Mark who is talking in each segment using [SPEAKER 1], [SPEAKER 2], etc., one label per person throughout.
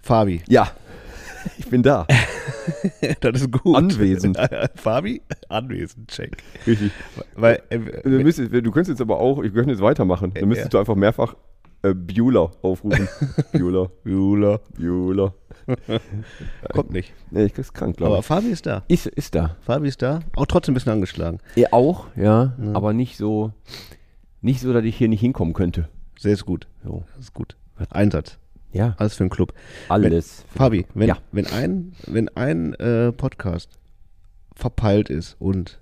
[SPEAKER 1] Fabi.
[SPEAKER 2] Ja, ich bin da.
[SPEAKER 1] das ist gut.
[SPEAKER 2] Anwesend.
[SPEAKER 1] Fabi? Anwesend, check.
[SPEAKER 2] Richtig.
[SPEAKER 1] Weil, äh,
[SPEAKER 2] Du, müsstest, du könntest jetzt aber auch, ich könnte jetzt weitermachen. Dann müsstest du einfach mehrfach äh, Bueller aufrufen. Bueller,
[SPEAKER 1] Jula.
[SPEAKER 2] Bueller.
[SPEAKER 1] Kommt nicht.
[SPEAKER 2] Nee, ich krieg's krank, glaube
[SPEAKER 1] Aber
[SPEAKER 2] ich.
[SPEAKER 1] Fabi ist da.
[SPEAKER 3] Ist, ist da.
[SPEAKER 1] Fabi ist da. Auch trotzdem ein bisschen angeschlagen.
[SPEAKER 3] Ja, auch, ja, aber nicht so, nicht so, dass ich hier nicht hinkommen könnte.
[SPEAKER 1] Sehr ist gut.
[SPEAKER 3] So.
[SPEAKER 1] Das ist gut. Einsatz.
[SPEAKER 3] Ja,
[SPEAKER 1] Alles für den Club.
[SPEAKER 3] alles.
[SPEAKER 1] Fabi, wenn,
[SPEAKER 3] Ja.
[SPEAKER 1] wenn ein, wenn ein äh, Podcast verpeilt ist und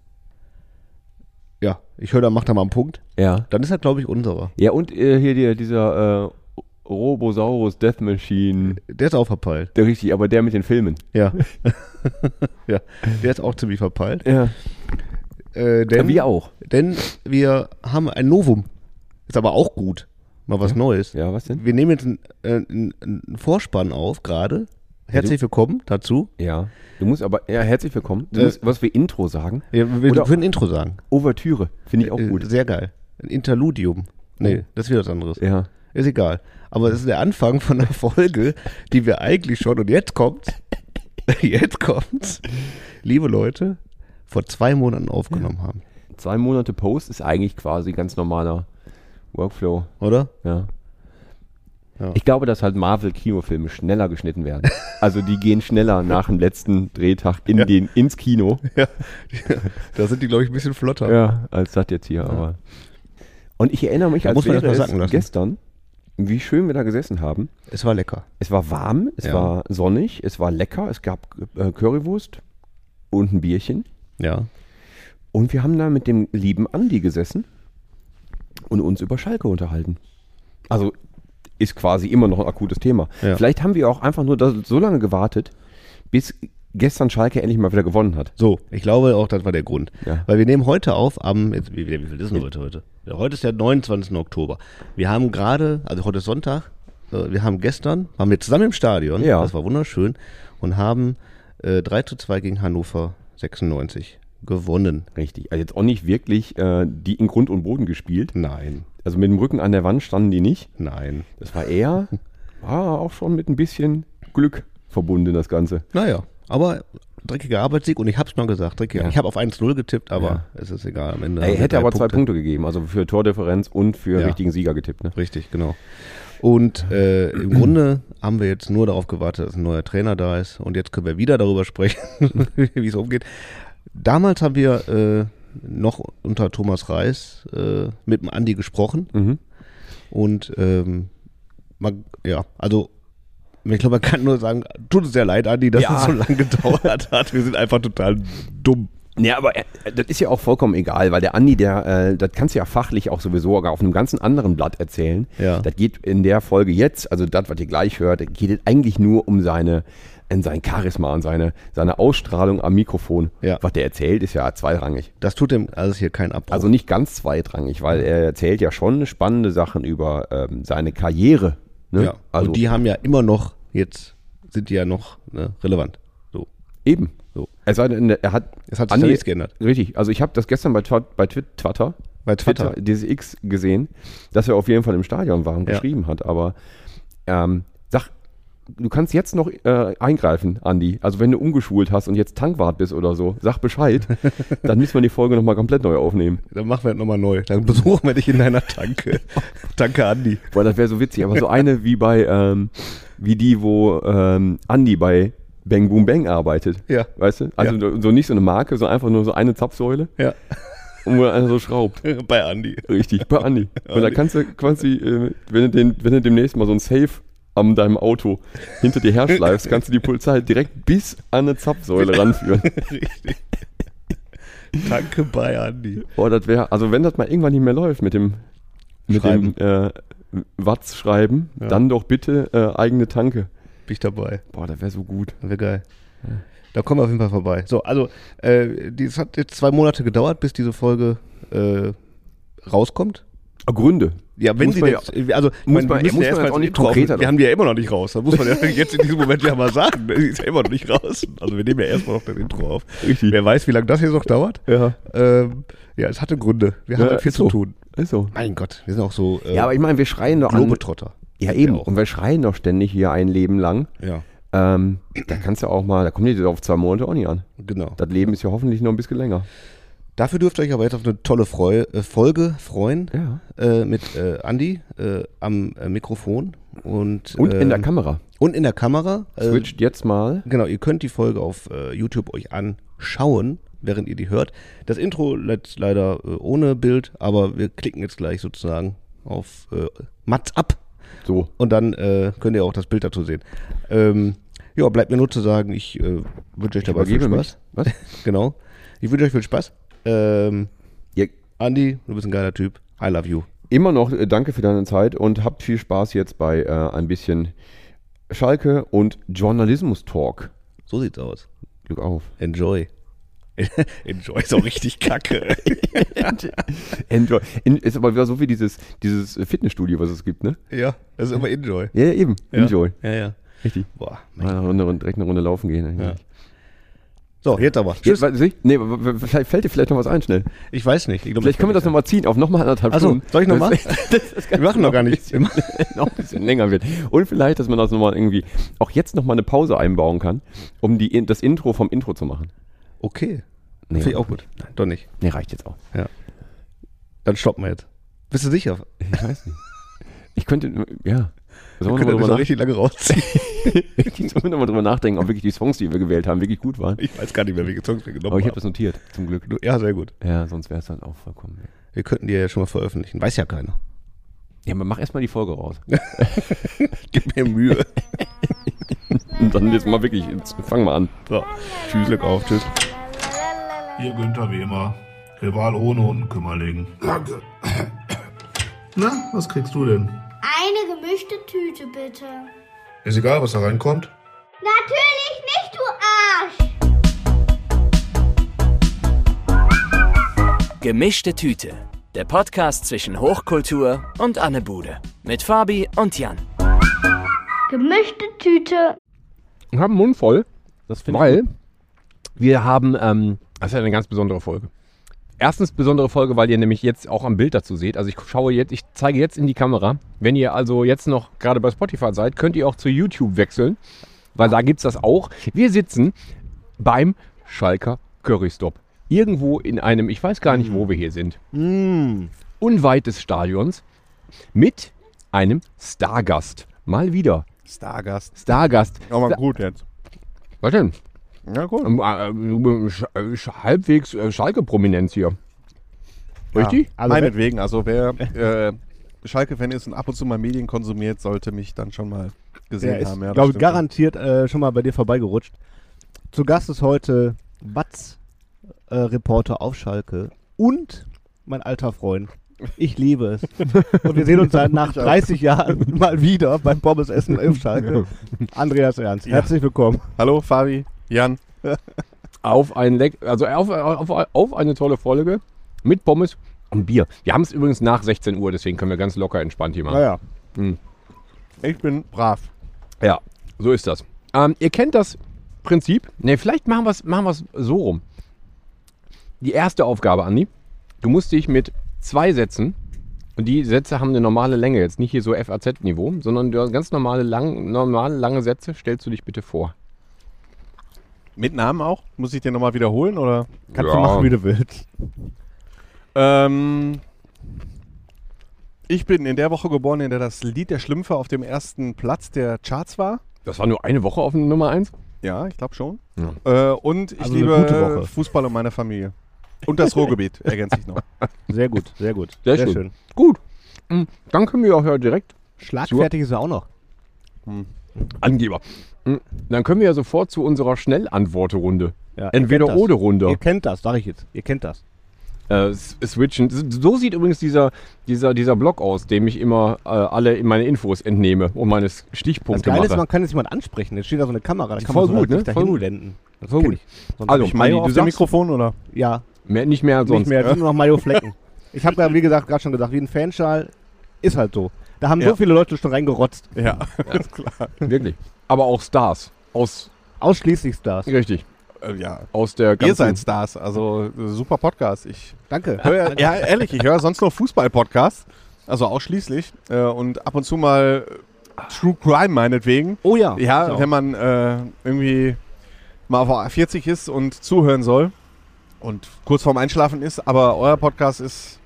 [SPEAKER 1] ja, ich höre, da macht er mal einen Punkt,
[SPEAKER 3] Ja.
[SPEAKER 1] dann ist er, glaube ich, unserer.
[SPEAKER 3] Ja, und äh, hier der, dieser äh, Robosaurus Death Machine.
[SPEAKER 1] Der ist auch verpeilt.
[SPEAKER 3] Der richtig, aber der mit den Filmen.
[SPEAKER 1] Ja. ja. Der ist auch ziemlich verpeilt.
[SPEAKER 3] Ja.
[SPEAKER 1] Äh, denn,
[SPEAKER 2] Ähm,
[SPEAKER 3] wir auch.
[SPEAKER 1] Denn wir haben ein Novum. Ist aber auch gut. Mal was Neues.
[SPEAKER 3] Ja, was denn?
[SPEAKER 1] Wir nehmen jetzt einen, äh, einen, einen Vorspann auf gerade. Herzlich willkommen dazu.
[SPEAKER 3] Ja. Du musst aber, ja, herzlich willkommen. Du
[SPEAKER 1] Äh,
[SPEAKER 3] musst was wir Intro sagen.
[SPEAKER 1] Ja, wir
[SPEAKER 3] Oder-
[SPEAKER 1] können ein Intro sagen.
[SPEAKER 3] Ouvertüre, finde ich auch
[SPEAKER 1] Äh,
[SPEAKER 3] gut. Oh.
[SPEAKER 1] Sehr geil. Ein Interludium. Nee, das ist wieder was anderes.
[SPEAKER 3] Ja.
[SPEAKER 1] Ist egal. Aber es ist der Anfang von einer Folge, die wir eigentlich schon. Und jetzt kommt's. Jetzt kommt's. Liebe Leute, vor zwei Monaten aufgenommen haben.
[SPEAKER 3] Zwei Monate Post ist eigentlich quasi ganz normaler Workflow.
[SPEAKER 1] Oder?
[SPEAKER 3] Ja.
[SPEAKER 1] Ja.
[SPEAKER 3] Ich glaube, dass halt Marvel-Kinofilme schneller geschnitten werden. Also die gehen schneller nach dem letzten Drehtag in
[SPEAKER 1] Ja.
[SPEAKER 3] den, ins Kino.
[SPEAKER 1] Ja. Da sind die, glaube ich, ein bisschen flotter.
[SPEAKER 3] Ja, als das jetzt hier, aber. Und ich erinnere mich,
[SPEAKER 1] Da
[SPEAKER 3] als
[SPEAKER 1] muss man das
[SPEAKER 3] wäre
[SPEAKER 1] mal
[SPEAKER 3] es
[SPEAKER 1] sacken lassen.
[SPEAKER 3] gestern, wie schön wir da gesessen haben.
[SPEAKER 1] Es war lecker.
[SPEAKER 3] Es war warm, es
[SPEAKER 1] Ja.
[SPEAKER 3] war sonnig, es war lecker, es gab äh, Currywurst und ein Bierchen.
[SPEAKER 1] Ja.
[SPEAKER 3] Und wir haben da mit dem lieben Andi gesessen und uns über Schalke unterhalten. Also ist quasi immer noch ein akutes Thema.
[SPEAKER 1] Ja.
[SPEAKER 3] Vielleicht haben wir auch einfach nur das so lange gewartet, bis gestern Schalke endlich mal wieder gewonnen hat.
[SPEAKER 1] So, ich glaube auch, das war der Grund.
[SPEAKER 3] Ja.
[SPEAKER 1] Weil wir nehmen heute auf am, jetzt, wie, wie viel ist denn heute heute? Ja, heute ist der 29. Oktober. Wir haben gerade, also heute ist Sonntag, äh, wir haben gestern, waren wir zusammen im Stadion,
[SPEAKER 3] Ja.
[SPEAKER 1] das war wunderschön, und haben äh, 3 zu 2 gegen Hannover 96 gewonnen.
[SPEAKER 3] Richtig. Also jetzt auch nicht wirklich äh, die in Grund und Boden gespielt.
[SPEAKER 1] Nein,
[SPEAKER 3] Also mit dem Rücken an der Wand standen die nicht.
[SPEAKER 1] nein.
[SPEAKER 3] Das war eher, war auch schon mit ein bisschen Glück verbunden, das Ganze.
[SPEAKER 1] Naja, aber dreckiger Arbeitssieg und ich hab's mal gesagt, dreckiger.
[SPEAKER 3] Ja.
[SPEAKER 1] Ich habe auf 1-0 getippt, aber es ist egal am Ende. haben
[SPEAKER 3] Er
[SPEAKER 1] wir
[SPEAKER 3] hätte
[SPEAKER 1] drei
[SPEAKER 3] aber zwei Punkte gegeben, also für Tordifferenz und für
[SPEAKER 1] Ja.
[SPEAKER 3] richtigen Sieger getippt. Ne?
[SPEAKER 1] Richtig, genau. Und äh, im Grunde haben wir jetzt nur darauf gewartet, dass ein neuer Trainer da ist. Und jetzt können wir wieder darüber sprechen, wie es umgeht. Damals haben wir äh, noch unter Thomas Reis äh, mit dem Andi gesprochen.
[SPEAKER 3] Mhm.
[SPEAKER 1] Und ähm, man, ja, also ich glaube, man kann nur sagen, tut uns sehr leid, Andi, dass
[SPEAKER 3] Ja.
[SPEAKER 1] es so lange gedauert hat. Wir sind einfach total dumm.
[SPEAKER 3] Ja, aber äh, das ist ja auch vollkommen egal, weil der Andi, der, äh, das kannst du ja fachlich auch sowieso gar auf einem ganzen anderen Blatt erzählen.
[SPEAKER 1] Ja.
[SPEAKER 3] Das geht in der Folge jetzt, also das, was ihr gleich hört, geht es eigentlich nur um seine, in sein Charisma und seine, seine Ausstrahlung am Mikrofon.
[SPEAKER 1] Ja.
[SPEAKER 3] Was der erzählt, ist ja zweitrangig.
[SPEAKER 1] Das tut dem alles hier keinen Abbruch.
[SPEAKER 3] Also nicht ganz zweitrangig, weil er erzählt ja schon spannende Sachen über ähm, seine Karriere. Ne?
[SPEAKER 1] ja.
[SPEAKER 3] also
[SPEAKER 1] Und die haben ja immer noch, jetzt sind die ja noch ne, relevant. So.
[SPEAKER 3] eben.
[SPEAKER 1] So.
[SPEAKER 3] Es sei denn, er hat, Ah,
[SPEAKER 1] Es hat sich da nichts geändert.
[SPEAKER 3] Richtig. Also ich habe das gestern bei, Twa- bei Twit- Twitter,
[SPEAKER 1] Bei Twitter.
[SPEAKER 3] dieses X gesehen, dass er auf jeden Fall im Stadion war und
[SPEAKER 1] Ja.
[SPEAKER 3] geschrieben hat. Aber ähm, sag, du kannst jetzt noch äh, eingreifen, Andi. Also wenn du umgeschult hast und jetzt Tankwart bist oder so, sag Bescheid. dann müssen wir die Folge nochmal komplett neu aufnehmen.
[SPEAKER 1] Dann machen wir das nochmal neu. Dann besuchen wir dich in deiner Tanke. Danke, Andi.
[SPEAKER 3] Boah, das wäre so witzig, aber so eine wie bei, ähm, wie die, wo ähm, Andi bei Bang Boom Bang arbeitet.
[SPEAKER 1] Ja.
[SPEAKER 3] Weißt du? Also so nicht so eine Marke, sondern einfach nur so eine Zapfsäule,
[SPEAKER 1] Ja,
[SPEAKER 3] und wo einer so schraubt.
[SPEAKER 1] bei Andi.
[SPEAKER 3] Richtig, bei Andi. Und da
[SPEAKER 1] Andi.
[SPEAKER 3] kannst du quasi, äh, wenn, du den, wenn du demnächst mal so ein Safe an deinem Auto hinter dir herschleifst, kannst du die Polizei direkt bis an eine Zapfsäule ranführen.
[SPEAKER 1] Richtig. Danke bei Andi.
[SPEAKER 3] Boah, das wäre, also wenn das mal irgendwann nicht mehr läuft mit dem, mit dem
[SPEAKER 1] Schreiben.
[SPEAKER 3] äh, Watz schreiben,
[SPEAKER 1] Ja.
[SPEAKER 3] dann doch bitte äh, eigene Tanke.
[SPEAKER 1] Bin ich dabei.
[SPEAKER 3] Boah, das wäre so gut.
[SPEAKER 1] Das wäre geil. Da kommen wir auf jeden Fall vorbei. So, also, äh, die- es hat jetzt zwei Monate gedauert, bis diese Folge äh, rauskommt.
[SPEAKER 3] Gründe.
[SPEAKER 1] Ja, wenn
[SPEAKER 3] Muss
[SPEAKER 1] sie
[SPEAKER 3] man
[SPEAKER 1] jetzt, also ich
[SPEAKER 3] muss
[SPEAKER 1] meine, wir müssen
[SPEAKER 3] man- muss man
[SPEAKER 1] ja
[SPEAKER 3] jetzt
[SPEAKER 1] erstmal
[SPEAKER 3] auch
[SPEAKER 1] das
[SPEAKER 3] nicht
[SPEAKER 1] Intro
[SPEAKER 3] konkreter
[SPEAKER 1] aufnehmen. Wir haben die ja immer noch nicht raus. Das muss man ja jetzt in diesem Moment ja mal sagen. ne? Die ist ja immer noch nicht raus. Also wir nehmen ja erstmal noch das Intro auf.
[SPEAKER 3] Richtig.
[SPEAKER 1] Wer weiß, wie lange das jetzt noch dauert.
[SPEAKER 3] Ja.
[SPEAKER 1] Ähm, ja, es hatte Gründe. Wir haben
[SPEAKER 3] Ja,
[SPEAKER 1] halt viel
[SPEAKER 3] ist so.
[SPEAKER 1] zu tun.
[SPEAKER 3] Ist so.
[SPEAKER 1] Mein Gott, wir sind auch so äh,
[SPEAKER 3] Ja, aber ich meine, wir schreien doch an.
[SPEAKER 1] Globetrotter.
[SPEAKER 3] Ja, eben.
[SPEAKER 1] auch.
[SPEAKER 3] Und wir schreien doch ständig hier ein Leben lang.
[SPEAKER 1] Ja,
[SPEAKER 3] Ähm, da kannst du auch mal, da kommen die dir auf zwei Monate auch nicht an.
[SPEAKER 1] genau.
[SPEAKER 3] Das Leben ist ja hoffentlich noch ein bisschen länger.
[SPEAKER 1] Dafür dürft ihr euch aber jetzt auf eine tolle Freu äh, Folge freuen
[SPEAKER 3] Ja.
[SPEAKER 1] äh, mit äh, Andy äh, am äh, Mikrofon und,
[SPEAKER 3] Und in der
[SPEAKER 1] ähm,
[SPEAKER 3] Kamera.
[SPEAKER 1] und in der Kamera. Äh,
[SPEAKER 3] Switcht jetzt mal.
[SPEAKER 1] Genau, ihr könnt die Folge auf äh, YouTube euch anschauen, während ihr die hört. Das Intro jetzt leider äh, ohne Bild, aber wir klicken jetzt gleich sozusagen auf äh, Mats ab
[SPEAKER 3] So.
[SPEAKER 1] und dann äh, könnt ihr auch das Bild dazu sehen. Ähm, ja, bleibt mir nur zu sagen, ich äh, wünsche euch dabei viel
[SPEAKER 3] übergebe
[SPEAKER 1] Spaß.
[SPEAKER 3] mich.
[SPEAKER 1] genau. Ich wünsche euch viel Spaß. Ähm,
[SPEAKER 3] Ja,
[SPEAKER 1] Andi, du bist ein geiler Typ. I love you.
[SPEAKER 3] immer noch äh, danke für deine Zeit und habt viel Spaß jetzt bei äh, ein bisschen Schalke und Journalismus Talk.
[SPEAKER 1] So sieht's aus.
[SPEAKER 3] Glück auf.
[SPEAKER 1] Enjoy. Enjoy ist auch richtig kacke.
[SPEAKER 3] Enjoy. In, ist aber wieder so wie dieses, dieses Fitnessstudio, was es gibt, ne?
[SPEAKER 1] ja, das ist immer Enjoy.
[SPEAKER 3] Ja, ja, eben. Enjoy.
[SPEAKER 1] Ja, ja.
[SPEAKER 3] Richtig.
[SPEAKER 1] Boah,
[SPEAKER 3] Mal eine Runde, direkt eine Runde laufen gehen.
[SPEAKER 1] Ja. So, jetzt aber.
[SPEAKER 3] Jetzt,
[SPEAKER 1] Tschüss.
[SPEAKER 3] weiß ich, nee, w- w- vielleicht fällt dir vielleicht noch was ein schnell.
[SPEAKER 1] Ich weiß nicht. Ich glaub,
[SPEAKER 3] Vielleicht können wir das nochmal ziehen auf nochmal anderthalb
[SPEAKER 1] Ach so,
[SPEAKER 3] Stunden.
[SPEAKER 1] soll ich noch
[SPEAKER 3] Das-
[SPEAKER 1] mal?
[SPEAKER 3] das- das
[SPEAKER 1] Wir machen noch gar nicht. Wir machen-
[SPEAKER 3] noch ein bisschen länger wird. Und vielleicht, dass man das nochmal irgendwie, auch jetzt nochmal eine Pause einbauen kann, um die, das Intro vom Intro zu machen.
[SPEAKER 1] Okay.
[SPEAKER 3] Nee,
[SPEAKER 1] Finde ich auch gut. Doch nicht.
[SPEAKER 3] Nee, reicht jetzt auch.
[SPEAKER 1] Dann stoppen wir jetzt. Bist du sicher?
[SPEAKER 3] Ich weiß nicht. Ich könnte, ja. Sollen
[SPEAKER 1] Wir
[SPEAKER 3] wir
[SPEAKER 1] können das noch
[SPEAKER 3] nochmal
[SPEAKER 1] richtig lange rausziehen.
[SPEAKER 3] drüber, drüber nachdenken, ob wirklich die Songs, die wir gewählt haben, wirklich gut waren.
[SPEAKER 1] Ich weiß gar nicht mehr, welche Songs wir
[SPEAKER 3] Aber
[SPEAKER 1] genommen
[SPEAKER 3] ich habe
[SPEAKER 1] haben.
[SPEAKER 3] das notiert, zum Glück.
[SPEAKER 1] Ja, sehr gut.
[SPEAKER 3] Ja, sonst wäre es dann auch vollkommen. weg.
[SPEAKER 1] Wir könnten die ja schon mal veröffentlichen. Weiß ja keiner.
[SPEAKER 3] Ja, aber mach erstmal die Folge raus.
[SPEAKER 1] Gib mir Mühe.
[SPEAKER 3] Und dann jetzt mal wirklich, jetzt fang mal an.
[SPEAKER 1] So. Tschüss, Glück auf. Tschüss.
[SPEAKER 4] Ihr Günther wie immer. Rival ohne Unkümmerling. Danke. Na, was kriegst du denn?
[SPEAKER 5] Eine gemischte Tüte bitte.
[SPEAKER 4] Ist egal, was da reinkommt.
[SPEAKER 5] Natürlich nicht, du Arsch!
[SPEAKER 6] Gemischte Tüte. Der Podcast zwischen Hochkultur und Anne Bude. Mit Fabi und Jan.
[SPEAKER 5] Gemischte Tüte.
[SPEAKER 3] Ich habe einen Mund voll,
[SPEAKER 7] Das finde ich.
[SPEAKER 3] weil wir haben, ähm, das ist ja eine ganz besondere Folge. Erstens besondere Folge, weil ihr nämlich jetzt auch am Bild dazu seht. Also ich schaue jetzt, ich zeige jetzt in die Kamera. Wenn ihr also jetzt noch gerade bei Spotify seid, könnt ihr auch zu YouTube wechseln, weil da gibt es das auch. Wir sitzen beim Schalker Curry Stop. Irgendwo in einem, ich weiß gar
[SPEAKER 7] Hm.
[SPEAKER 3] nicht, wo wir hier sind, unweit des Stadions mit einem Stargast. Mal wieder.
[SPEAKER 7] Stargast.
[SPEAKER 3] Stargast.
[SPEAKER 7] Aber Oh, gut jetzt.
[SPEAKER 3] Was denn?
[SPEAKER 7] Ja, gut.
[SPEAKER 8] Um,
[SPEAKER 3] Ähm, äh, sch- äh, sch- halbwegs äh, Schalke-Prominenz hier. Richtig?
[SPEAKER 7] Ja, meinetwegen. Also wer äh, Schalke-Fan ist und ab und zu mal Medien konsumiert, sollte mich dann schon mal gesehen
[SPEAKER 8] Der ist,
[SPEAKER 7] haben. Ja, das
[SPEAKER 8] glaube ich,
[SPEAKER 7] stimmt
[SPEAKER 8] garantiert äh, schon mal bei dir vorbeigerutscht. Zu Gast ist heute Batz, äh, Reporter auf Schalke und mein alter Freund. Ich liebe es. Und wir sehen uns dann nach 30 Jahren mal wieder beim Pommesessen auf Schalke. Andreas Ernst, herzlich willkommen.
[SPEAKER 7] schon. Hallo Fabi, Jan.
[SPEAKER 3] Auf, ein Leck, also auf, auf, auf eine tolle Folge mit Pommes und Bier. Wir haben es übrigens nach 16 Uhr, deswegen können wir ganz locker entspannt hier machen.
[SPEAKER 8] Naja,
[SPEAKER 7] Ich bin brav.
[SPEAKER 3] Ja, so ist das. Ähm, ihr kennt das Prinzip. Ne, vielleicht machen wir es machen wir's so rum. Die erste Aufgabe, Andi. Du musst dich mit zwei Sätzen, und die Sätze haben eine normale Länge, jetzt nicht hier so FAZ-Niveau, sondern du hast ganz normale, lang, normale, lange Sätze, stellst du dich bitte vor.
[SPEAKER 7] Mit Namen auch? Muss ich den nochmal wiederholen oder?
[SPEAKER 8] kannst
[SPEAKER 3] Ja.
[SPEAKER 8] du machen, wie du willst.
[SPEAKER 7] Ähm, ich bin in der Woche geboren, in der das Lied der Schlümpfe auf dem ersten Platz der Charts war.
[SPEAKER 3] Das war nur eine Woche auf Nummer 1.
[SPEAKER 7] Ja, ich glaube schon.
[SPEAKER 3] Ja.
[SPEAKER 7] Äh, und ich
[SPEAKER 8] Also eine gute
[SPEAKER 7] liebe
[SPEAKER 8] Woche.
[SPEAKER 7] Fußball und meine Familie. Und das Ruhrgebiet, ergänze ich noch.
[SPEAKER 8] Sehr gut, sehr gut.
[SPEAKER 3] Sehr schön. Gut. Mm, Dann können wir auch ja direkt,
[SPEAKER 8] Schlagfertig ist er auch noch.
[SPEAKER 3] Angeber, Mm, dann können wir ja sofort zu unserer Schnellantworterunde.
[SPEAKER 8] Ja, ihr kennt das.
[SPEAKER 3] Entweder-oder-Runde.
[SPEAKER 8] Ihr kennt das, sag ich jetzt. Ihr kennt das.
[SPEAKER 3] äh, s- switchen. S- So sieht übrigens dieser, dieser, dieser Blog aus, dem ich immer äh, alle in meine Infos entnehme und meine S-
[SPEAKER 8] Das
[SPEAKER 3] Stichpunkte
[SPEAKER 8] Geile ist,
[SPEAKER 3] mache.
[SPEAKER 8] man kann jetzt jemand ansprechen. Jetzt steht da so eine Kamera, da kann
[SPEAKER 3] Voll
[SPEAKER 8] man so
[SPEAKER 3] gut, ne?
[SPEAKER 8] leicht
[SPEAKER 3] Voll
[SPEAKER 8] dahin
[SPEAKER 3] gut.
[SPEAKER 8] wenden. Das
[SPEAKER 3] Voll
[SPEAKER 8] kenn
[SPEAKER 3] gut.
[SPEAKER 8] ich. Sonst
[SPEAKER 3] Also,
[SPEAKER 8] hab
[SPEAKER 3] Mayo
[SPEAKER 7] Mayo
[SPEAKER 3] auf
[SPEAKER 7] auf
[SPEAKER 3] dem
[SPEAKER 7] dem Mikrofon oder?
[SPEAKER 8] ja,
[SPEAKER 3] mehr, nicht mehr sonst.
[SPEAKER 8] Nicht mehr, nur noch Mario Flecken. ne? Ich habe ja, wie gesagt, gerade schon gesagt, wie ein Fanschal ist halt so. Da haben
[SPEAKER 7] Ja.
[SPEAKER 8] so viele Leute schon reingerotzt.
[SPEAKER 7] Ja, ist klar.
[SPEAKER 3] Wirklich. Aber auch Stars. Aus,
[SPEAKER 8] Ausschließlich Stars.
[SPEAKER 3] richtig,
[SPEAKER 7] Äh, ja.
[SPEAKER 3] aus der ganzen...
[SPEAKER 7] Ihr seid Stars, also äh, super Podcast. Ich
[SPEAKER 8] Danke.
[SPEAKER 7] höre, ja, ehrlich, ich höre sonst nur Fußball-Podcasts, also ausschließlich. Äh, und ab und zu mal äh, True Crime meinetwegen.
[SPEAKER 8] Oh ja.
[SPEAKER 7] Ja,
[SPEAKER 8] Genau.
[SPEAKER 7] wenn man äh, irgendwie mal auf 40 ist und zuhören soll und kurz vorm Einschlafen ist, aber euer Podcast ist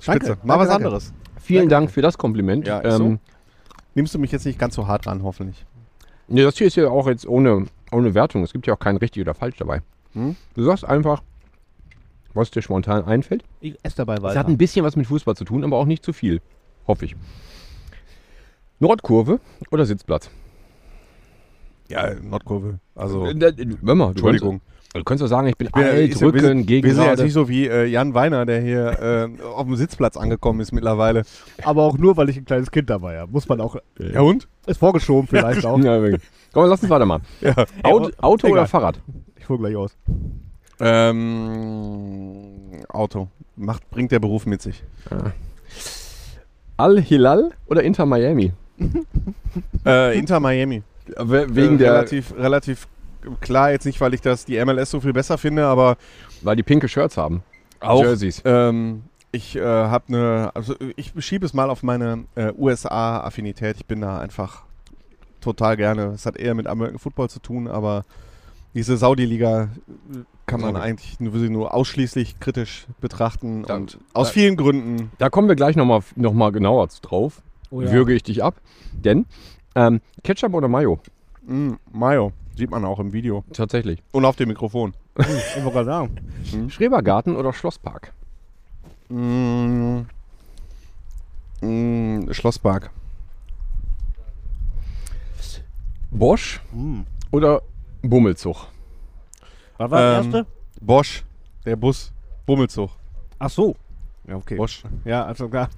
[SPEAKER 7] spitze.
[SPEAKER 8] Danke,
[SPEAKER 7] mal
[SPEAKER 8] danke,
[SPEAKER 7] was
[SPEAKER 8] danke.
[SPEAKER 7] anderes.
[SPEAKER 3] Vielen Dank für das Kompliment. Ähm,
[SPEAKER 7] Ja, ist so. Nimmst du mich jetzt nicht ganz so hart ran, hoffentlich.
[SPEAKER 3] nee, das hier ist ja auch jetzt ohne, ohne Wertung. Es gibt ja auch kein richtig oder falsch dabei.
[SPEAKER 7] Hm?
[SPEAKER 3] Du sagst einfach, was dir spontan einfällt.
[SPEAKER 8] Ich esse dabei
[SPEAKER 3] Es
[SPEAKER 8] weiter.
[SPEAKER 3] hat ein bisschen was mit Fußball zu tun, aber auch nicht zu viel. Hoffe ich. Nordkurve oder Sitzplatz?
[SPEAKER 7] Ja, Nordkurve. Also,
[SPEAKER 3] Äh, äh, Wör mal, du kannst,
[SPEAKER 7] Entschuldigung.
[SPEAKER 3] du kannst doch sagen, ich bin
[SPEAKER 7] Ja,
[SPEAKER 3] alt,
[SPEAKER 7] ist ja- wir
[SPEAKER 3] Rücken,
[SPEAKER 7] sind,
[SPEAKER 3] gegen
[SPEAKER 7] wir sind ja jetzt nicht so wie äh, Jan Weiner, der hier äh, auf dem Sitzplatz angekommen ist mittlerweile.
[SPEAKER 8] Aber auch nur, weil ich ein kleines Kind dabei habe. Muss man auch. äh,
[SPEAKER 7] Ja und?
[SPEAKER 8] Ist vorgeschoben vielleicht auch.
[SPEAKER 3] Ja, wirklich. Komm, lass uns weitermachen.
[SPEAKER 7] Ja.
[SPEAKER 3] Auto, Auto
[SPEAKER 8] egal.
[SPEAKER 3] oder Fahrrad?
[SPEAKER 8] Ich hole gleich aus.
[SPEAKER 7] Ähm, Auto. Macht, bringt der Beruf mit sich.
[SPEAKER 3] Al-Hilal oder Inter Miami?
[SPEAKER 7] Äh, Inter Miami.
[SPEAKER 3] Wegen
[SPEAKER 7] Äh,
[SPEAKER 3] der,
[SPEAKER 7] relativ, relativ klar, jetzt nicht, weil ich das die MLS so viel besser finde, aber
[SPEAKER 3] weil die pinke Shirts haben.
[SPEAKER 7] Auch.
[SPEAKER 3] Jerseys.
[SPEAKER 7] ähm, ich äh, habe eine, also ich schiebe es mal auf meine äh, USA-Affinität. Ich bin da einfach total gerne. Es hat eher mit American Football zu tun, aber diese Saudi-Liga äh, kann man
[SPEAKER 3] Sorry.
[SPEAKER 7] eigentlich nur, nur ausschließlich kritisch betrachten
[SPEAKER 3] Da-
[SPEAKER 7] und aus vielen Gründen.
[SPEAKER 3] Da kommen wir gleich nochmal noch mal genauer zu- drauf. Würge ich dich ab. Denn ähm, Ketchup oder Mayo?
[SPEAKER 7] Mm, Mayo sieht man auch im Video
[SPEAKER 3] Tatsächlich.
[SPEAKER 7] und auf dem Mikrofon.
[SPEAKER 8] Ich wollte gerade sagen.
[SPEAKER 3] Schrebergarten oder Schlosspark?
[SPEAKER 7] Mm, mm, Schlosspark.
[SPEAKER 3] Bosch oder Bummelzug?
[SPEAKER 8] Was war
[SPEAKER 7] Ähm,
[SPEAKER 8] das erste?
[SPEAKER 7] Bosch, der Bus, Bummelzug.
[SPEAKER 8] Ach so.
[SPEAKER 7] Ja, okay. Bosch.
[SPEAKER 8] Ja, also klar.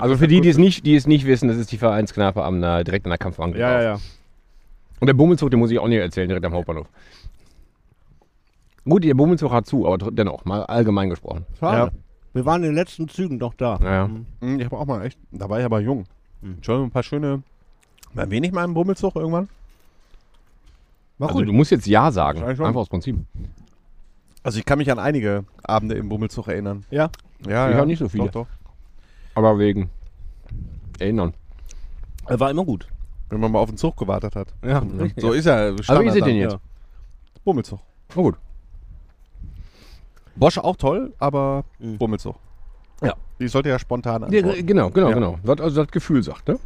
[SPEAKER 3] Also für die, die es nicht, die es nicht wissen, das ist die Vereinskneipe am, äh, direkt an der Kampfbank.
[SPEAKER 8] Ja, ja, ja.
[SPEAKER 3] Und der Bummelzug, den muss ich auch nicht erzählen, direkt am Hauptbahnhof. Gut, der Bummelzug hat zu, aber tr- dennoch, mal allgemein gesprochen.
[SPEAKER 8] Schade. Wir waren in den letzten Zügen noch da.
[SPEAKER 3] Naja. Also
[SPEAKER 7] Mm, Ich habe auch mal echt, da war ich aber jung.
[SPEAKER 3] Hm.
[SPEAKER 7] Schon ein paar schöne. War wenig mal im Bummelzug irgendwann?
[SPEAKER 3] Also du musst jetzt Ja sagen,
[SPEAKER 7] Wahrscheinlich schon.
[SPEAKER 3] einfach aus Prinzip.
[SPEAKER 7] Also ich kann mich an einige Abende im Bummelzug erinnern.
[SPEAKER 8] Ja.
[SPEAKER 7] Ja,
[SPEAKER 3] Ich hab nicht so viele.
[SPEAKER 7] Doch, doch.
[SPEAKER 3] Aber wegen Erinnern.
[SPEAKER 8] Er war immer gut.
[SPEAKER 7] Wenn man mal auf den Zug gewartet hat.
[SPEAKER 8] Ja,
[SPEAKER 7] So ist ja Standard.
[SPEAKER 3] Also wie seht ihr
[SPEAKER 7] dann.
[SPEAKER 3] den jetzt?
[SPEAKER 8] ja.
[SPEAKER 7] Bummelzug.
[SPEAKER 3] Na gut.
[SPEAKER 7] Bosch auch toll, aber
[SPEAKER 8] Mhm.
[SPEAKER 7] Bummelzug.
[SPEAKER 3] Hm. Ja.
[SPEAKER 7] Die sollte ja spontan
[SPEAKER 3] Ja,
[SPEAKER 7] antworten.
[SPEAKER 3] ge- genau, genau,
[SPEAKER 7] Ja.
[SPEAKER 3] genau. Was also das Gefühl sagt, ne?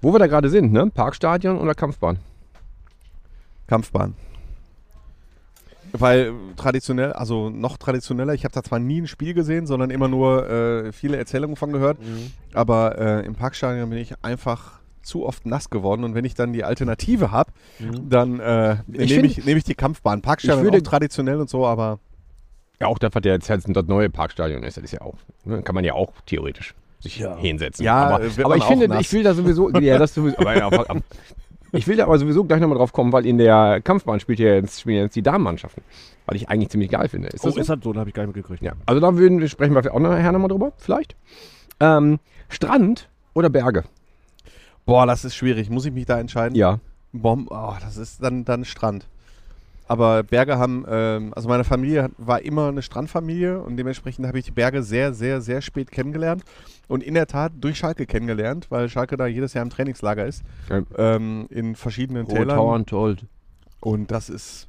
[SPEAKER 3] Wo wir da gerade sind, ne? Parkstadion oder Kampfbahn?
[SPEAKER 7] Kampfbahn. Weil traditionell, also noch traditioneller, ich habe da zwar nie ein Spiel gesehen, sondern immer nur äh, viele Erzählungen von gehört,
[SPEAKER 8] Mhm.
[SPEAKER 7] aber äh, im Parkstadion bin ich einfach zu oft nass geworden und wenn ich dann die Alternative habe,
[SPEAKER 8] Mhm.
[SPEAKER 7] dann äh,
[SPEAKER 3] Ich
[SPEAKER 7] nehme ich,
[SPEAKER 3] find-
[SPEAKER 7] nehm ich die Kampfbahn. Parkstadion
[SPEAKER 3] ich würde-
[SPEAKER 7] auch traditionell und so, aber
[SPEAKER 3] Ja, auch das, was der jetzt halt das neue Parkstadion ist, das ist ja auch, ne? kann man ja auch theoretisch sich hinsetzen.
[SPEAKER 7] Ja,
[SPEAKER 3] aber,
[SPEAKER 7] äh, wird
[SPEAKER 3] aber
[SPEAKER 7] man
[SPEAKER 3] ich
[SPEAKER 7] auch
[SPEAKER 3] finde,
[SPEAKER 7] nass.
[SPEAKER 3] ich will da sowieso, ja, das sowieso, aber ja, fuck ab. ich will da aber sowieso gleich nochmal drauf kommen, weil in der Kampfbahn spielt ja jetzt, spielen jetzt die Damenmannschaften, weil ich eigentlich ziemlich geil finde. Ist
[SPEAKER 8] Oh,
[SPEAKER 3] das so?
[SPEAKER 8] ist das so? Da habe ich gar nicht mitgekriegt.
[SPEAKER 3] Ja, also da würden wir sprechen wir auch nachher nochmal drüber, vielleicht. Ähm, Strand oder Berge?
[SPEAKER 7] boah, das ist schwierig. Muss ich mich da entscheiden?
[SPEAKER 3] Ja.
[SPEAKER 7] Bom, oh, das ist dann, dann Strand. Aber Berge haben, ähm, also meine Familie hat, war immer eine Strandfamilie und dementsprechend habe ich die Berge sehr, sehr, sehr spät kennengelernt und in der Tat durch Schalke kennengelernt, weil Schalke da jedes Jahr im Trainingslager ist,
[SPEAKER 3] Ja.
[SPEAKER 7] ähm, in verschiedenen Tälern.
[SPEAKER 3] told.
[SPEAKER 7] Und das ist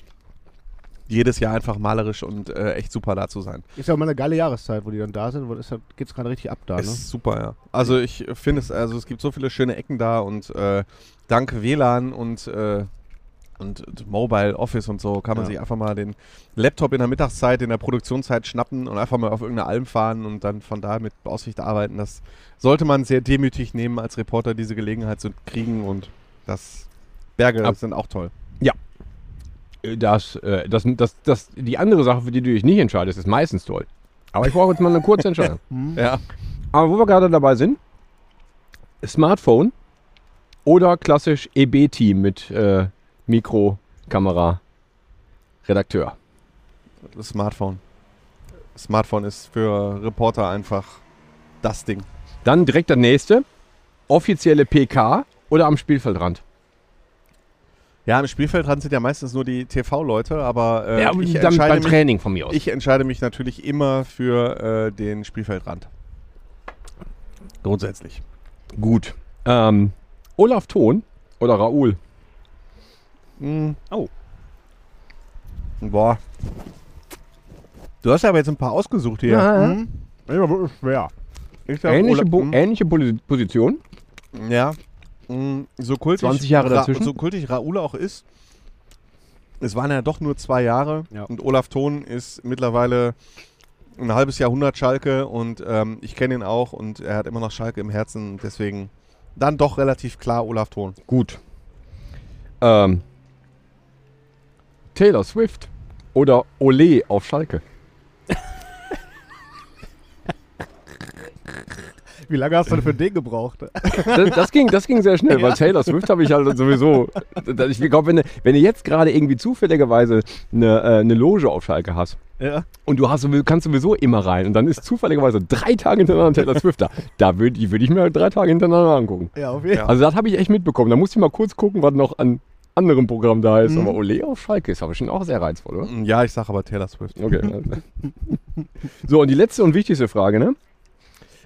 [SPEAKER 7] jedes Jahr einfach malerisch und äh, echt super da zu sein.
[SPEAKER 8] Ist ja auch mal eine geile Jahreszeit, wo die dann da sind. Wo ist das, geht's gerade richtig ab da, ne?
[SPEAKER 7] Ist super, ja. Also ich finde es, also es gibt so viele schöne Ecken da und äh, dank WLAN und, äh, und Mobile Office und so kann man
[SPEAKER 8] Ja.
[SPEAKER 7] sich einfach mal den Laptop in der Mittagszeit, in der Produktionszeit schnappen und einfach mal auf irgendeine Alm fahren und dann von da mit Aussicht arbeiten. Das sollte man sehr demütig nehmen als Reporter, diese Gelegenheit zu kriegen und das Berge
[SPEAKER 3] Ab-
[SPEAKER 7] sind auch toll.
[SPEAKER 3] Das, äh, das, das, das, die andere Sache, für die du dich nicht entscheidest, ist meistens toll. Aber ich brauche jetzt mal eine kurze Entscheidung.
[SPEAKER 7] Ja.
[SPEAKER 3] Aber wo wir gerade dabei sind, Smartphone oder klassisch EB-Team mit äh, Mikro, Kamera, Redakteur.
[SPEAKER 7] Das Smartphone. Smartphone ist für Reporter einfach das Ding.
[SPEAKER 3] Dann direkt der nächste, offizielle PK oder am Spielfeldrand.
[SPEAKER 7] Ja, am Spielfeldrand sind ja meistens nur die TV-Leute, aber äh, ich,
[SPEAKER 3] dann beim
[SPEAKER 7] entscheide mich,
[SPEAKER 3] Training von mir aus.
[SPEAKER 7] ich entscheide mich natürlich immer für äh, den Spielfeldrand. Grundsätzlich.
[SPEAKER 3] Gut. Ähm, Olaf Thon oder Raoul? Mhm.
[SPEAKER 7] Oh. Boah. Du hast ja aber jetzt ein paar ausgesucht hier.
[SPEAKER 3] Ja.
[SPEAKER 7] Hm? Ist aber wirklich schwer. Ich sag
[SPEAKER 3] Ähnliche,
[SPEAKER 7] Olaf-
[SPEAKER 3] Bo-
[SPEAKER 7] Hm.
[SPEAKER 3] ähnliche Posi- Position.
[SPEAKER 7] Ja. Mm, So kultig,
[SPEAKER 3] 20 Jahre
[SPEAKER 7] Ra-
[SPEAKER 3] dazwischen.
[SPEAKER 7] So kultig Raoul auch ist, es waren ja doch nur zwei Jahre
[SPEAKER 8] Ja.
[SPEAKER 7] und Olaf Thon ist mittlerweile ein halbes Jahrhundert Schalke und ähm, ich kenne ihn auch und er hat immer noch Schalke im Herzen, deswegen dann doch relativ klar Olaf Thon.
[SPEAKER 3] Gut. Ähm, Taylor Swift oder Ole auf Schalke?
[SPEAKER 8] Wie lange hast du denn für den gebraucht?
[SPEAKER 3] Das, das, ging, das ging sehr schnell, weil Taylor Swift habe ich halt sowieso. Ich glaube, wenn, du- wenn du jetzt gerade irgendwie zufälligerweise eine, äh, eine Loge auf Schalke hast
[SPEAKER 8] Ja.
[SPEAKER 3] und du hast, sowie- kannst sowieso immer rein und dann ist zufälligerweise drei Tage hintereinander Taylor Swift da, da würde ich, würd ich mir halt drei Tage hintereinander angucken.
[SPEAKER 8] Ja, auf jeden Fall.
[SPEAKER 3] Also, das habe ich echt mitbekommen. Da musste ich mal kurz gucken, was noch an anderem Programm da ist. Aber Ole auf Schalke ist aber schon auch sehr reizvoll, oder?
[SPEAKER 7] Mm, Ja, ich sag aber Taylor Swift.
[SPEAKER 3] Okay. so, und die letzte und wichtigste Frage, ne?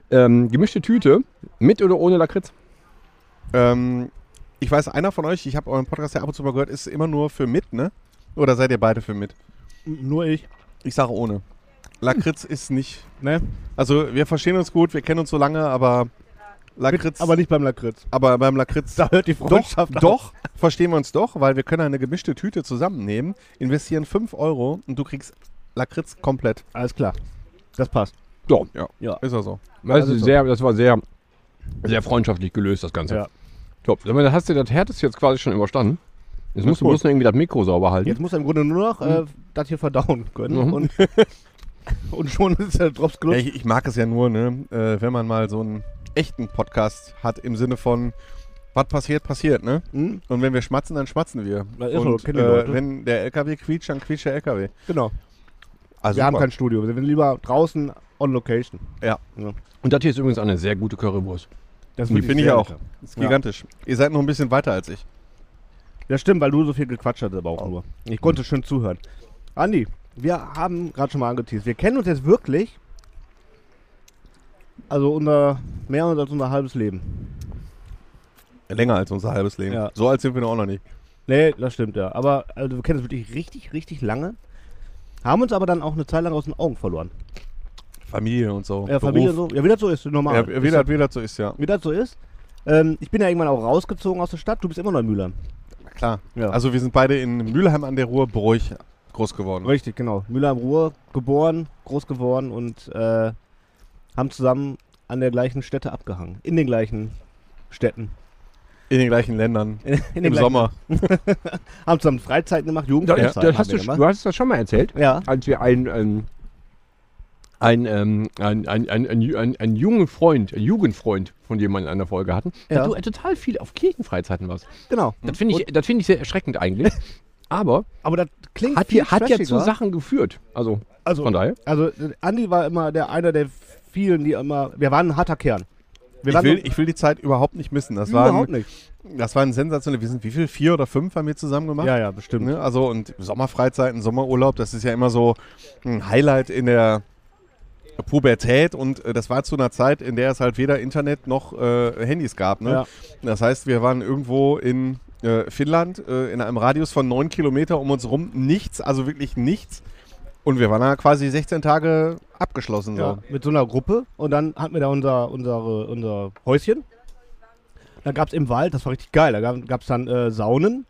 [SPEAKER 3] Ähm, gemischte Tüte, mit oder ohne Lakritz?
[SPEAKER 7] Ähm, ich weiß, einer von euch, ich habe euren Podcast ja ab und zu mal gehört, ist immer nur für mit, ne? Oder seid ihr beide für mit?
[SPEAKER 8] Nur ich.
[SPEAKER 7] Ich sage ohne. Lakritz ist nicht.
[SPEAKER 8] Ne?
[SPEAKER 7] Also wir verstehen uns gut, wir kennen uns so lange, aber Lakritz.
[SPEAKER 8] Aber nicht beim Lakritz.
[SPEAKER 7] aber beim Lakritz.
[SPEAKER 8] Da hört die
[SPEAKER 7] doch,
[SPEAKER 8] Freundschaft auf.
[SPEAKER 7] doch, verstehen wir uns doch, weil wir können eine gemischte Tüte zusammennehmen, investieren 5 Euro und du kriegst Lakritz komplett.
[SPEAKER 8] Alles klar. Das passt.
[SPEAKER 7] Ist er so.
[SPEAKER 3] Das,
[SPEAKER 8] Das ist
[SPEAKER 3] ist
[SPEAKER 8] so.
[SPEAKER 3] sehr, das war sehr, sehr freundschaftlich gelöst, das Ganze.
[SPEAKER 8] Ja.
[SPEAKER 3] Top. Sag mal, dann hast du das Härtest jetzt quasi schon überstanden. Jetzt musst du
[SPEAKER 7] gut.
[SPEAKER 3] bloß noch irgendwie das Mikro sauber halten.
[SPEAKER 8] Jetzt muss er im Grunde nur noch äh, das hier verdauen können.
[SPEAKER 3] Mhm.
[SPEAKER 8] Und, und schon ist der Drops
[SPEAKER 7] Ja,
[SPEAKER 8] gelutscht.
[SPEAKER 7] ich, ich mag es ja nur, ne, äh, wenn man mal so einen echten Podcast hat im Sinne von was passiert, passiert, ne?
[SPEAKER 8] Hm?
[SPEAKER 7] Und wenn wir schmatzen, dann schmatzen wir.
[SPEAKER 8] Na, ist so,
[SPEAKER 7] und
[SPEAKER 8] kennen die
[SPEAKER 7] äh,
[SPEAKER 8] Leute.
[SPEAKER 7] wenn der LKW quietscht, dann quietscht der LKW.
[SPEAKER 8] Genau.
[SPEAKER 7] Also
[SPEAKER 8] wir haben
[SPEAKER 7] super.
[SPEAKER 8] kein Studio. Wir sind lieber draußen on location.
[SPEAKER 3] Und das hier ist übrigens eine sehr gute Currywurst.
[SPEAKER 8] Das
[SPEAKER 7] Die
[SPEAKER 8] wirklich
[SPEAKER 7] finde ich
[SPEAKER 8] sehr
[SPEAKER 7] auch.
[SPEAKER 8] lecker.
[SPEAKER 7] Ist gigantisch. Ihr seid noch ein bisschen weiter als ich.
[SPEAKER 8] Das stimmt, weil du so viel gequatscht hast, aber auch nur. Ich konnte schön zuhören. Andi, wir haben gerade schon mal angeteased. Wir kennen uns jetzt wirklich. Also unser, mehr als unser halbes Leben.
[SPEAKER 7] Länger als unser halbes Leben.
[SPEAKER 8] Ja.
[SPEAKER 7] So alt sind wir noch auch noch nicht.
[SPEAKER 8] Nee, das stimmt ja. Aber also, wir kennen uns wirklich richtig, richtig lange. Haben uns aber dann auch eine Zeit lang aus den Augen verloren.
[SPEAKER 7] Familie und so.
[SPEAKER 8] Ja, Familie so. Ja, wie das so ist, normal.
[SPEAKER 7] Ja, wie, das, wie das so ist, ja.
[SPEAKER 8] wie das so ist. Ähm, ich bin ja irgendwann auch rausgezogen aus der Stadt. Du bist immer noch in Mülheim.
[SPEAKER 7] Klar.
[SPEAKER 8] Ja.
[SPEAKER 7] Also wir sind beide in Mülheim an der Ruhr Bruch groß geworden.
[SPEAKER 8] Richtig, genau. Mülheim Ruhr, geboren, groß geworden und äh, haben zusammen an der gleichen Stätte abgehangen. In den gleichen Städten.
[SPEAKER 7] In den gleichen Ländern.
[SPEAKER 8] In, in den
[SPEAKER 7] Im
[SPEAKER 8] gleichen-
[SPEAKER 7] Sommer.
[SPEAKER 8] Haben zusammen Freizeiten gemacht,
[SPEAKER 3] Das,
[SPEAKER 8] Jugendfreizeiten
[SPEAKER 3] das hast du,
[SPEAKER 8] haben wir
[SPEAKER 3] du
[SPEAKER 8] gemacht.
[SPEAKER 3] hast das schon mal erzählt,
[SPEAKER 8] Ja,
[SPEAKER 3] als wir ein, ähm, ein, ähm, ein, ein, ein, ein, ein, einen jungen Freund, einen Jugendfreund von jemandem in einer Folge hatten,
[SPEAKER 8] Ja.
[SPEAKER 3] dass du äh, total viel auf Kirchenfreizeiten warst.
[SPEAKER 8] genau.
[SPEAKER 3] Das finde ich, das finde ich sehr erschreckend eigentlich. Aber
[SPEAKER 8] Aber das klingt
[SPEAKER 3] hat,
[SPEAKER 8] viel
[SPEAKER 3] ja- hat ja zu
[SPEAKER 8] trashiger.
[SPEAKER 3] Sachen geführt. Also
[SPEAKER 8] Also,
[SPEAKER 3] von daher.
[SPEAKER 8] Also äh, Andi war immer der einer der vielen, die immer. Wir waren ein harter Kern. Wir
[SPEAKER 7] Ich
[SPEAKER 8] waren
[SPEAKER 7] will, ich will die Zeit überhaupt nicht missen. Das war,
[SPEAKER 8] überhaupt
[SPEAKER 7] ein,
[SPEAKER 8] nicht.
[SPEAKER 7] das war ein sensationell. Wir sind wie viel? Vier oder fünf haben wir zusammen gemacht?
[SPEAKER 8] Ja, ja, bestimmt.
[SPEAKER 7] Ne? Also und Sommerfreizeiten, Sommerurlaub, das ist ja immer so ein Highlight in der Pubertät und äh, das war zu einer Zeit, in der es halt weder Internet noch äh, Handys gab. Ne?
[SPEAKER 8] Ja.
[SPEAKER 7] Das heißt, wir waren irgendwo in äh, Finnland äh, in einem Radius von neun Kilometer um uns rum, nichts, also wirklich nichts. Und wir waren da quasi 16 Tage abgeschlossen.
[SPEAKER 8] Ja,
[SPEAKER 7] So.
[SPEAKER 8] mit so einer Gruppe. Und dann hatten wir da unser, unsere, unser Häuschen. Da gab es im Wald, das war richtig geil, da gab es dann äh, Saunen.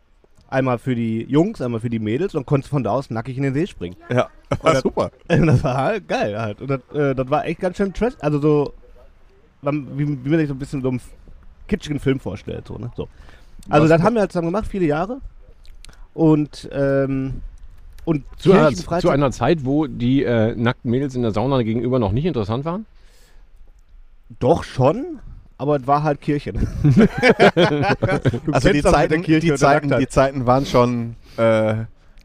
[SPEAKER 8] Einmal für die Jungs, einmal für die Mädels und konntest von da aus nackig in den See springen.
[SPEAKER 7] Ja, Also, war super.
[SPEAKER 8] Das war halt geil halt. Und das, äh, das war echt ganz schön trash. Also so, man- wie, wie man sich so ein bisschen so einen kitschigen Film vorstellt. So, ne? so. Also das haben wir halt zusammen gemacht, viele Jahre. Und, ähm, und
[SPEAKER 3] Zu einer,
[SPEAKER 8] Kirchenfreizeit-
[SPEAKER 3] zu einer Zeit, wo die äh, nackten Mädels in der Sauna gegenüber noch nicht interessant waren.
[SPEAKER 8] Doch schon, aber es war halt Kirche. ne? Du
[SPEAKER 7] Also die
[SPEAKER 8] kennst das mit der
[SPEAKER 7] Zeiten, die,
[SPEAKER 8] und der
[SPEAKER 7] Zeiten,
[SPEAKER 8] Nacktheit.
[SPEAKER 7] die Zeiten waren schon äh,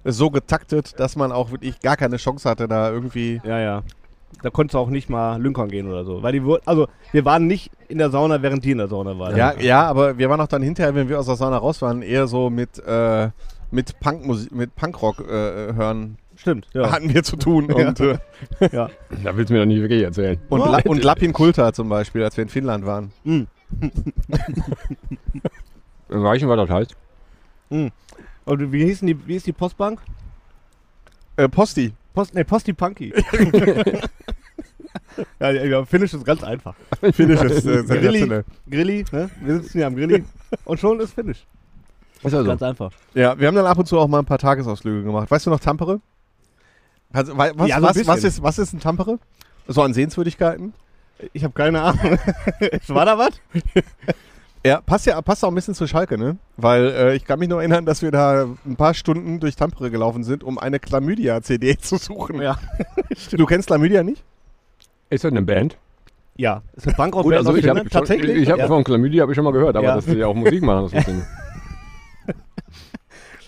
[SPEAKER 7] so getaktet, dass man auch wirklich gar keine Chance hatte, da irgendwie
[SPEAKER 8] Ja, ja. Da konntest du auch nicht mal Lünkern gehen oder so. Weil die wurden, also wir waren nicht in der Sauna, während die in der Sauna waren.
[SPEAKER 7] Ja, ja, aber wir waren auch dann hinterher, wenn wir aus der Sauna raus waren, eher so mit, äh, mit Punkmusik, mit Punkrock äh, hören
[SPEAKER 8] Stimmt.
[SPEAKER 3] Ah,
[SPEAKER 8] Ja.
[SPEAKER 7] hatten wir zu tun. Und, äh,
[SPEAKER 3] Da willst du mir doch nicht wirklich erzählen.
[SPEAKER 7] und, La und Lapin Kulta zum Beispiel, als wir in Finnland waren.
[SPEAKER 3] Dann sag ich ihm, was das heißt.
[SPEAKER 8] Und wie, hießen die, wie ist die Postbank?
[SPEAKER 7] Äh, Posti.
[SPEAKER 8] Post, nee, Posti Punky. ja, ja, ja, Finnisch ist ganz einfach.
[SPEAKER 7] Finnisch ist äh, sensationell.
[SPEAKER 8] Grilli, Grilli, ne? Wir sitzen hier am Grilli und schon ist Finnisch.
[SPEAKER 3] Ist ja so.
[SPEAKER 8] Ganz einfach.
[SPEAKER 7] Ja, wir haben dann ab und zu auch mal ein paar Tagesausflüge gemacht. Weißt du noch Tampere? Also, wei- was,
[SPEAKER 8] Ja, so ein
[SPEAKER 7] was, was,
[SPEAKER 8] bisschen.
[SPEAKER 7] ist, was ist ein Tampere? So an Sehenswürdigkeiten?
[SPEAKER 8] Ich habe keine Ahnung. War da was?
[SPEAKER 7] Ja, passt ja passt auch ein bisschen zu Schalke, ne? Weil äh, ich kann mich noch erinnern, dass wir da ein paar Stunden durch Tampere gelaufen sind, um eine Chlamydia-CD zu suchen.
[SPEAKER 8] Ja.
[SPEAKER 7] du kennst Chlamydia nicht?
[SPEAKER 3] Ist das eine Band?
[SPEAKER 8] Ja, ist eine Bank auf
[SPEAKER 3] Gut,
[SPEAKER 8] Band
[SPEAKER 3] also
[SPEAKER 8] aus
[SPEAKER 3] ich habe
[SPEAKER 8] Finnland, tatsächlich.
[SPEAKER 3] Ich, ich hab
[SPEAKER 8] ja.
[SPEAKER 3] von Chlamydia habe ich schon mal gehört, aber
[SPEAKER 8] Ja.
[SPEAKER 3] dass die auch Musik machen. Das ist ein-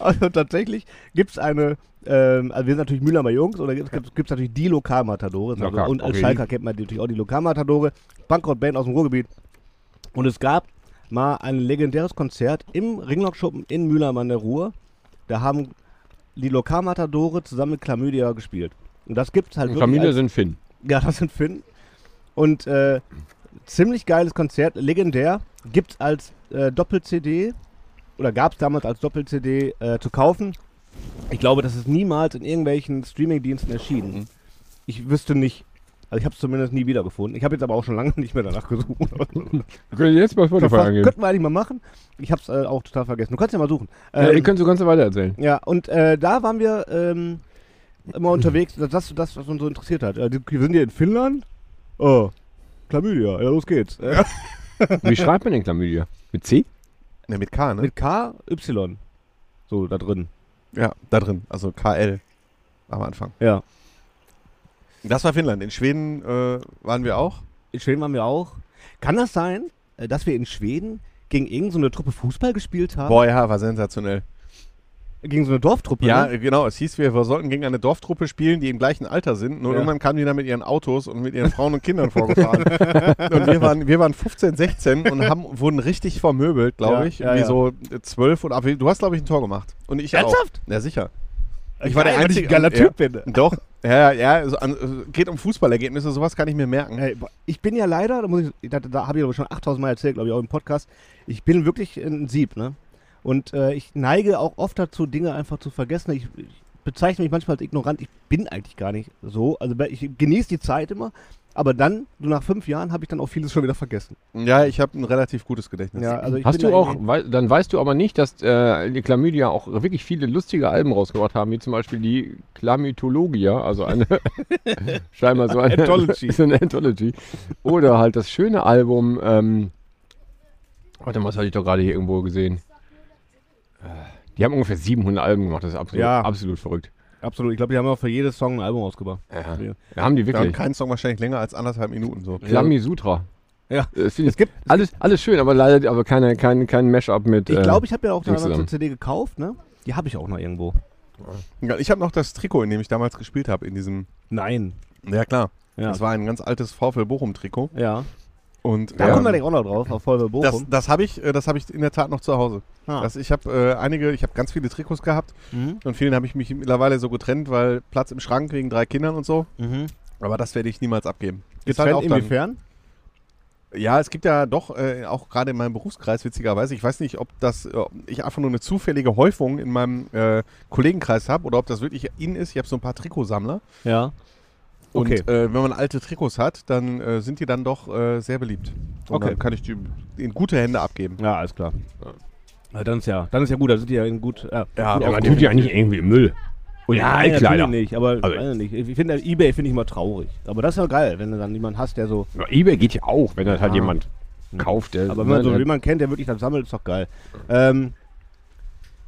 [SPEAKER 8] Also tatsächlich gibt es eine, ähm, also wir sind natürlich Mühlheimer Jungs, oder gibt es natürlich die Lokalmatadore.
[SPEAKER 3] Na
[SPEAKER 8] Also,
[SPEAKER 3] klar,
[SPEAKER 8] und als
[SPEAKER 3] okay.
[SPEAKER 8] Schalker kennt man natürlich auch die Lokalmatadore. Bankrott-Band aus dem Ruhrgebiet. Und es gab mal ein legendäres Konzert im Ringlockschuppen in Mühlheim an der Ruhr. Da haben die Lokalmatadore zusammen mit Chlamydia gespielt. Und das gibt es halt
[SPEAKER 3] Und
[SPEAKER 8] wirklich
[SPEAKER 3] Chlamydia
[SPEAKER 8] als-
[SPEAKER 3] sind Finn.
[SPEAKER 8] Ja, das sind Finn. Und äh, ziemlich geiles Konzert, legendär. Gibt's als äh, Doppel-CD oder gab's damals als Doppel-CD äh, zu kaufen. Ich glaube, das ist niemals in irgendwelchen Streaming-Diensten erschienen. Ich wüsste nicht. Also ich habe es zumindest nie wiedergefunden. Ich habe jetzt aber auch schon lange nicht mehr danach gesucht.
[SPEAKER 3] Könnt ihr jetzt bei Spotify
[SPEAKER 8] Verfasst-
[SPEAKER 3] angeben?
[SPEAKER 8] Könnten wir eigentlich mal machen. Ich habe es äh, auch total vergessen. Du kannst ja mal suchen.
[SPEAKER 3] Ja,
[SPEAKER 8] Ähm,
[SPEAKER 3] ihr könnt so ganz weiter erzählen.
[SPEAKER 8] ja, und äh, da waren wir ähm, immer unterwegs. Das, das, das, was uns so interessiert hat. Äh, die- wir sind hier in Finnland. Oh, Chlamydia. Ja, los geht's. Äh,
[SPEAKER 3] Wie schreibt man denn Chlamydia? Mit C?
[SPEAKER 7] Ne, mit K, ne?
[SPEAKER 8] mit K, Y. So, da drin.
[SPEAKER 7] ja, da drin. Also KL am Anfang.
[SPEAKER 8] Ja.
[SPEAKER 7] Das war Finnland. In Schweden äh, waren wir auch.
[SPEAKER 8] In Schweden waren wir auch. Kann das sein, äh, dass wir in Schweden gegen irgendeine so eine Truppe Fußball gespielt haben?
[SPEAKER 7] Boah, ja, war sensationell.
[SPEAKER 8] Gegen so eine Dorftruppe?
[SPEAKER 7] Ja,
[SPEAKER 8] Ne?
[SPEAKER 7] genau. Es hieß, wir, wir sollten gegen eine Dorftruppe spielen, die im gleichen Alter sind. Nur
[SPEAKER 8] Ja.
[SPEAKER 7] irgendwann kamen die dann mit ihren Autos und mit ihren Frauen und Kindern vorgefahren. und wir waren, wir waren 15, 16 und haben, wurden richtig vermöbelt, glaube
[SPEAKER 8] Ja,
[SPEAKER 7] ich.
[SPEAKER 8] ja,
[SPEAKER 7] wie
[SPEAKER 8] ja.
[SPEAKER 7] so äh, 12 oder aber du hast, glaube ich, ein Tor gemacht. Und ich
[SPEAKER 8] Ernsthaft?
[SPEAKER 7] auch. Ja, sicher.
[SPEAKER 8] Ich war der einzige geiler Typ bin.
[SPEAKER 7] Doch. Ja, ja, ja. So an, äh, geht um Fußballergebnisse, sowas kann ich mir merken.
[SPEAKER 8] Ey, boah, Ich bin ja leider, da, muss ich- da, da habe ich aber schon 8000 Mal erzählt, glaube ich, auch im Podcast. Ich bin wirklich ein Sieb, ne? Und äh, ich neige auch oft dazu, Dinge einfach zu vergessen. Ich, ich bezeichne mich manchmal als ignorant. Ich bin eigentlich gar nicht so. Also ich genieße die Zeit immer. Aber dann, so nach fünf Jahren, habe ich dann auch vieles schon wieder vergessen.
[SPEAKER 7] Ja, ich habe ein relativ gutes Gedächtnis.
[SPEAKER 8] also ich
[SPEAKER 3] Hast
[SPEAKER 8] bin
[SPEAKER 3] du
[SPEAKER 8] da
[SPEAKER 3] auch,
[SPEAKER 8] irgendwie-
[SPEAKER 3] wei dann weißt du aber nicht, dass äh, die Chlamydia auch wirklich viele lustige Alben rausgebracht haben, wie zum Beispiel die Chlamytologia, also eine, scheinbar so eine
[SPEAKER 8] Anthology.
[SPEAKER 3] so eine Anthology. Oder halt das schöne Album, ähm, warte mal, das hatte ich doch gerade hier irgendwo gesehen. Äh, Die haben ungefähr 700 Alben gemacht, das ist absolut,
[SPEAKER 8] Ja.
[SPEAKER 3] absolut verrückt.
[SPEAKER 8] Absolut. Ich glaube, die haben auch für jedes Song ein Album ausgebracht.
[SPEAKER 3] Ja. Da haben die
[SPEAKER 7] Wir haben
[SPEAKER 3] wirklich.
[SPEAKER 7] keinen Song wahrscheinlich länger als anderthalb Minuten. So.
[SPEAKER 3] Chlamysutra.
[SPEAKER 8] Ja.
[SPEAKER 3] Es, es
[SPEAKER 8] Es gibt-
[SPEAKER 3] gibt alles, alles schön, aber leider aber keine, kein, kein Mashup mit.
[SPEAKER 8] Ich
[SPEAKER 3] äh,
[SPEAKER 8] glaube, ich habe ja auch
[SPEAKER 3] Dings
[SPEAKER 8] damals eine
[SPEAKER 3] zusammen.
[SPEAKER 8] CD gekauft, ne? Die habe ich auch noch irgendwo.
[SPEAKER 7] Ja, Ich habe noch das Trikot, in dem ich damals gespielt habe, in diesem.
[SPEAKER 8] Nein.
[SPEAKER 7] Ja, klar.
[SPEAKER 8] Ja.
[SPEAKER 7] Das war ein ganz altes VfL Bochum-Trikot.
[SPEAKER 8] Ja.
[SPEAKER 7] Und
[SPEAKER 8] Da
[SPEAKER 7] ähm,
[SPEAKER 8] kommen wir gleich auch noch drauf, auf Folge
[SPEAKER 7] das,
[SPEAKER 8] Bochum.
[SPEAKER 7] das habe ich, äh, das habe ich in der Tat noch zu Hause.
[SPEAKER 8] Ah.
[SPEAKER 7] Das, ich habe äh, einige, ich habe ganz viele Trikots gehabt
[SPEAKER 8] Mhm.
[SPEAKER 7] und vielen habe ich mich mittlerweile so getrennt, weil Platz im Schrank wegen drei Kindern und so.
[SPEAKER 8] Mhm.
[SPEAKER 7] Aber das werde ich niemals abgeben. Ist dann-
[SPEAKER 8] Getrennt inwiefern?
[SPEAKER 7] Ja, es gibt ja doch äh, auch gerade in meinem Berufskreis witzigerweise. Ich weiß nicht, ob das, äh, ob ich einfach nur eine zufällige Häufung in meinem äh, Kollegenkreis habe oder ob das wirklich in ist. Ich habe so ein paar Trikotsammler
[SPEAKER 8] Ja.
[SPEAKER 7] und
[SPEAKER 8] Okay.
[SPEAKER 7] äh, wenn man alte Trikots hat, dann äh, sind die dann doch äh, sehr beliebt. Und
[SPEAKER 8] Okay.
[SPEAKER 7] Dann kann ich die in gute Hände abgeben.
[SPEAKER 8] Ja, alles klar. Na, dann ist ja, dann ist ja gut, da sind die ja in gut. Ja, ja
[SPEAKER 3] Ja, man tut ja nicht irgendwie im Müll. Oder in
[SPEAKER 8] Nein,
[SPEAKER 3] Altkleider.
[SPEAKER 8] natürlich nicht, aber
[SPEAKER 3] Also-
[SPEAKER 8] weiß ich nicht. Ich finde eBay finde ich immer traurig. Aber das ist ja geil, wenn du dann jemanden hast, der so,
[SPEAKER 3] Aber Ebay geht ja auch, wenn das halt jemand kauft. Der
[SPEAKER 8] Ah.
[SPEAKER 3] ne,
[SPEAKER 8] aber wenn man so
[SPEAKER 3] der-
[SPEAKER 8] jemanden kennt, der wirklich dann sammelt, ist doch geil. Ähm,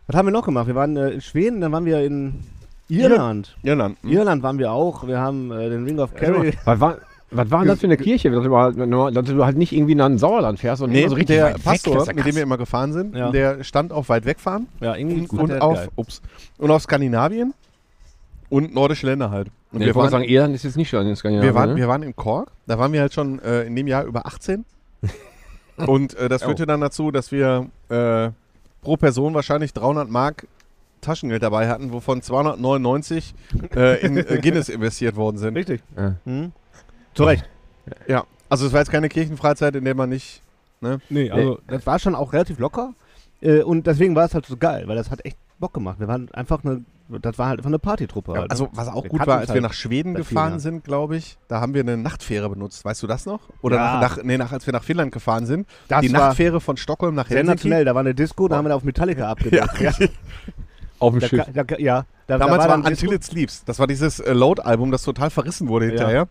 [SPEAKER 8] was haben wir noch gemacht? Wir waren äh, in Schweden, dann waren wir in Irland.
[SPEAKER 7] Irland.
[SPEAKER 3] Mhm.
[SPEAKER 7] hm?
[SPEAKER 8] Irland waren wir auch. Wir haben äh, den Ring of Kerry.
[SPEAKER 3] was war, was war denn das für eine Kirche, dass du, mal, dass du halt nicht irgendwie nach dem Sauerland fährst und
[SPEAKER 7] Nee,
[SPEAKER 3] immer so Also richtig
[SPEAKER 7] der
[SPEAKER 3] weit weg,
[SPEAKER 7] Pastor,
[SPEAKER 3] das ist ja
[SPEAKER 7] mit dem wir
[SPEAKER 3] krass.
[SPEAKER 7] immer gefahren sind,
[SPEAKER 8] Ja.
[SPEAKER 7] der stand auf weit wegfahren
[SPEAKER 8] Ja, irgendwie
[SPEAKER 7] und
[SPEAKER 8] der
[SPEAKER 7] auf,
[SPEAKER 8] geil.
[SPEAKER 7] ups, und auf Skandinavien und nordische Länder halt. Und
[SPEAKER 3] Nee,
[SPEAKER 7] wir,
[SPEAKER 3] ich wollte sagen,
[SPEAKER 7] waren,
[SPEAKER 3] Irland ist jetzt nicht schon in Skandinavien.
[SPEAKER 7] wir, waren,
[SPEAKER 3] ne?
[SPEAKER 7] wir waren in Kork, da waren wir halt schon äh, in dem Jahr über 18 und äh,
[SPEAKER 8] Oh.
[SPEAKER 7] das führte dann dazu, dass wir äh, pro Person wahrscheinlich 300 Mark Taschengeld dabei hatten, wovon 299 äh, in äh, Guinness investiert worden sind.
[SPEAKER 8] Richtig.
[SPEAKER 3] Ja.
[SPEAKER 8] Hm? Zu Recht.
[SPEAKER 7] Ja, also es war jetzt keine Kirchenfreizeit, in der man nicht
[SPEAKER 8] Äh, Nee, also das war schon auch relativ locker. Äh, und deswegen war es halt so geil, weil das hat echt Bock gemacht. Wir waren einfach eine, das war halt einfach eine Partytruppe. halt.
[SPEAKER 7] Also, was auch
[SPEAKER 8] Wir
[SPEAKER 7] gut
[SPEAKER 8] kannten
[SPEAKER 7] war,
[SPEAKER 8] uns
[SPEAKER 7] als wir
[SPEAKER 8] halt
[SPEAKER 7] nach Schweden
[SPEAKER 8] bei
[SPEAKER 7] gefahren
[SPEAKER 8] vielen,
[SPEAKER 7] sind, glaube ich, da haben wir eine Nachtfähre benutzt. Weißt du das noch? Oder
[SPEAKER 8] Ja.
[SPEAKER 7] nach, nach, nee, nach, als wir nach Finnland gefahren sind.
[SPEAKER 8] Das
[SPEAKER 7] die
[SPEAKER 8] war
[SPEAKER 7] Nachtfähre von Stockholm nach Helsinki.
[SPEAKER 8] sensationell. Da war eine Disco, da haben wir auf Metallica abgedreht.
[SPEAKER 7] Ja,
[SPEAKER 3] Auf dem
[SPEAKER 8] Da,
[SPEAKER 3] Schiff.
[SPEAKER 8] da, da, ja, da,
[SPEAKER 7] Damals
[SPEAKER 8] da
[SPEAKER 7] war,
[SPEAKER 8] dann
[SPEAKER 7] war Until
[SPEAKER 8] Disco-
[SPEAKER 7] It Sleeps. Das war dieses äh, Load-Album, das total verrissen wurde hinterher.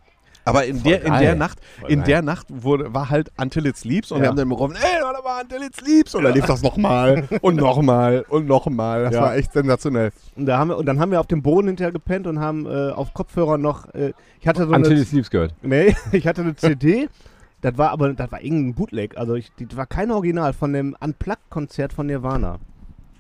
[SPEAKER 7] Aber in der, in
[SPEAKER 3] geil.
[SPEAKER 7] der Nacht, in
[SPEAKER 3] geil.
[SPEAKER 7] der Nacht wurde, war halt Until It Sleeps und
[SPEAKER 8] Ja.
[SPEAKER 7] wir haben dann gerufen, ey, warte mal, Until It Sleeps. Und dann lief das nochmal und nochmal und nochmal. Das
[SPEAKER 8] Ja.
[SPEAKER 7] war echt sensationell.
[SPEAKER 8] Und, da haben wir, und dann haben wir auf dem Boden hinterher gepennt und haben äh, auf Kopfhörern noch. Äh, ich hatte so
[SPEAKER 3] Until
[SPEAKER 8] eine,
[SPEAKER 3] It Sleeps gehört.
[SPEAKER 8] nee, ich hatte eine CD. Das war aber, das war irgendein Bootleg. Also ich, die, das war kein Original von dem Unplugged-Konzert von Nirvana.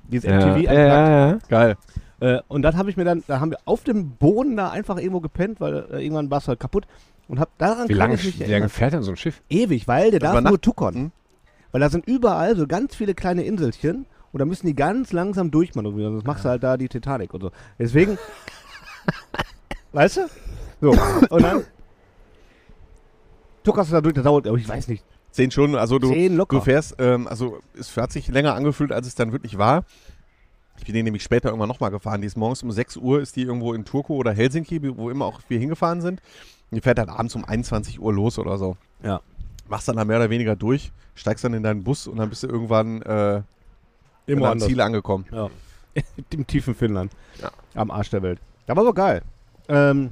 [SPEAKER 8] Dieses MTV Unplugged.
[SPEAKER 3] Geil.
[SPEAKER 8] Äh, und dann habe ich mir dann, da haben wir auf dem Boden da einfach irgendwo gepennt, weil äh, irgendwann war es halt kaputt. Und hab daran
[SPEAKER 3] Wie
[SPEAKER 8] kann
[SPEAKER 3] lange,
[SPEAKER 8] ich mich
[SPEAKER 3] wie
[SPEAKER 8] erinnern.
[SPEAKER 3] lange fährt denn so ein Schiff?
[SPEAKER 8] ewig, weil der darf
[SPEAKER 7] war
[SPEAKER 8] nur
[SPEAKER 7] Nacht-
[SPEAKER 8] tuckern.
[SPEAKER 7] Hm?
[SPEAKER 8] Weil da sind überall so ganz viele kleine Inselchen und da müssen die ganz langsam durchmanövrieren, sonst machst du halt da die Titanic und so. Deswegen, weißt du? So, und dann tuckerst du da durch, das dauert, aber ich weiß nicht,
[SPEAKER 7] Zehn Stunden, also du,
[SPEAKER 8] zehn locker.
[SPEAKER 7] Du fährst, ähm, also es hat sich länger angefühlt, als es dann wirklich war. Ich bin den nämlich später irgendwann nochmal gefahren. Die ist morgens um 6 Uhr, ist die irgendwo in Turku oder Helsinki, wo immer auch wir hingefahren sind. Und die fährt dann abends um 21 Uhr los oder so.
[SPEAKER 8] Ja.
[SPEAKER 7] Machst dann da mehr oder weniger durch, steigst dann in deinen Bus und dann bist du irgendwann äh, in deinem
[SPEAKER 8] anders.
[SPEAKER 7] Ziel angekommen.
[SPEAKER 8] Im tiefen Finnland. Am Arsch der Welt. Aber war geil. Ähm,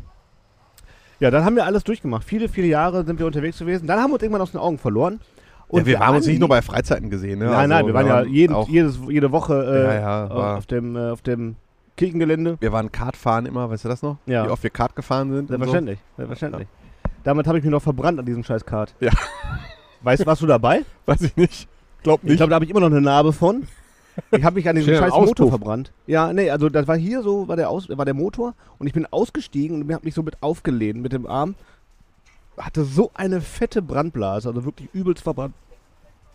[SPEAKER 8] ja, dann haben wir alles durchgemacht. Viele, viele Jahre sind wir unterwegs gewesen. Dann haben wir uns irgendwann aus den Augen verloren. Und
[SPEAKER 7] ja, wir haben uns nicht nur
[SPEAKER 8] bei
[SPEAKER 7] bei Freizeiten gesehen. Ne?
[SPEAKER 8] nein, nein,
[SPEAKER 7] Also
[SPEAKER 8] wir waren ja jeden,
[SPEAKER 7] auch,
[SPEAKER 8] jedes, jede Woche äh,
[SPEAKER 7] Ja, ja, war-
[SPEAKER 8] auf, dem, äh, auf dem Kirchengelände.
[SPEAKER 7] wir waren Kartfahren immer, weißt du das noch?
[SPEAKER 8] Ja.
[SPEAKER 7] Wie oft wir Kart gefahren sind. und so.
[SPEAKER 8] Selbstverständlich, selbstverständlich. Damit habe ich mich noch verbrannt an diesem scheiß Kart.
[SPEAKER 7] Ja.
[SPEAKER 8] Weißt du, warst du dabei?
[SPEAKER 7] Weiß ich nicht. Glaub
[SPEAKER 8] Ich
[SPEAKER 7] nicht.
[SPEAKER 8] glaube, da habe ich immer noch eine Narbe von. Ich habe mich an diesem
[SPEAKER 3] Steht am
[SPEAKER 8] scheiß Motor
[SPEAKER 3] Auspuff.
[SPEAKER 8] verbrannt. Ja, nee, also das war hier so, war der, Aus, war der Motor und ich bin ausgestiegen und habe mich so mit aufgelehnt mit dem Arm. Hatte so eine fette Brandblase, also wirklich übelst verbrannt.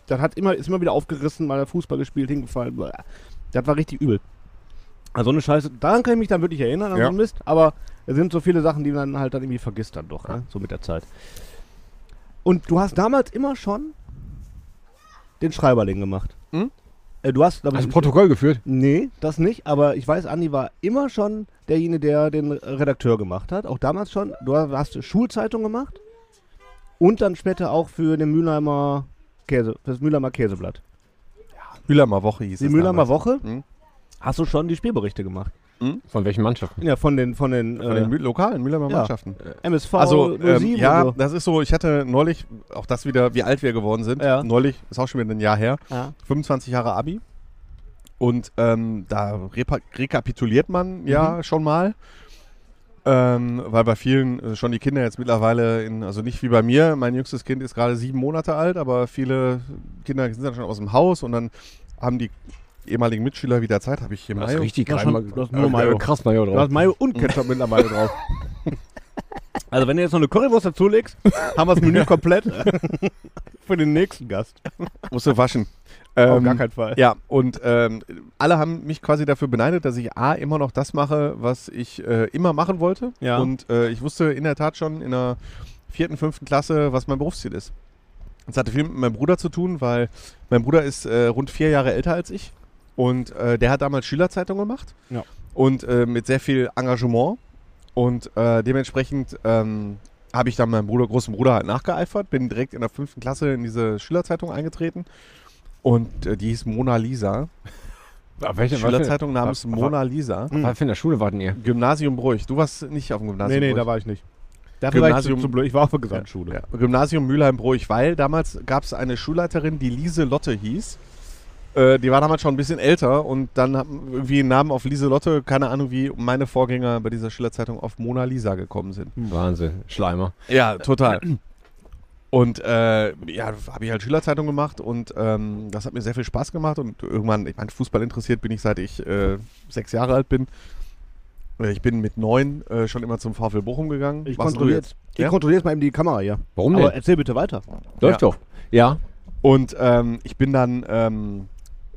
[SPEAKER 8] Das hat immer, ist immer wieder aufgerissen, mal Fußball gespielt, hingefallen. Bäh. Das war richtig übel. Also eine Scheiße, daran kann ich mich dann wirklich erinnern, an
[SPEAKER 7] Ja.
[SPEAKER 8] so einen Mist, aber es sind so viele Sachen, die man halt dann irgendwie vergisst dann doch, ne? so mit der Zeit. Und du hast damals immer schon den Schreiberling gemacht.
[SPEAKER 7] Hm?
[SPEAKER 8] Äh, Du hast, glaub
[SPEAKER 3] Hast du ein
[SPEAKER 8] ich,
[SPEAKER 3] Protokoll geführt?
[SPEAKER 8] nee, das nicht, aber ich weiß, Andi war immer schon derjenige, der den Redakteur gemacht hat, auch damals schon. Du hast Schulzeitung gemacht und dann später auch für den Mülheimer Käse, das Mülheimer Käseblatt.
[SPEAKER 7] Mühlheimer Woche hieß
[SPEAKER 8] Die
[SPEAKER 7] es
[SPEAKER 8] Mülheimer
[SPEAKER 7] damals.
[SPEAKER 8] Woche
[SPEAKER 7] Hm?
[SPEAKER 8] hast du schon die Spielberichte gemacht.
[SPEAKER 3] Von welchen Mannschaften?
[SPEAKER 8] Ja, von den, von den,
[SPEAKER 7] Von
[SPEAKER 8] äh,
[SPEAKER 7] den Mü- lokalen Mühlheimer
[SPEAKER 8] ja.
[SPEAKER 7] Mannschaften.
[SPEAKER 8] MSV
[SPEAKER 7] Also,
[SPEAKER 8] 07
[SPEAKER 7] ähm, ja,
[SPEAKER 8] und so.
[SPEAKER 7] das ist so, ich hatte neulich, auch das wieder, wie alt wir geworden sind,
[SPEAKER 8] Ja.
[SPEAKER 7] neulich, ist auch schon wieder ein Jahr her,
[SPEAKER 8] Ja.
[SPEAKER 7] 25 Jahre Abi. Und ähm, da repa- rekapituliert
[SPEAKER 8] Mhm.
[SPEAKER 7] man ja schon mal, ähm, weil bei vielen äh, schon die Kinder jetzt mittlerweile, in, also nicht wie bei mir, mein jüngstes Kind ist gerade sieben Monate alt, aber viele Kinder sind dann schon aus dem Haus und dann haben die ehemaligen Mitschüler wieder Zeit, habe ich hier mal.
[SPEAKER 3] richtig
[SPEAKER 8] Ja,
[SPEAKER 3] rein.
[SPEAKER 8] schon-
[SPEAKER 3] mal-
[SPEAKER 8] das ist nur Äh, Mayo.
[SPEAKER 3] Krass Mayo
[SPEAKER 8] Du hast
[SPEAKER 3] drauf.
[SPEAKER 8] Mayo und Ketchup mittlerweile drauf. Also wenn du jetzt noch eine Currywurst dazulegst, haben wir das Menü komplett für den nächsten Gast.
[SPEAKER 7] Musste waschen.
[SPEAKER 8] Auf
[SPEAKER 7] Ähm,
[SPEAKER 8] gar keinen Fall.
[SPEAKER 7] Ja, und ähm, alle haben mich quasi dafür beneidet, dass ich A, immer noch das mache, was ich äh, immer machen wollte.
[SPEAKER 8] Ja.
[SPEAKER 7] Und äh, ich wusste in der Tat schon in der vierten, fünften Klasse, was mein Berufsziel ist. Das hatte viel mit meinem Bruder zu tun, weil mein Bruder ist äh, rund vier Jahre älter als ich. Und äh, der hat damals Schülerzeitung gemacht.
[SPEAKER 8] Ja.
[SPEAKER 7] Und äh, mit sehr viel Engagement. Und äh, dementsprechend ähm, habe ich dann meinem Bruder, großen Bruder halt nachgeeifert, bin direkt in der fünften Klasse in diese Schülerzeitung eingetreten. Und äh, die hieß Mona Lisa.
[SPEAKER 3] Auf welcher
[SPEAKER 7] Schülerzeitung namens Mona Lisa.
[SPEAKER 3] Was für in der Schule warten ihr? Also
[SPEAKER 7] Gymnasium Bruch. Du warst nicht auf dem Gymnasium Bruch.
[SPEAKER 8] war ich nicht. Dafür war ich, zu,
[SPEAKER 7] Gymnasium-
[SPEAKER 8] zu blöd. ich war auf der Gesamtschule.
[SPEAKER 7] Ja. Gymnasium Mülheim Bruch, weil damals gab es eine Schulleiterin, die Lieselotte hieß. Äh, die war damals schon ein bisschen älter und dann haben irgendwie den Namen auf Lieselotte, keine Ahnung wie meine Vorgänger bei dieser Schülerzeitung auf Mona Lisa gekommen sind.
[SPEAKER 8] Hm.
[SPEAKER 3] Wahnsinn. Schleimer.
[SPEAKER 7] Ja, total. Und äh, ja, habe ich halt Schülerzeitung gemacht und ähm, das hat mir sehr viel Spaß gemacht und irgendwann, ich meine, Fußball interessiert bin ich seit ich äh, sechs Jahre alt bin. Äh, Ich bin mit neun äh, schon immer zum VfL Bochum gegangen.
[SPEAKER 8] Ich
[SPEAKER 7] Warst du
[SPEAKER 8] kontrolliere
[SPEAKER 7] jetzt?
[SPEAKER 8] jetzt, ich
[SPEAKER 7] Ja?
[SPEAKER 8] kontrolliere jetzt mal eben die Kamera hier.
[SPEAKER 3] Warum
[SPEAKER 8] Aber
[SPEAKER 3] denn?
[SPEAKER 8] Ähm, erzähl bitte weiter.
[SPEAKER 3] Läuft doch. Ja.
[SPEAKER 7] Und ähm, ich bin dann ähm,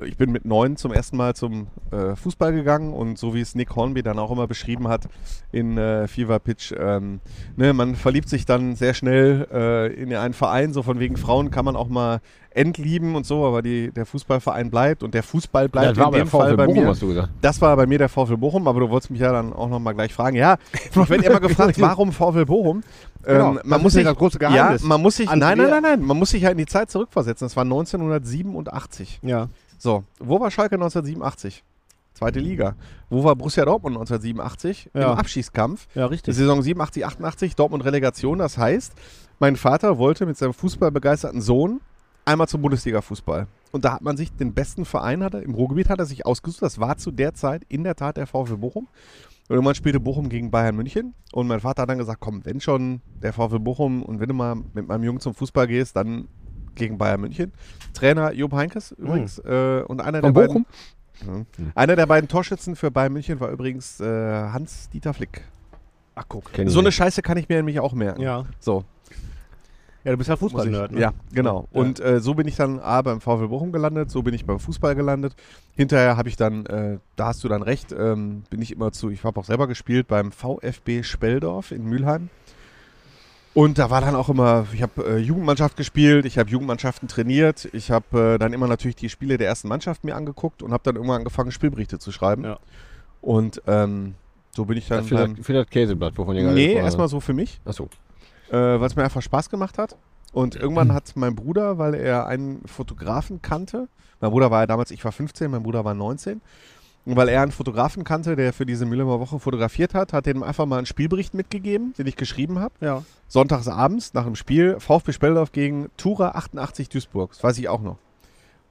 [SPEAKER 7] ich bin mit neun zum ersten Mal zum äh, Fußball gegangen und so wie es Nick Hornby dann auch immer beschrieben hat in äh, Fever Pitch, ähm, ne, man verliebt sich dann sehr schnell äh, in einen Verein, so von wegen Frauen kann man auch mal entlieben und so, aber die, der Fußballverein bleibt und der Fußball bleibt in dem Fall bei mir.
[SPEAKER 3] hast
[SPEAKER 8] also.
[SPEAKER 3] du gesagt.
[SPEAKER 7] Das war bei mir der VfL Bochum, aber du wolltest mich ja dann auch nochmal gleich fragen. Ja, ich werde immer gefragt, warum VfL Bochum?
[SPEAKER 8] Genau,
[SPEAKER 7] Ähm,
[SPEAKER 8] das
[SPEAKER 7] man
[SPEAKER 8] ist
[SPEAKER 7] muss
[SPEAKER 8] ja
[SPEAKER 7] sich,
[SPEAKER 8] das große Geheimnis.
[SPEAKER 7] Ja, man muss sich, nein,
[SPEAKER 8] Andrea-
[SPEAKER 7] nein, nein, nein, man muss sich ja in die Zeit zurückversetzen. Das war 1987.
[SPEAKER 8] Ja.
[SPEAKER 7] So, wo war Schalke 1987? Zweite Liga. Wo war Borussia Dortmund 1987?
[SPEAKER 8] Ja.
[SPEAKER 7] Im Abschießkampf.
[SPEAKER 8] Ja,
[SPEAKER 7] Die
[SPEAKER 8] richtig.
[SPEAKER 7] Saison 87, 88, Dortmund Relegation. Das heißt, mein Vater wollte mit seinem fußballbegeisterten Sohn einmal zum Bundesliga-Fußball. Und da hat man sich den besten Verein hat er, im Ruhrgebiet hat er sich ausgesucht. Das war zu der Zeit in der Tat der VfL Bochum. Und irgendwann spielte Bochum gegen Bayern München. Und mein Vater hat dann gesagt: Komm, wenn schon der VfL Bochum und wenn du mal mit meinem Jungen zum Fußball gehst, dann gegen Bayern München. Trainer Job Heinkes übrigens. Äh, und einer der
[SPEAKER 3] Hm. Von Bochum?
[SPEAKER 7] beiden. Ja. Einer der beiden Torschützen für Bayern München war übrigens äh, Hans-Dieter Flick.
[SPEAKER 8] Ach, guck.
[SPEAKER 3] Kenn ich
[SPEAKER 7] So eine
[SPEAKER 3] nicht.
[SPEAKER 7] Scheiße kann ich mir nämlich auch merken.
[SPEAKER 8] Ja.
[SPEAKER 7] So,
[SPEAKER 8] Ja, du bist ja
[SPEAKER 7] muss ich.
[SPEAKER 8] Fußball-Nerd. Ne?
[SPEAKER 7] Ja, genau.
[SPEAKER 8] Ja.
[SPEAKER 7] Und äh, so bin ich dann A beim VfL Bochum gelandet, so bin ich beim Fußball gelandet. Hinterher habe ich dann, äh, da hast du dann recht, ähm, bin ich immer zu, ich habe auch selber gespielt beim VfB Speldorf in Mülheim. Und da war dann auch immer, ich habe äh, Jugendmannschaft gespielt, ich habe Jugendmannschaften trainiert, ich habe äh, dann immer natürlich die Spiele der ersten Mannschaft mir angeguckt und habe dann irgendwann angefangen, Spielberichte zu schreiben.
[SPEAKER 8] Ja.
[SPEAKER 7] Und ähm, so bin ich dann.
[SPEAKER 3] Das für,
[SPEAKER 7] beim,
[SPEAKER 3] das, für das Käseblatt, wovon ihr gerade
[SPEAKER 7] nee,
[SPEAKER 3] gesprochen
[SPEAKER 7] erstmal so für mich
[SPEAKER 3] habt. Achso.
[SPEAKER 7] äh, weil es mir einfach Spaß gemacht hat. Und irgendwann hat mein Bruder, weil er einen Fotografen kannte, mein Bruder war ja damals, ich war 15, mein Bruder war 19, und weil er einen Fotografen kannte, der für diese Müllheimer Woche fotografiert hat, hat er ihm einfach mal einen Spielbericht mitgegeben, den ich geschrieben habe.
[SPEAKER 8] Ja.
[SPEAKER 7] Sonntags abends nach dem Spiel VfB Speldorf gegen Tura 88 Duisburg. Das weiß ich auch noch.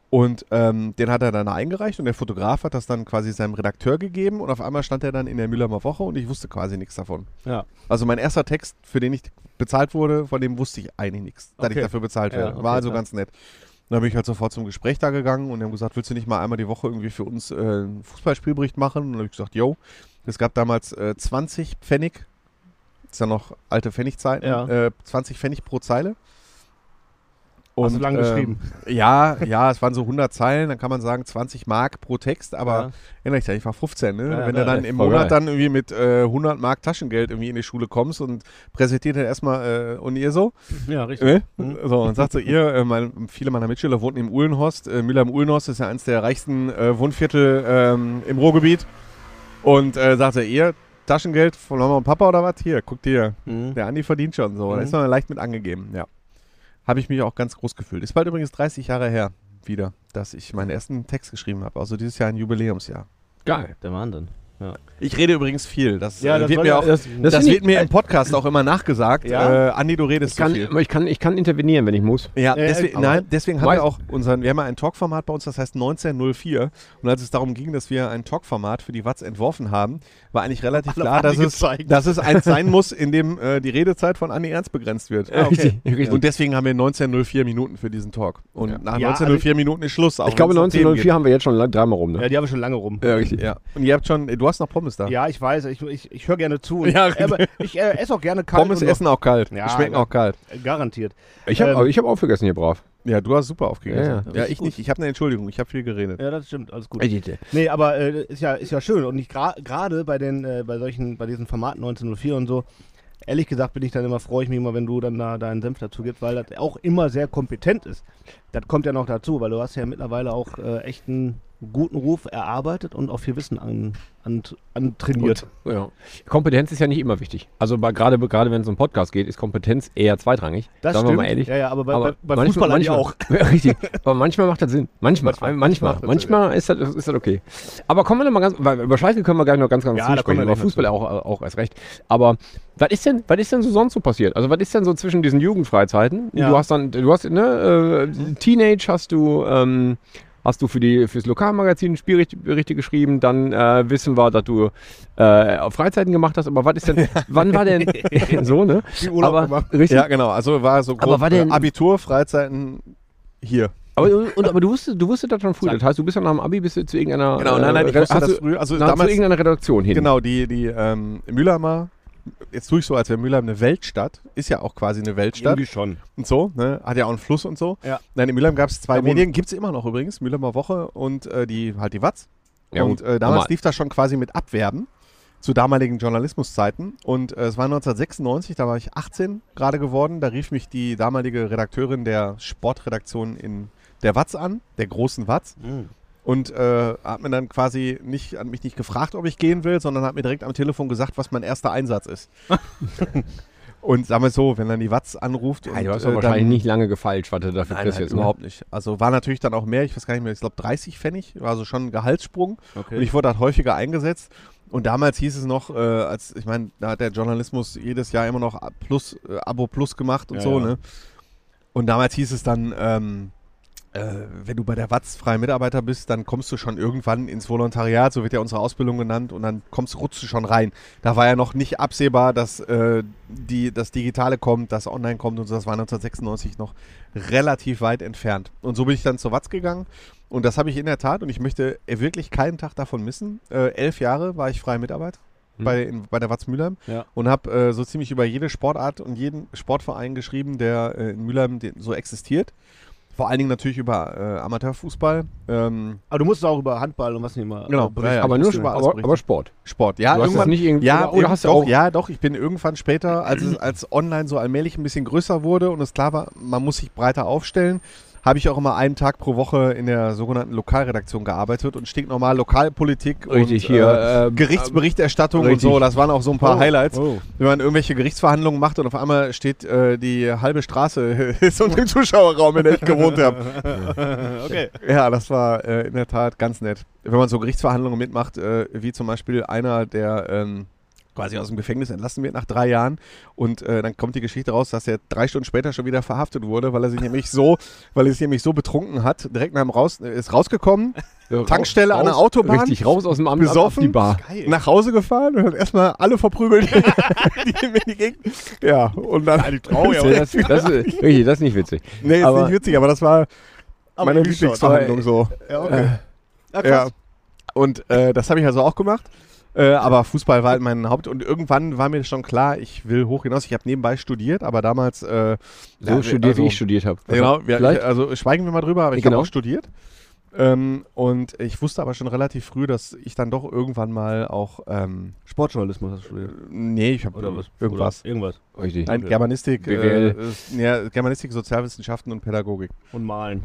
[SPEAKER 7] Und ähm, den hat er dann eingereicht und der Fotograf hat das dann quasi seinem Redakteur gegeben und auf einmal stand er dann in der Müllheimer Woche und ich wusste quasi nichts davon.
[SPEAKER 8] Ja.
[SPEAKER 7] Also mein erster Text, für den ich bezahlt wurde, von dem wusste ich eigentlich nichts, dass
[SPEAKER 8] Okay.
[SPEAKER 7] ich dafür bezahlt
[SPEAKER 8] Ja,
[SPEAKER 7] werde.
[SPEAKER 8] okay,
[SPEAKER 7] War also
[SPEAKER 8] klar.
[SPEAKER 7] ganz nett. Dann bin ich halt sofort zum Gespräch da gegangen und die haben gesagt, willst du nicht mal einmal die Woche irgendwie für uns äh, einen Fußballspielbericht machen? Und dann habe ich gesagt, yo. Es gab damals äh, 20 Pfennig, ist ja noch alte Pfennigzeiten,
[SPEAKER 8] Ja.
[SPEAKER 7] äh, 20 Pfennig pro Zeile.
[SPEAKER 8] Hast du lang
[SPEAKER 7] ähm,
[SPEAKER 8] geschrieben.
[SPEAKER 7] Ja, ja, es waren so 100 Zeilen, dann kann man sagen 20 Mark pro Text, aber
[SPEAKER 8] Ja.
[SPEAKER 7] erinnere ich dich, ich war 15, ne?
[SPEAKER 8] Ja,
[SPEAKER 7] Wenn du
[SPEAKER 8] ja,
[SPEAKER 7] dann im
[SPEAKER 3] voll
[SPEAKER 7] Monat
[SPEAKER 3] geil.
[SPEAKER 7] dann irgendwie mit äh, 100 Mark Taschengeld irgendwie in die Schule kommst und präsentiert dann erstmal äh, und ihr so,
[SPEAKER 8] Ja, richtig.
[SPEAKER 7] ne? so und sagt so ihr, äh, mein, viele meiner Mitschüler wohnten im Uhlenhorst, äh, Müller im Uhlenhorst ist ja eins der reichsten äh, Wohnviertel ähm, im Ruhrgebiet und äh, sagt so ihr Taschengeld von Mama und Papa oder was? Hier, guckt dir,
[SPEAKER 8] Mhm.
[SPEAKER 7] der Andi verdient schon so. Da ist man leicht mit angegeben, ja. Habe ich mich auch ganz groß gefühlt. Ist bald übrigens 30 Jahre her wieder, dass ich meinen ersten Text geschrieben habe. Also dieses Jahr ein Jubiläumsjahr.
[SPEAKER 3] Geil.
[SPEAKER 1] Der Wahnsinn.
[SPEAKER 7] Ich rede übrigens viel. Das,
[SPEAKER 8] Ja,
[SPEAKER 7] äh,
[SPEAKER 8] das
[SPEAKER 7] wird,
[SPEAKER 8] soll
[SPEAKER 7] mir,
[SPEAKER 8] ja-
[SPEAKER 7] auch,
[SPEAKER 3] das-
[SPEAKER 7] das,
[SPEAKER 3] das find
[SPEAKER 7] wird
[SPEAKER 3] ich-
[SPEAKER 7] mir im Podcast auch immer nachgesagt. Äh,
[SPEAKER 8] Ja.
[SPEAKER 7] Andi, du redest
[SPEAKER 3] Ich kann,
[SPEAKER 7] zu viel.
[SPEAKER 3] ich, kann, ich kann intervenieren, wenn ich muss.
[SPEAKER 7] Ja,
[SPEAKER 8] Äh,
[SPEAKER 7] deswegen,
[SPEAKER 8] aber-
[SPEAKER 7] nein, deswegen haben
[SPEAKER 3] Weiß-
[SPEAKER 7] wir auch unseren, wir haben ja ein Talkformat bei uns, das heißt 1904. Und als es darum ging, dass wir ein Talkformat für die Watz entworfen haben, war eigentlich relativ klar, dass
[SPEAKER 8] Andi
[SPEAKER 7] es,
[SPEAKER 8] gezeigt.
[SPEAKER 7] dass es eins sein muss, in dem äh, die Redezeit von Andi Ernst begrenzt wird.
[SPEAKER 8] Ah,
[SPEAKER 3] Richtig, richtig.
[SPEAKER 7] Und deswegen haben wir 1904 Minuten für diesen Talk. Und nach
[SPEAKER 8] Ja, also
[SPEAKER 7] 1904 Minuten ist Schluss. auch
[SPEAKER 3] ich glaube,
[SPEAKER 7] wenn es um Themen
[SPEAKER 3] 1904 haben wir jetzt schon lang, dreimal rum. Ne?
[SPEAKER 8] Ja, die haben wir schon lange rum.
[SPEAKER 3] Ja, richtig.
[SPEAKER 7] geht. Ja. Und ihr habt schon, du hast noch Pommes da.
[SPEAKER 8] Ja, ich weiß, ich, ich, ich höre gerne zu. Und
[SPEAKER 7] Ja,
[SPEAKER 8] ich, aber ich äh, esse auch gerne kalt.
[SPEAKER 7] Pommes
[SPEAKER 8] und
[SPEAKER 7] essen auch kalt.
[SPEAKER 8] Ja,
[SPEAKER 7] Schmecken
[SPEAKER 8] aber-
[SPEAKER 7] auch kalt.
[SPEAKER 8] Garantiert.
[SPEAKER 3] Ich habe
[SPEAKER 8] Ähm,
[SPEAKER 3] aber ich hab aufgegessen hier brav.
[SPEAKER 7] Ja, du hast super aufgegessen.
[SPEAKER 3] Ja,
[SPEAKER 7] Ja, ich nicht. Ich habe eine Entschuldigung. Ich habe viel geredet.
[SPEAKER 8] Ja, das stimmt, alles gut.
[SPEAKER 3] Richtig.
[SPEAKER 8] Nee, aber äh, ist, ja, ist ja schön. Und ich gra- gerade bei den, äh, bei solchen, bei diesen Formaten 1904 und so, ehrlich gesagt bin ich dann immer, freue ich mich immer, wenn du dann da deinen Senf dazu gibst, weil das auch immer sehr kompetent ist. Das kommt ja noch dazu, weil du hast ja mittlerweile auch äh, echt einen guten Ruf erarbeitet und auch viel Wissen an, an, antrainiert.
[SPEAKER 3] Ja. Kompetenz ist ja nicht immer wichtig. Also bei- gerade gerade wenn es um Podcast geht, ist Kompetenz eher zweitrangig.
[SPEAKER 8] Das
[SPEAKER 3] sagen
[SPEAKER 8] stimmt.
[SPEAKER 3] wir mal ehrlich.
[SPEAKER 8] Ja, ja, aber bei,
[SPEAKER 3] Aber
[SPEAKER 8] bei, bei Fußballern ja auch.
[SPEAKER 3] Ja, richtig. Aber manchmal macht das Sinn. Manchmal. Manchmal. Manchmal,
[SPEAKER 8] macht das
[SPEAKER 3] ist, das, ist das okay. Aber kommen wir noch mal ganz, weil über Schalke können wir gleich noch ganz, ganz
[SPEAKER 8] Ja,
[SPEAKER 3] viel
[SPEAKER 8] da kommen
[SPEAKER 3] sprechen.
[SPEAKER 8] wir
[SPEAKER 3] Über
[SPEAKER 8] gleich
[SPEAKER 3] Fußball auch, auch erst recht. Aber was ist denn, was ist denn so sonst so passiert? Also was ist denn so zwischen diesen Jugendfreizeiten?
[SPEAKER 8] Ja.
[SPEAKER 3] Du hast dann, du hast, ne, äh, Teenage hast du, ähm, Hast du für die, fürs Lokalmagazin Spielberichte geschrieben, dann äh, wissen wir, dass du äh, auf Freizeiten gemacht hast, aber was ist denn, wann war denn so, ne?
[SPEAKER 8] Urlaub
[SPEAKER 3] aber,
[SPEAKER 8] gemacht.
[SPEAKER 3] Richtig,
[SPEAKER 7] Ja, genau. Also war so grob
[SPEAKER 3] war
[SPEAKER 7] äh,
[SPEAKER 3] denn-
[SPEAKER 7] Abitur, Freizeiten hier.
[SPEAKER 3] Aber, und, aber du wusstest, du wusstest das schon früh. Das heißt, du bist dann nach dem Abi bist du zu irgendeiner
[SPEAKER 7] Genau, nein, nein, ich
[SPEAKER 3] Re-
[SPEAKER 7] wusste
[SPEAKER 3] hast
[SPEAKER 7] das
[SPEAKER 3] du-
[SPEAKER 7] früh. Also
[SPEAKER 3] na, zu
[SPEAKER 7] damals,
[SPEAKER 3] irgendeiner Redaktion hin.
[SPEAKER 7] genau, die, die ähm, Mühlheimer jetzt tue ich so, als wäre Mülheim eine Weltstadt. Ist ja auch quasi eine Weltstadt.
[SPEAKER 1] Irgendwie schon.
[SPEAKER 7] und so, ne? hat ja auch einen Fluss und so.
[SPEAKER 8] Ja.
[SPEAKER 7] Nein, in Mülheim gab es zwei
[SPEAKER 8] Da wohnen-
[SPEAKER 7] Medien, gibt es immer noch übrigens, Mülheimer Woche und äh, die halt die Watz.
[SPEAKER 3] Ja, gut,
[SPEAKER 7] und äh, damals
[SPEAKER 3] normal.
[SPEAKER 7] lief das schon quasi mit Abwerben zu damaligen Journalismuszeiten. Und äh, es war 1996, da war ich 18 gerade geworden. Da rief mich die damalige Redakteurin der Sportredaktion in der Watz an, der großen Watz. Und äh, hat mir dann quasi nicht, hat mich nicht gefragt, ob ich gehen will, sondern hat mir direkt am Telefon gesagt, was mein erster Einsatz ist. und sagen wir es so, wenn dann die Watz anruft.
[SPEAKER 3] Nein,
[SPEAKER 7] und,
[SPEAKER 3] du hast doch
[SPEAKER 7] äh,
[SPEAKER 3] wahrscheinlich
[SPEAKER 7] dann-
[SPEAKER 3] nicht lange gefeilt, was du dafür
[SPEAKER 7] Nein,
[SPEAKER 3] kriegst
[SPEAKER 7] nein,
[SPEAKER 3] jetzt. ne?
[SPEAKER 7] überhaupt nicht. Also war natürlich dann auch mehr, ich weiß gar nicht mehr, ich glaube 30 Pfennig, war also schon ein Gehaltssprung.
[SPEAKER 1] Okay.
[SPEAKER 7] Und ich wurde halt häufiger eingesetzt. Und damals hieß es noch, äh, als ich meine, da hat der Journalismus jedes Jahr immer noch A- Plus, äh, Abo Plus gemacht und
[SPEAKER 1] Ja,
[SPEAKER 7] so,
[SPEAKER 1] ja.
[SPEAKER 7] ne? Und damals hieß es dann, ähm, äh, wenn du bei der Watz freier Mitarbeiter bist, dann kommst du schon irgendwann ins Volontariat, so wird ja unsere Ausbildung genannt, und dann kommst, rutschst du schon rein. Da war ja noch nicht absehbar, dass äh, die, das Digitale kommt, das Online kommt und so. Das war 1996 noch relativ weit entfernt. Und so bin ich dann zur Watz gegangen und das habe ich in der Tat und ich möchte wirklich keinen Tag davon missen. Äh, elf Jahre war ich freier Mitarbeiter. Bei, in, bei der Watz Mülheim
[SPEAKER 1] Ja.
[SPEAKER 7] und habe äh, so ziemlich über jede Sportart und jeden Sportverein geschrieben, der äh, in Mülheim de- so existiert. Vor allen Dingen natürlich über äh, Amateurfußball, ähm,
[SPEAKER 8] Aber du musst auch über Handball und was nicht immer.
[SPEAKER 7] Genau,
[SPEAKER 8] äh, berichten.
[SPEAKER 7] ja, ja.
[SPEAKER 3] Aber nur
[SPEAKER 7] musst
[SPEAKER 3] Sp-
[SPEAKER 7] über alles
[SPEAKER 3] aber,
[SPEAKER 7] berichten.
[SPEAKER 3] aber Sport.
[SPEAKER 7] Sport. Ja,
[SPEAKER 3] Du hast das
[SPEAKER 7] irgendwann.
[SPEAKER 3] nicht irgendwie.
[SPEAKER 7] ja,
[SPEAKER 3] oder
[SPEAKER 7] eben
[SPEAKER 3] hast du
[SPEAKER 7] doch,
[SPEAKER 3] auch.
[SPEAKER 7] ja, doch. Ich bin irgendwann später, als es als online so allmählich ein bisschen größer wurde und es klar war, man muss sich breiter aufstellen, habe ich auch immer einen Tag pro Woche in der sogenannten Lokalredaktion gearbeitet und stinknormal Lokalpolitik
[SPEAKER 3] Richtig,
[SPEAKER 7] und
[SPEAKER 3] hier,
[SPEAKER 7] äh,
[SPEAKER 3] äh,
[SPEAKER 7] Gerichtsberichterstattung
[SPEAKER 3] richtig.
[SPEAKER 7] und so. Das waren auch so ein paar
[SPEAKER 8] Oh,
[SPEAKER 7] Highlights,
[SPEAKER 8] oh.
[SPEAKER 7] wenn man irgendwelche Gerichtsverhandlungen macht und auf einmal steht äh, die halbe Straße ist unter dem Zuschauerraum, in der ich gewohnt habe. Ja, das war äh, in der Tat ganz nett. Wenn man so Gerichtsverhandlungen mitmacht, äh, wie zum Beispiel einer, der ähm, quasi aus dem Gefängnis entlassen wird nach drei Jahren und äh, dann kommt die Geschichte raus, dass er drei Stunden später schon wieder verhaftet wurde, weil er sich nämlich so, weil er sich nämlich so betrunken hat, direkt nach dem raus äh, ist rausgekommen,
[SPEAKER 3] Ja,
[SPEAKER 7] Tankstelle
[SPEAKER 3] raus,
[SPEAKER 7] an der Autobahn.
[SPEAKER 3] Richtig, raus aus dem Amt,
[SPEAKER 7] besoffen,
[SPEAKER 3] ab die Bar.
[SPEAKER 7] nach Hause gefahren und hat erstmal alle verprügelt, die ihm in die Gegend. Ja, und dann.
[SPEAKER 3] Oh, Ja, das, das, ist- richtig, das ist nicht witzig.
[SPEAKER 7] nee, ist
[SPEAKER 3] aber-
[SPEAKER 7] nicht witzig, aber das war meine
[SPEAKER 8] irgendwie schon.
[SPEAKER 7] Lieblingsverhandlung so.
[SPEAKER 8] Ja, okay.
[SPEAKER 7] Ja.
[SPEAKER 8] Ja, krass.
[SPEAKER 7] Und äh, das habe ich also auch gemacht. Äh, aber Fußball war halt mein Haupt. Und irgendwann war mir schon klar, ich will hoch hinaus. Ich habe nebenbei studiert, aber damals. Äh,
[SPEAKER 3] So studiert,
[SPEAKER 7] also,
[SPEAKER 3] wie ich studiert habe.
[SPEAKER 7] Genau, wir,
[SPEAKER 3] Vielleicht?
[SPEAKER 7] also schweigen wir mal drüber, aber ich
[SPEAKER 3] Genau.
[SPEAKER 7] habe auch studiert. Ähm, und ich wusste aber schon relativ früh, dass ich dann doch irgendwann mal auch. Ähm,
[SPEAKER 8] Sportjournalismus hast du studiert.
[SPEAKER 7] nee, ich habe
[SPEAKER 8] Oder was?
[SPEAKER 7] irgendwas.
[SPEAKER 8] Oder irgendwas.
[SPEAKER 3] Richtig.
[SPEAKER 7] Nein, Germanistik, äh,
[SPEAKER 3] BWL.
[SPEAKER 7] ist- ja, Germanistik, Sozialwissenschaften und Pädagogik.
[SPEAKER 8] Und malen.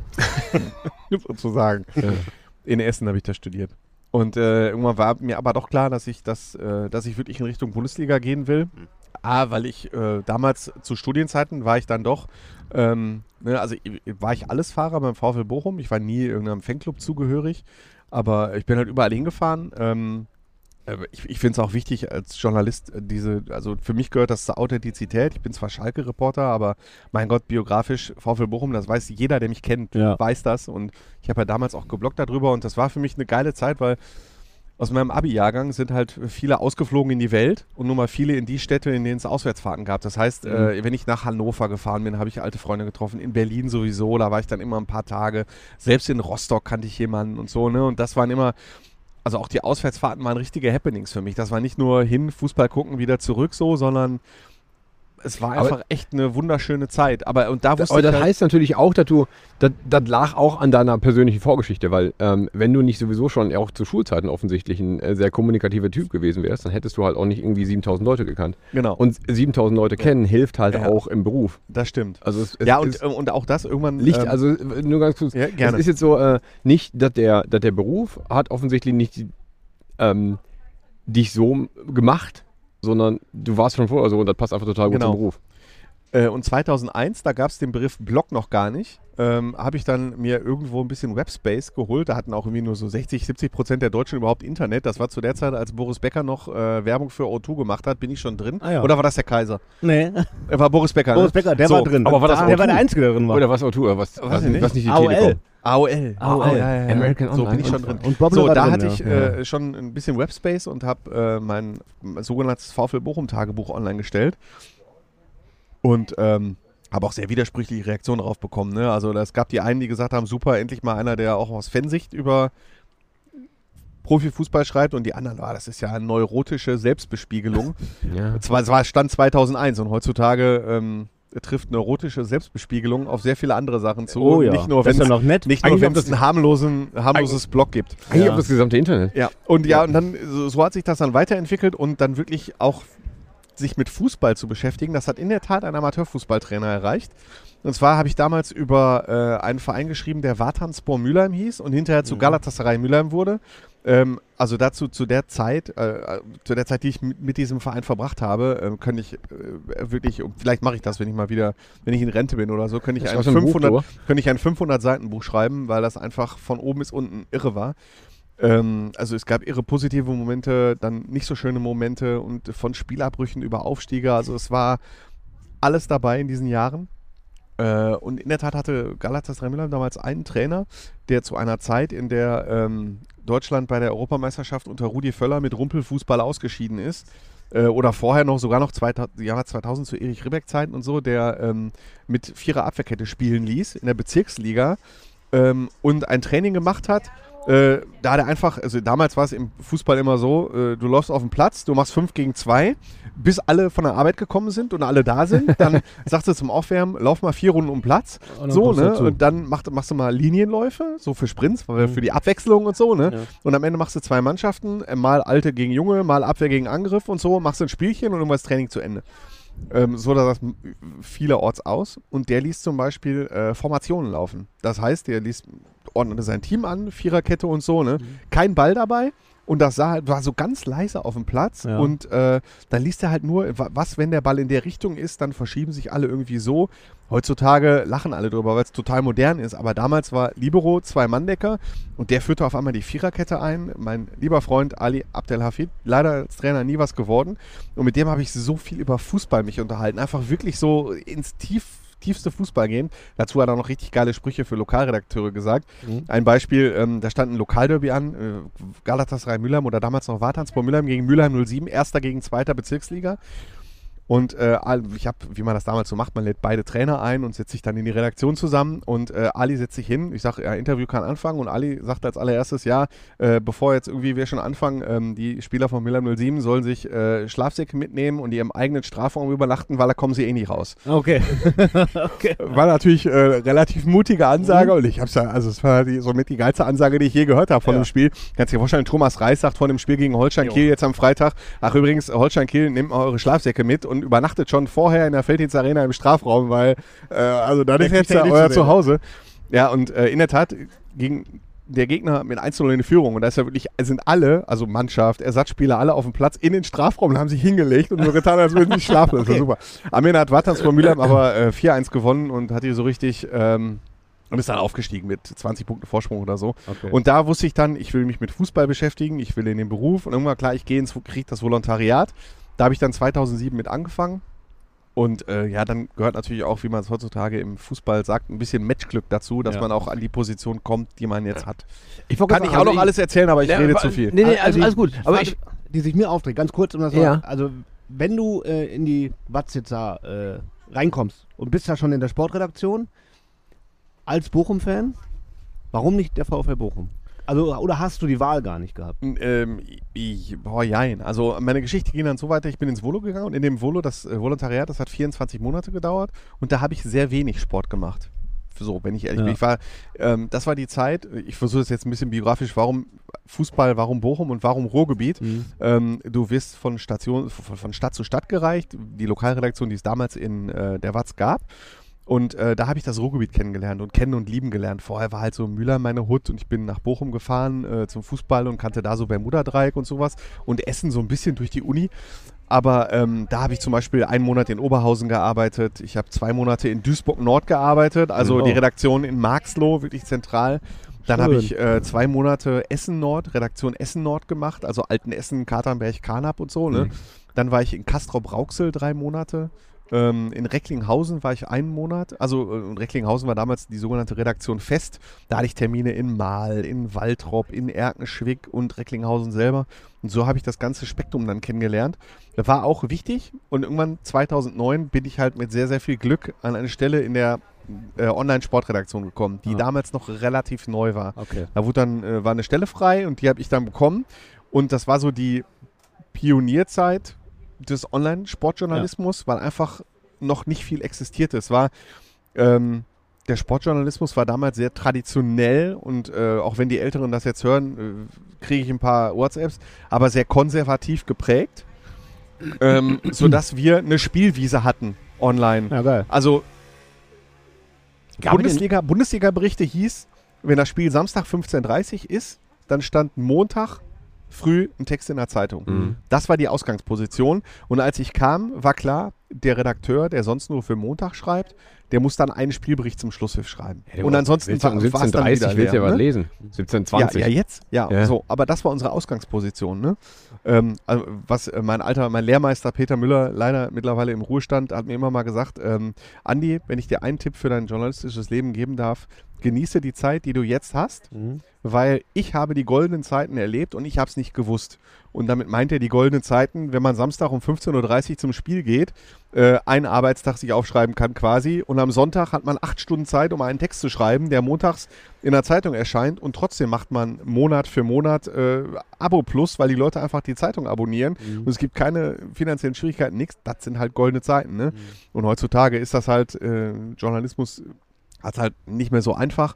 [SPEAKER 7] sozusagen. In Essen habe ich das studiert. Und äh, irgendwann war mir aber doch klar, dass ich, das, äh, dass ich wirklich in Richtung Bundesliga gehen will. A, weil ich äh, damals zu Studienzeiten war ich dann doch, ähm, ne, also i- war ich Allesfahrer beim VfL Bochum. Ich war nie irgendeinem Fanclub zugehörig, aber ich bin halt überall hingefahren. Ähm, aber ich ich finde es auch wichtig als Journalist, äh, diese, also für mich gehört das zur Authentizität. Ich bin zwar Schalke-Reporter, aber mein Gott, biografisch VfL Bochum, das weiß jeder, der mich kennt,
[SPEAKER 8] Ja.
[SPEAKER 7] weiß das. Und ich habe ja damals auch gebloggt darüber und das war für mich eine geile Zeit, weil aus meinem Abi-Jahrgang sind halt viele ausgeflogen in die Welt und nur mal viele in die Städte, in denen es Auswärtsfahrten gab. Das heißt,
[SPEAKER 3] Mhm.
[SPEAKER 7] äh, wenn ich nach Hannover gefahren bin, habe ich alte Freunde getroffen. In Berlin sowieso, da war ich dann immer ein paar Tage. Selbst in Rostock kannte ich jemanden und so, ne? Und das waren immer, also auch die Auswärtsfahrten waren richtige Happenings für mich. Das war nicht nur hin, Fußball gucken, wieder zurück so, sondern es war
[SPEAKER 3] Aber-
[SPEAKER 7] einfach echt eine wunderschöne Zeit. Aber und da wusste
[SPEAKER 3] Aber
[SPEAKER 7] ich
[SPEAKER 3] das
[SPEAKER 7] halt,
[SPEAKER 3] heißt natürlich auch, dass du, das, das lag auch an deiner persönlichen Vorgeschichte, weil ähm, wenn du nicht sowieso schon auch zu Schulzeiten offensichtlich ein äh, sehr kommunikativer Typ gewesen wärst, dann hättest du halt auch nicht irgendwie 7000 Leute gekannt.
[SPEAKER 7] genau.
[SPEAKER 3] Und 7000 Leute kennen hilft halt
[SPEAKER 7] Ja.
[SPEAKER 3] auch im Beruf.
[SPEAKER 7] das stimmt.
[SPEAKER 3] Also es, es
[SPEAKER 7] ja, und,
[SPEAKER 3] ist-
[SPEAKER 7] äh, und auch das irgendwann.
[SPEAKER 3] Licht,
[SPEAKER 7] ähm,
[SPEAKER 3] also äh, nur ganz kurz.
[SPEAKER 7] Ja, gerne.
[SPEAKER 3] Es ist jetzt so, äh, nicht, dass der, dass der Beruf hat offensichtlich nicht die, ähm, dich so m- gemacht, sondern du warst schon vorher so und das passt einfach total gut
[SPEAKER 7] Genau.
[SPEAKER 3] zum Beruf.
[SPEAKER 7] Äh, und 2001, da gab es den Begriff Blog noch gar nicht, ähm, habe ich dann mir irgendwo ein bisschen Webspace geholt. Da hatten auch irgendwie nur so 60, 70 Prozent der Deutschen überhaupt Internet. Das war zu der Zeit, als Boris Becker noch äh, Werbung für O2 gemacht hat, bin ich schon drin.
[SPEAKER 8] Ah ja.
[SPEAKER 7] Oder war das der Kaiser?
[SPEAKER 8] Nee.
[SPEAKER 7] Äh, war Boris Becker. ne?
[SPEAKER 8] Boris Becker, der
[SPEAKER 7] So,
[SPEAKER 8] war drin.
[SPEAKER 3] aber war das
[SPEAKER 8] der
[SPEAKER 3] O2?
[SPEAKER 8] war der Einzige, der drin war.
[SPEAKER 3] Oder was auch du, oder was, was,
[SPEAKER 7] ich nicht.
[SPEAKER 3] was nicht die
[SPEAKER 8] AOL.
[SPEAKER 3] Telekom.
[SPEAKER 7] AOL.
[SPEAKER 3] AOL, American
[SPEAKER 7] So
[SPEAKER 3] Online.
[SPEAKER 7] bin ich schon drin.
[SPEAKER 8] Und Bob
[SPEAKER 7] so,
[SPEAKER 8] war
[SPEAKER 7] da
[SPEAKER 8] drin,
[SPEAKER 7] hatte
[SPEAKER 8] ja.
[SPEAKER 7] ich äh, schon ein bisschen Webspace und habe äh, mein sogenanntes VfL Bochum Tagebuch online gestellt. Und ähm, habe auch sehr widersprüchliche Reaktionen darauf bekommen. Ne? Also es gab die einen, die gesagt haben, super, endlich mal einer, der auch aus Fansicht über Profifußball schreibt und die anderen, ah, das ist ja eine neurotische Selbstbespiegelung.
[SPEAKER 3] Ja.
[SPEAKER 7] Zwar, es war Stand 2001 und heutzutage ähm, trifft neurotische Selbstbespiegelung auf sehr viele andere Sachen zu.
[SPEAKER 8] Oh ja,
[SPEAKER 7] Nicht nur,
[SPEAKER 8] das
[SPEAKER 7] wenn
[SPEAKER 8] ist ja
[SPEAKER 7] es
[SPEAKER 8] noch nett.
[SPEAKER 7] nicht
[SPEAKER 3] Eigentlich
[SPEAKER 7] nur, wenn
[SPEAKER 3] auf
[SPEAKER 7] es einen harmlosen, harmloses Blog gibt.
[SPEAKER 3] Eigentlich
[SPEAKER 8] Ja.
[SPEAKER 3] auf das gesamte Internet.
[SPEAKER 7] Ja, und ja, und dann so, so hat sich das dann weiterentwickelt und dann wirklich auch sich mit Fußball zu beschäftigen. Das hat in der Tat ein Amateurfußballtrainer erreicht. Und zwar habe ich damals über äh, einen Verein geschrieben, der Vatanspor Mülheim hieß und hinterher zu Galatasaray Mülheim wurde. Ähm, also dazu zu der Zeit, äh, zu der Zeit, die ich mit, mit diesem Verein verbracht habe, ähm, könnte ich äh, wirklich, und vielleicht mache ich das, wenn ich mal wieder, wenn ich in Rente bin oder so, könnte ich, ein
[SPEAKER 3] Schreibst du ein Buch
[SPEAKER 7] 500,
[SPEAKER 3] drüber?
[SPEAKER 7] könnte ich ein 500 Seiten Buch schreiben, weil das einfach von oben bis unten irre war. Ähm, also es gab irre positive Momente, dann nicht so schöne Momente und von Spielabbrüchen über Aufstiege. Also es war alles dabei in diesen Jahren. Äh, und in der Tat hatte Galatasaray Mülheim damals einen Trainer, der zu einer Zeit, in der ähm, Deutschland bei der Europameisterschaft unter Rudi Völler mit Rumpelfußball ausgeschieden ist, äh, oder vorher noch sogar noch 2000, Jahre 2000 zu Erich Ribbeck Zeiten und so, der ähm, mit vierer Abwehrkette spielen ließ in der Bezirksliga ähm, und ein Training gemacht hat. Äh, da hat er einfach, also damals war es im Fußball immer so, äh, du läufst auf den Platz, du machst 5 gegen 2, bis alle von der Arbeit gekommen sind und alle da sind, dann sagst du zum Aufwärmen, lauf mal vier Runden um den Platz,
[SPEAKER 8] dann
[SPEAKER 7] so,
[SPEAKER 8] kommst du
[SPEAKER 7] ne,
[SPEAKER 8] dazu. Mhm.
[SPEAKER 7] und dann mach, machst du mal Linienläufe, so für Sprints, weil wir für die Abwechslung und so, ne, und am Ende machst du zwei Mannschaften, äh, mal Alte gegen Junge, mal Abwehr gegen Angriff und so, machst ein Spielchen und irgendwas Training zu Ende. Ähm, so sah das m- vielerorts aus. Und der ließ zum Beispiel äh, Formationen laufen. Das heißt, der ließ, ordnete sein Team an, Viererkette und so, ne? Kein Ball dabei. Und das sah, halt- war so ganz leise auf dem Platz.
[SPEAKER 8] Ja.
[SPEAKER 7] Und äh, dann liest er halt nur, wa- was, wenn der Ball in der Richtung ist, dann verschieben sich alle irgendwie so. Heutzutage lachen alle drüber, weil es total modern ist. Aber damals war Libero Zwei-Mann-Decker und der führte auf einmal die Viererkette ein. Mein lieber Freund Ali Abdelhafid, leider als Trainer nie was geworden. Und mit dem habe ich so viel über Fußball mich unterhalten. Einfach wirklich so ins tief, tiefste Fußball gehen. Dazu hat er noch richtig geile Sprüche für Lokalredakteure gesagt. Ein Beispiel, ähm, da stand ein Lokalderby an, äh, Galatasaray Mülheim oder damals noch Wartanspor Mülheim gegen Mülheim 07, erster gegen zweiter Bezirksliga. Und äh, Al- ich habe, wie man das damals so macht, man lädt beide Trainer ein und setzt sich dann in die Redaktion zusammen und äh, Ali setzt sich hin. Ich sage, ja, Interview kann anfangen und Ali sagt als allererstes, ja, äh, bevor jetzt irgendwie wir schon anfangen, ähm, die Spieler von Milan 07 sollen sich äh, Schlafsäcke mitnehmen und ihrem eigenen Strafraum übernachten, weil da kommen sie eh nicht raus.
[SPEAKER 8] ah, Okay.
[SPEAKER 7] War natürlich äh, relativ mutige Ansage und ich hab's ja, also es war die, somit die geilste Ansage, die ich je gehört habe von dem Spiel. Kannst dir vorstellen, Thomas Reis sagt vor dem Spiel gegen Holstein Kiel jetzt am Freitag, ach übrigens, Holstein Kiel, nehmt mal eure Schlafsäcke mit und übernachtet schon vorher in der Feldhitz Arena im Strafraum, weil äh, also dann ist
[SPEAKER 8] kriegt
[SPEAKER 7] jetzt
[SPEAKER 8] ja
[SPEAKER 7] ja
[SPEAKER 8] eh
[SPEAKER 7] euer
[SPEAKER 8] nichts zu reden.
[SPEAKER 7] Zuhause. Ja, und äh, in der Tat gegen der Gegner mit 1-0 in die Führung und da ist ja wirklich, sind alle, also Mannschaft, Ersatzspieler, alle auf dem Platz in den Strafraum und haben sich hingelegt und so getan, als würden sie schlafen. Das war super. Am Ende hat Wattans von Mülheim aber äh, 4-1 gewonnen und hat hier so richtig ähm, und ist dann aufgestiegen mit 20 Punkten Vorsprung oder so. Und da wusste ich dann, ich will mich mit Fußball beschäftigen, ich will in den Beruf und irgendwann klar, ich gehe ins, kriege das Volontariat. Da habe ich dann 2007 mit angefangen. Und äh, ja, dann gehört natürlich auch, wie man es heutzutage im Fußball sagt, ein bisschen Matchglück dazu, dass
[SPEAKER 8] Ja.
[SPEAKER 7] man auch an die Position kommt, die man jetzt hat.
[SPEAKER 3] Ich wollte
[SPEAKER 7] Kann
[SPEAKER 3] gerade
[SPEAKER 7] ich auch
[SPEAKER 3] sagen,
[SPEAKER 7] noch alles erzählen, aber ich
[SPEAKER 3] Ja,
[SPEAKER 7] rede
[SPEAKER 3] aber-
[SPEAKER 7] zu viel.
[SPEAKER 3] Nee, nee,
[SPEAKER 8] Also
[SPEAKER 3] also
[SPEAKER 8] die-
[SPEAKER 3] alles gut.
[SPEAKER 8] die
[SPEAKER 3] Aber
[SPEAKER 8] Frage,
[SPEAKER 3] ich,
[SPEAKER 8] die sich mir aufträgt, ganz kurz, um das
[SPEAKER 3] Ja.
[SPEAKER 8] mal, also wenn du äh, in die Watzitzer äh, reinkommst und bist ja schon in der Sportredaktion, als Bochum-Fan, warum nicht der VfL Bochum? Also, oder hast du die Wahl gar nicht gehabt?
[SPEAKER 7] Ähm, ich, boah, jein. Also meine Geschichte ging dann so weiter, ich bin ins Volo gegangen und in dem Volo, das äh, Volontariat, das hat 24 Monate gedauert und da habe ich sehr wenig Sport gemacht. So, wenn ich ehrlich bin. Ich war, ähm, das war die Zeit, ich versuche es jetzt ein bisschen biografisch, warum Fußball, warum Bochum und warum Ruhrgebiet. Ähm, du wirst von Station, von, von Stadt zu Stadt gereicht, die Lokalredaktion, die es damals in äh, der Watz gab. Und äh, da habe ich das Ruhrgebiet kennengelernt und kennen und lieben gelernt. Vorher war halt so Müller meine Hut und ich bin nach Bochum gefahren äh, zum Fußball und kannte da so Bermuda-Dreieck und sowas und Essen so ein bisschen durch die Uni. Aber ähm, da habe ich zum Beispiel einen Monat in Oberhausen gearbeitet. Ich habe zwei Monate in Duisburg-Nord gearbeitet, also
[SPEAKER 8] Oh.
[SPEAKER 7] die Redaktion in Marxloh, wirklich zentral. Dann habe
[SPEAKER 8] Schön.
[SPEAKER 7] ich äh, zwei Monate Essen-Nord, Redaktion Essen-Nord gemacht, also Altenessen, Katernberg, Karnap und so. Ne? Dann war ich in Kastrop-Rauxel drei Monate. Ähm, in Recklinghausen war ich einen Monat. Also äh, in Recklinghausen war damals die sogenannte Redaktion fest. Da hatte ich Termine in Mahl, in Waltrop, in Erkenschwick und Recklinghausen selber. Und so habe ich das ganze Spektrum dann kennengelernt. Das war auch wichtig. Und irgendwann 2009 bin ich halt mit sehr, sehr viel Glück an eine Stelle in der äh, Online-Sportredaktion gekommen, die
[SPEAKER 8] Ah.
[SPEAKER 7] damals noch relativ neu war.
[SPEAKER 8] Okay.
[SPEAKER 7] Da wurde dann, äh, war eine Stelle frei und die habe ich dann bekommen. Und das war so die Pionierzeit des Online-Sportjournalismus, weil einfach noch nicht viel existierte. Es war, ähm, der Sportjournalismus war damals sehr traditionell und äh, auch wenn die Älteren das jetzt hören, äh, kriege ich ein paar WhatsApps, aber sehr konservativ geprägt, ähm, sodass wir eine Spielwiese hatten online.
[SPEAKER 8] Ja, geil.
[SPEAKER 7] Also
[SPEAKER 3] Gab es denn-
[SPEAKER 7] Bundesliga, Bundesliga-Berichte hieß, wenn das Spiel Samstag 15.30 Uhr ist, dann stand Montag früh ein Text in der Zeitung.
[SPEAKER 3] Mhm.
[SPEAKER 7] Das war die Ausgangsposition. Und als ich kam, war klar, der Redakteur, der sonst nur für Montag schreibt, der muss dann einen Spielbericht zum Schlusshilf schreiben. und ansonsten war
[SPEAKER 3] um 17.30
[SPEAKER 7] war's dann wieder
[SPEAKER 3] willst du ja
[SPEAKER 7] leer,
[SPEAKER 3] was
[SPEAKER 7] ne?
[SPEAKER 3] lesen. 17.20
[SPEAKER 7] Ja, ja, jetzt. Ja,
[SPEAKER 3] Ja.
[SPEAKER 7] so. Aber das war unsere Ausgangsposition. Ne? Ähm, also was äh, mein alter, mein Lehrmeister Peter Müller, leider mittlerweile im Ruhestand, hat mir immer mal gesagt: ähm, Andi, wenn ich dir einen Tipp für dein journalistisches Leben geben darf, genieße die Zeit, die du jetzt hast, weil ich habe die goldenen Zeiten erlebt und ich habe es nicht gewusst. Und damit meint er die goldenen Zeiten, wenn man Samstag um 15.30 Uhr zum Spiel geht, äh, einen Arbeitstag sich aufschreiben kann quasi und am Sonntag hat man acht Stunden Zeit, um einen Text zu schreiben, der montags in der Zeitung erscheint und trotzdem macht man Monat für Monat äh, Abo Plus, weil die Leute einfach die Zeitung abonnieren und es gibt keine finanziellen Schwierigkeiten, nichts. Das sind halt goldene Zeiten. Ne? Und heutzutage ist das halt, äh, Journalismus hat halt nicht mehr so einfach.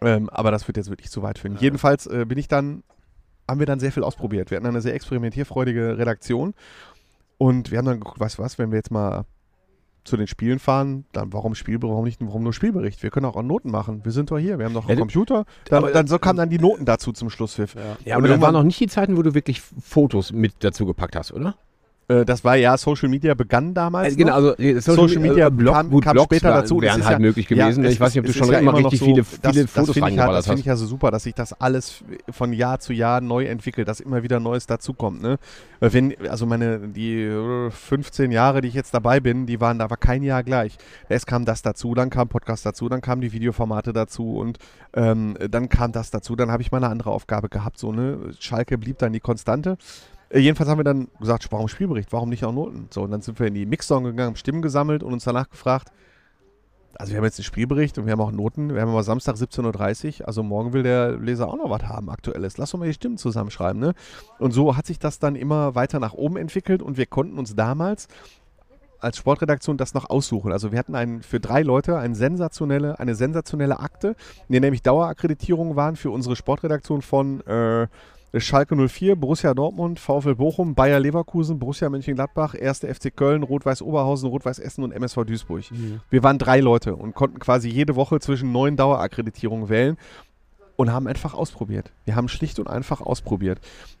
[SPEAKER 7] Ähm, aber das wird jetzt wirklich zu weit führen. Jedenfalls äh, bin ich dann, haben wir dann sehr viel ausprobiert. Wir hatten eine sehr experimentierfreudige Redaktion und wir haben dann geguckt, weißt du was, wenn wir jetzt mal zu den Spielen fahren, dann warum Spielbericht, warum nicht, warum nur Spielbericht? Wir können auch, Noten machen. Wir sind doch hier, wir haben doch
[SPEAKER 3] Ja,
[SPEAKER 7] einen
[SPEAKER 3] du-
[SPEAKER 7] Computer. Dann,
[SPEAKER 3] aber-
[SPEAKER 7] dann so kamen dann die Noten dazu zum Schlusspfiff.
[SPEAKER 3] Ja, aber
[SPEAKER 7] Und
[SPEAKER 3] da waren
[SPEAKER 7] irgendwann-
[SPEAKER 3] noch nicht die Zeiten, wo du wirklich Fotos mit dazu gepackt hast, oder?
[SPEAKER 7] Äh, das war ja, Social Media begann damals.
[SPEAKER 3] Also, genau, also
[SPEAKER 7] noch.
[SPEAKER 3] äh,
[SPEAKER 7] Social Media
[SPEAKER 3] äh, Blog,
[SPEAKER 7] kam-
[SPEAKER 3] gut,
[SPEAKER 7] kam
[SPEAKER 3] Blogs
[SPEAKER 7] später
[SPEAKER 3] war-
[SPEAKER 7] dazu. Das
[SPEAKER 3] wären
[SPEAKER 7] ist
[SPEAKER 3] halt
[SPEAKER 7] ja-
[SPEAKER 3] möglich
[SPEAKER 7] Ja,
[SPEAKER 3] gewesen.
[SPEAKER 7] es
[SPEAKER 3] ich weiß nicht, ob du
[SPEAKER 7] ist- es
[SPEAKER 3] schon
[SPEAKER 7] ist ja
[SPEAKER 3] immer
[SPEAKER 7] noch
[SPEAKER 3] richtig
[SPEAKER 7] so,
[SPEAKER 3] viele,
[SPEAKER 7] das-
[SPEAKER 3] viele Fotos
[SPEAKER 7] das finde ich, ja-
[SPEAKER 3] reingeballert
[SPEAKER 7] Das finde
[SPEAKER 3] hast.
[SPEAKER 7] ich ja so super, dass sich das alles von Jahr zu Jahr neu entwickelt, dass immer wieder Neues dazukommt. Ne? Äh, Wenn, also meine, die äh, 15 Jahre, die ich jetzt dabei bin, die waren, da war kein Jahr gleich. Es kam das dazu, dann kam Podcast dazu, dann kamen die Videoformate dazu und ähm, dann kam das dazu, dann habe ich mal eine andere Aufgabe gehabt. So, ne? Schalke blieb dann die Konstante. Äh, Jedenfalls haben wir dann gesagt, warum Spielbericht, warum nicht auch Noten? So, und dann sind wir in die Mixzone gegangen, haben Stimmen gesammelt und uns danach gefragt, also wir haben jetzt einen Spielbericht und wir haben auch Noten, wir haben aber Samstag 17.30 Uhr, also morgen will der Leser auch noch was haben, aktuelles. Lass doch mal die Stimmen zusammenschreiben, ne? Und so hat sich das dann immer weiter nach oben entwickelt und wir konnten uns damals als Sportredaktion das noch aussuchen. Also wir hatten einen, für drei Leute eine sensationelle, eine sensationelle Akte, in der nämlich Dauerakkreditierungen waren für unsere Sportredaktion von äh, Schalke 04, Borussia Dortmund, VfL Bochum, Bayer Leverkusen, Borussia Mönchengladbach, 1. FC Köln, Rot-Weiß Oberhausen, Rot-Weiß Essen und MSV Duisburg. Wir waren drei Leute und konnten quasi jede Woche zwischen neun Dauerakkreditierungen wählen und haben einfach ausprobiert. Wir haben schlicht und einfach ausprobiert.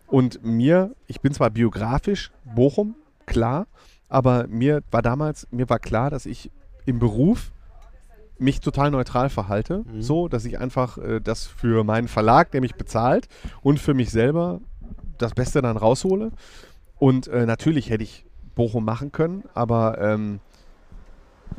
[SPEAKER 7] Und mir, ich bin zwar biografisch Bochum, klar, aber mir war damals, mir war klar, dass ich im Beruf mich total neutral verhalte,
[SPEAKER 3] Mhm.
[SPEAKER 7] so dass ich einfach äh, das für meinen Verlag, der mich bezahlt, und für mich selber das Beste dann raushole. Und äh, natürlich hätte ich Bochum machen können, aber ähm,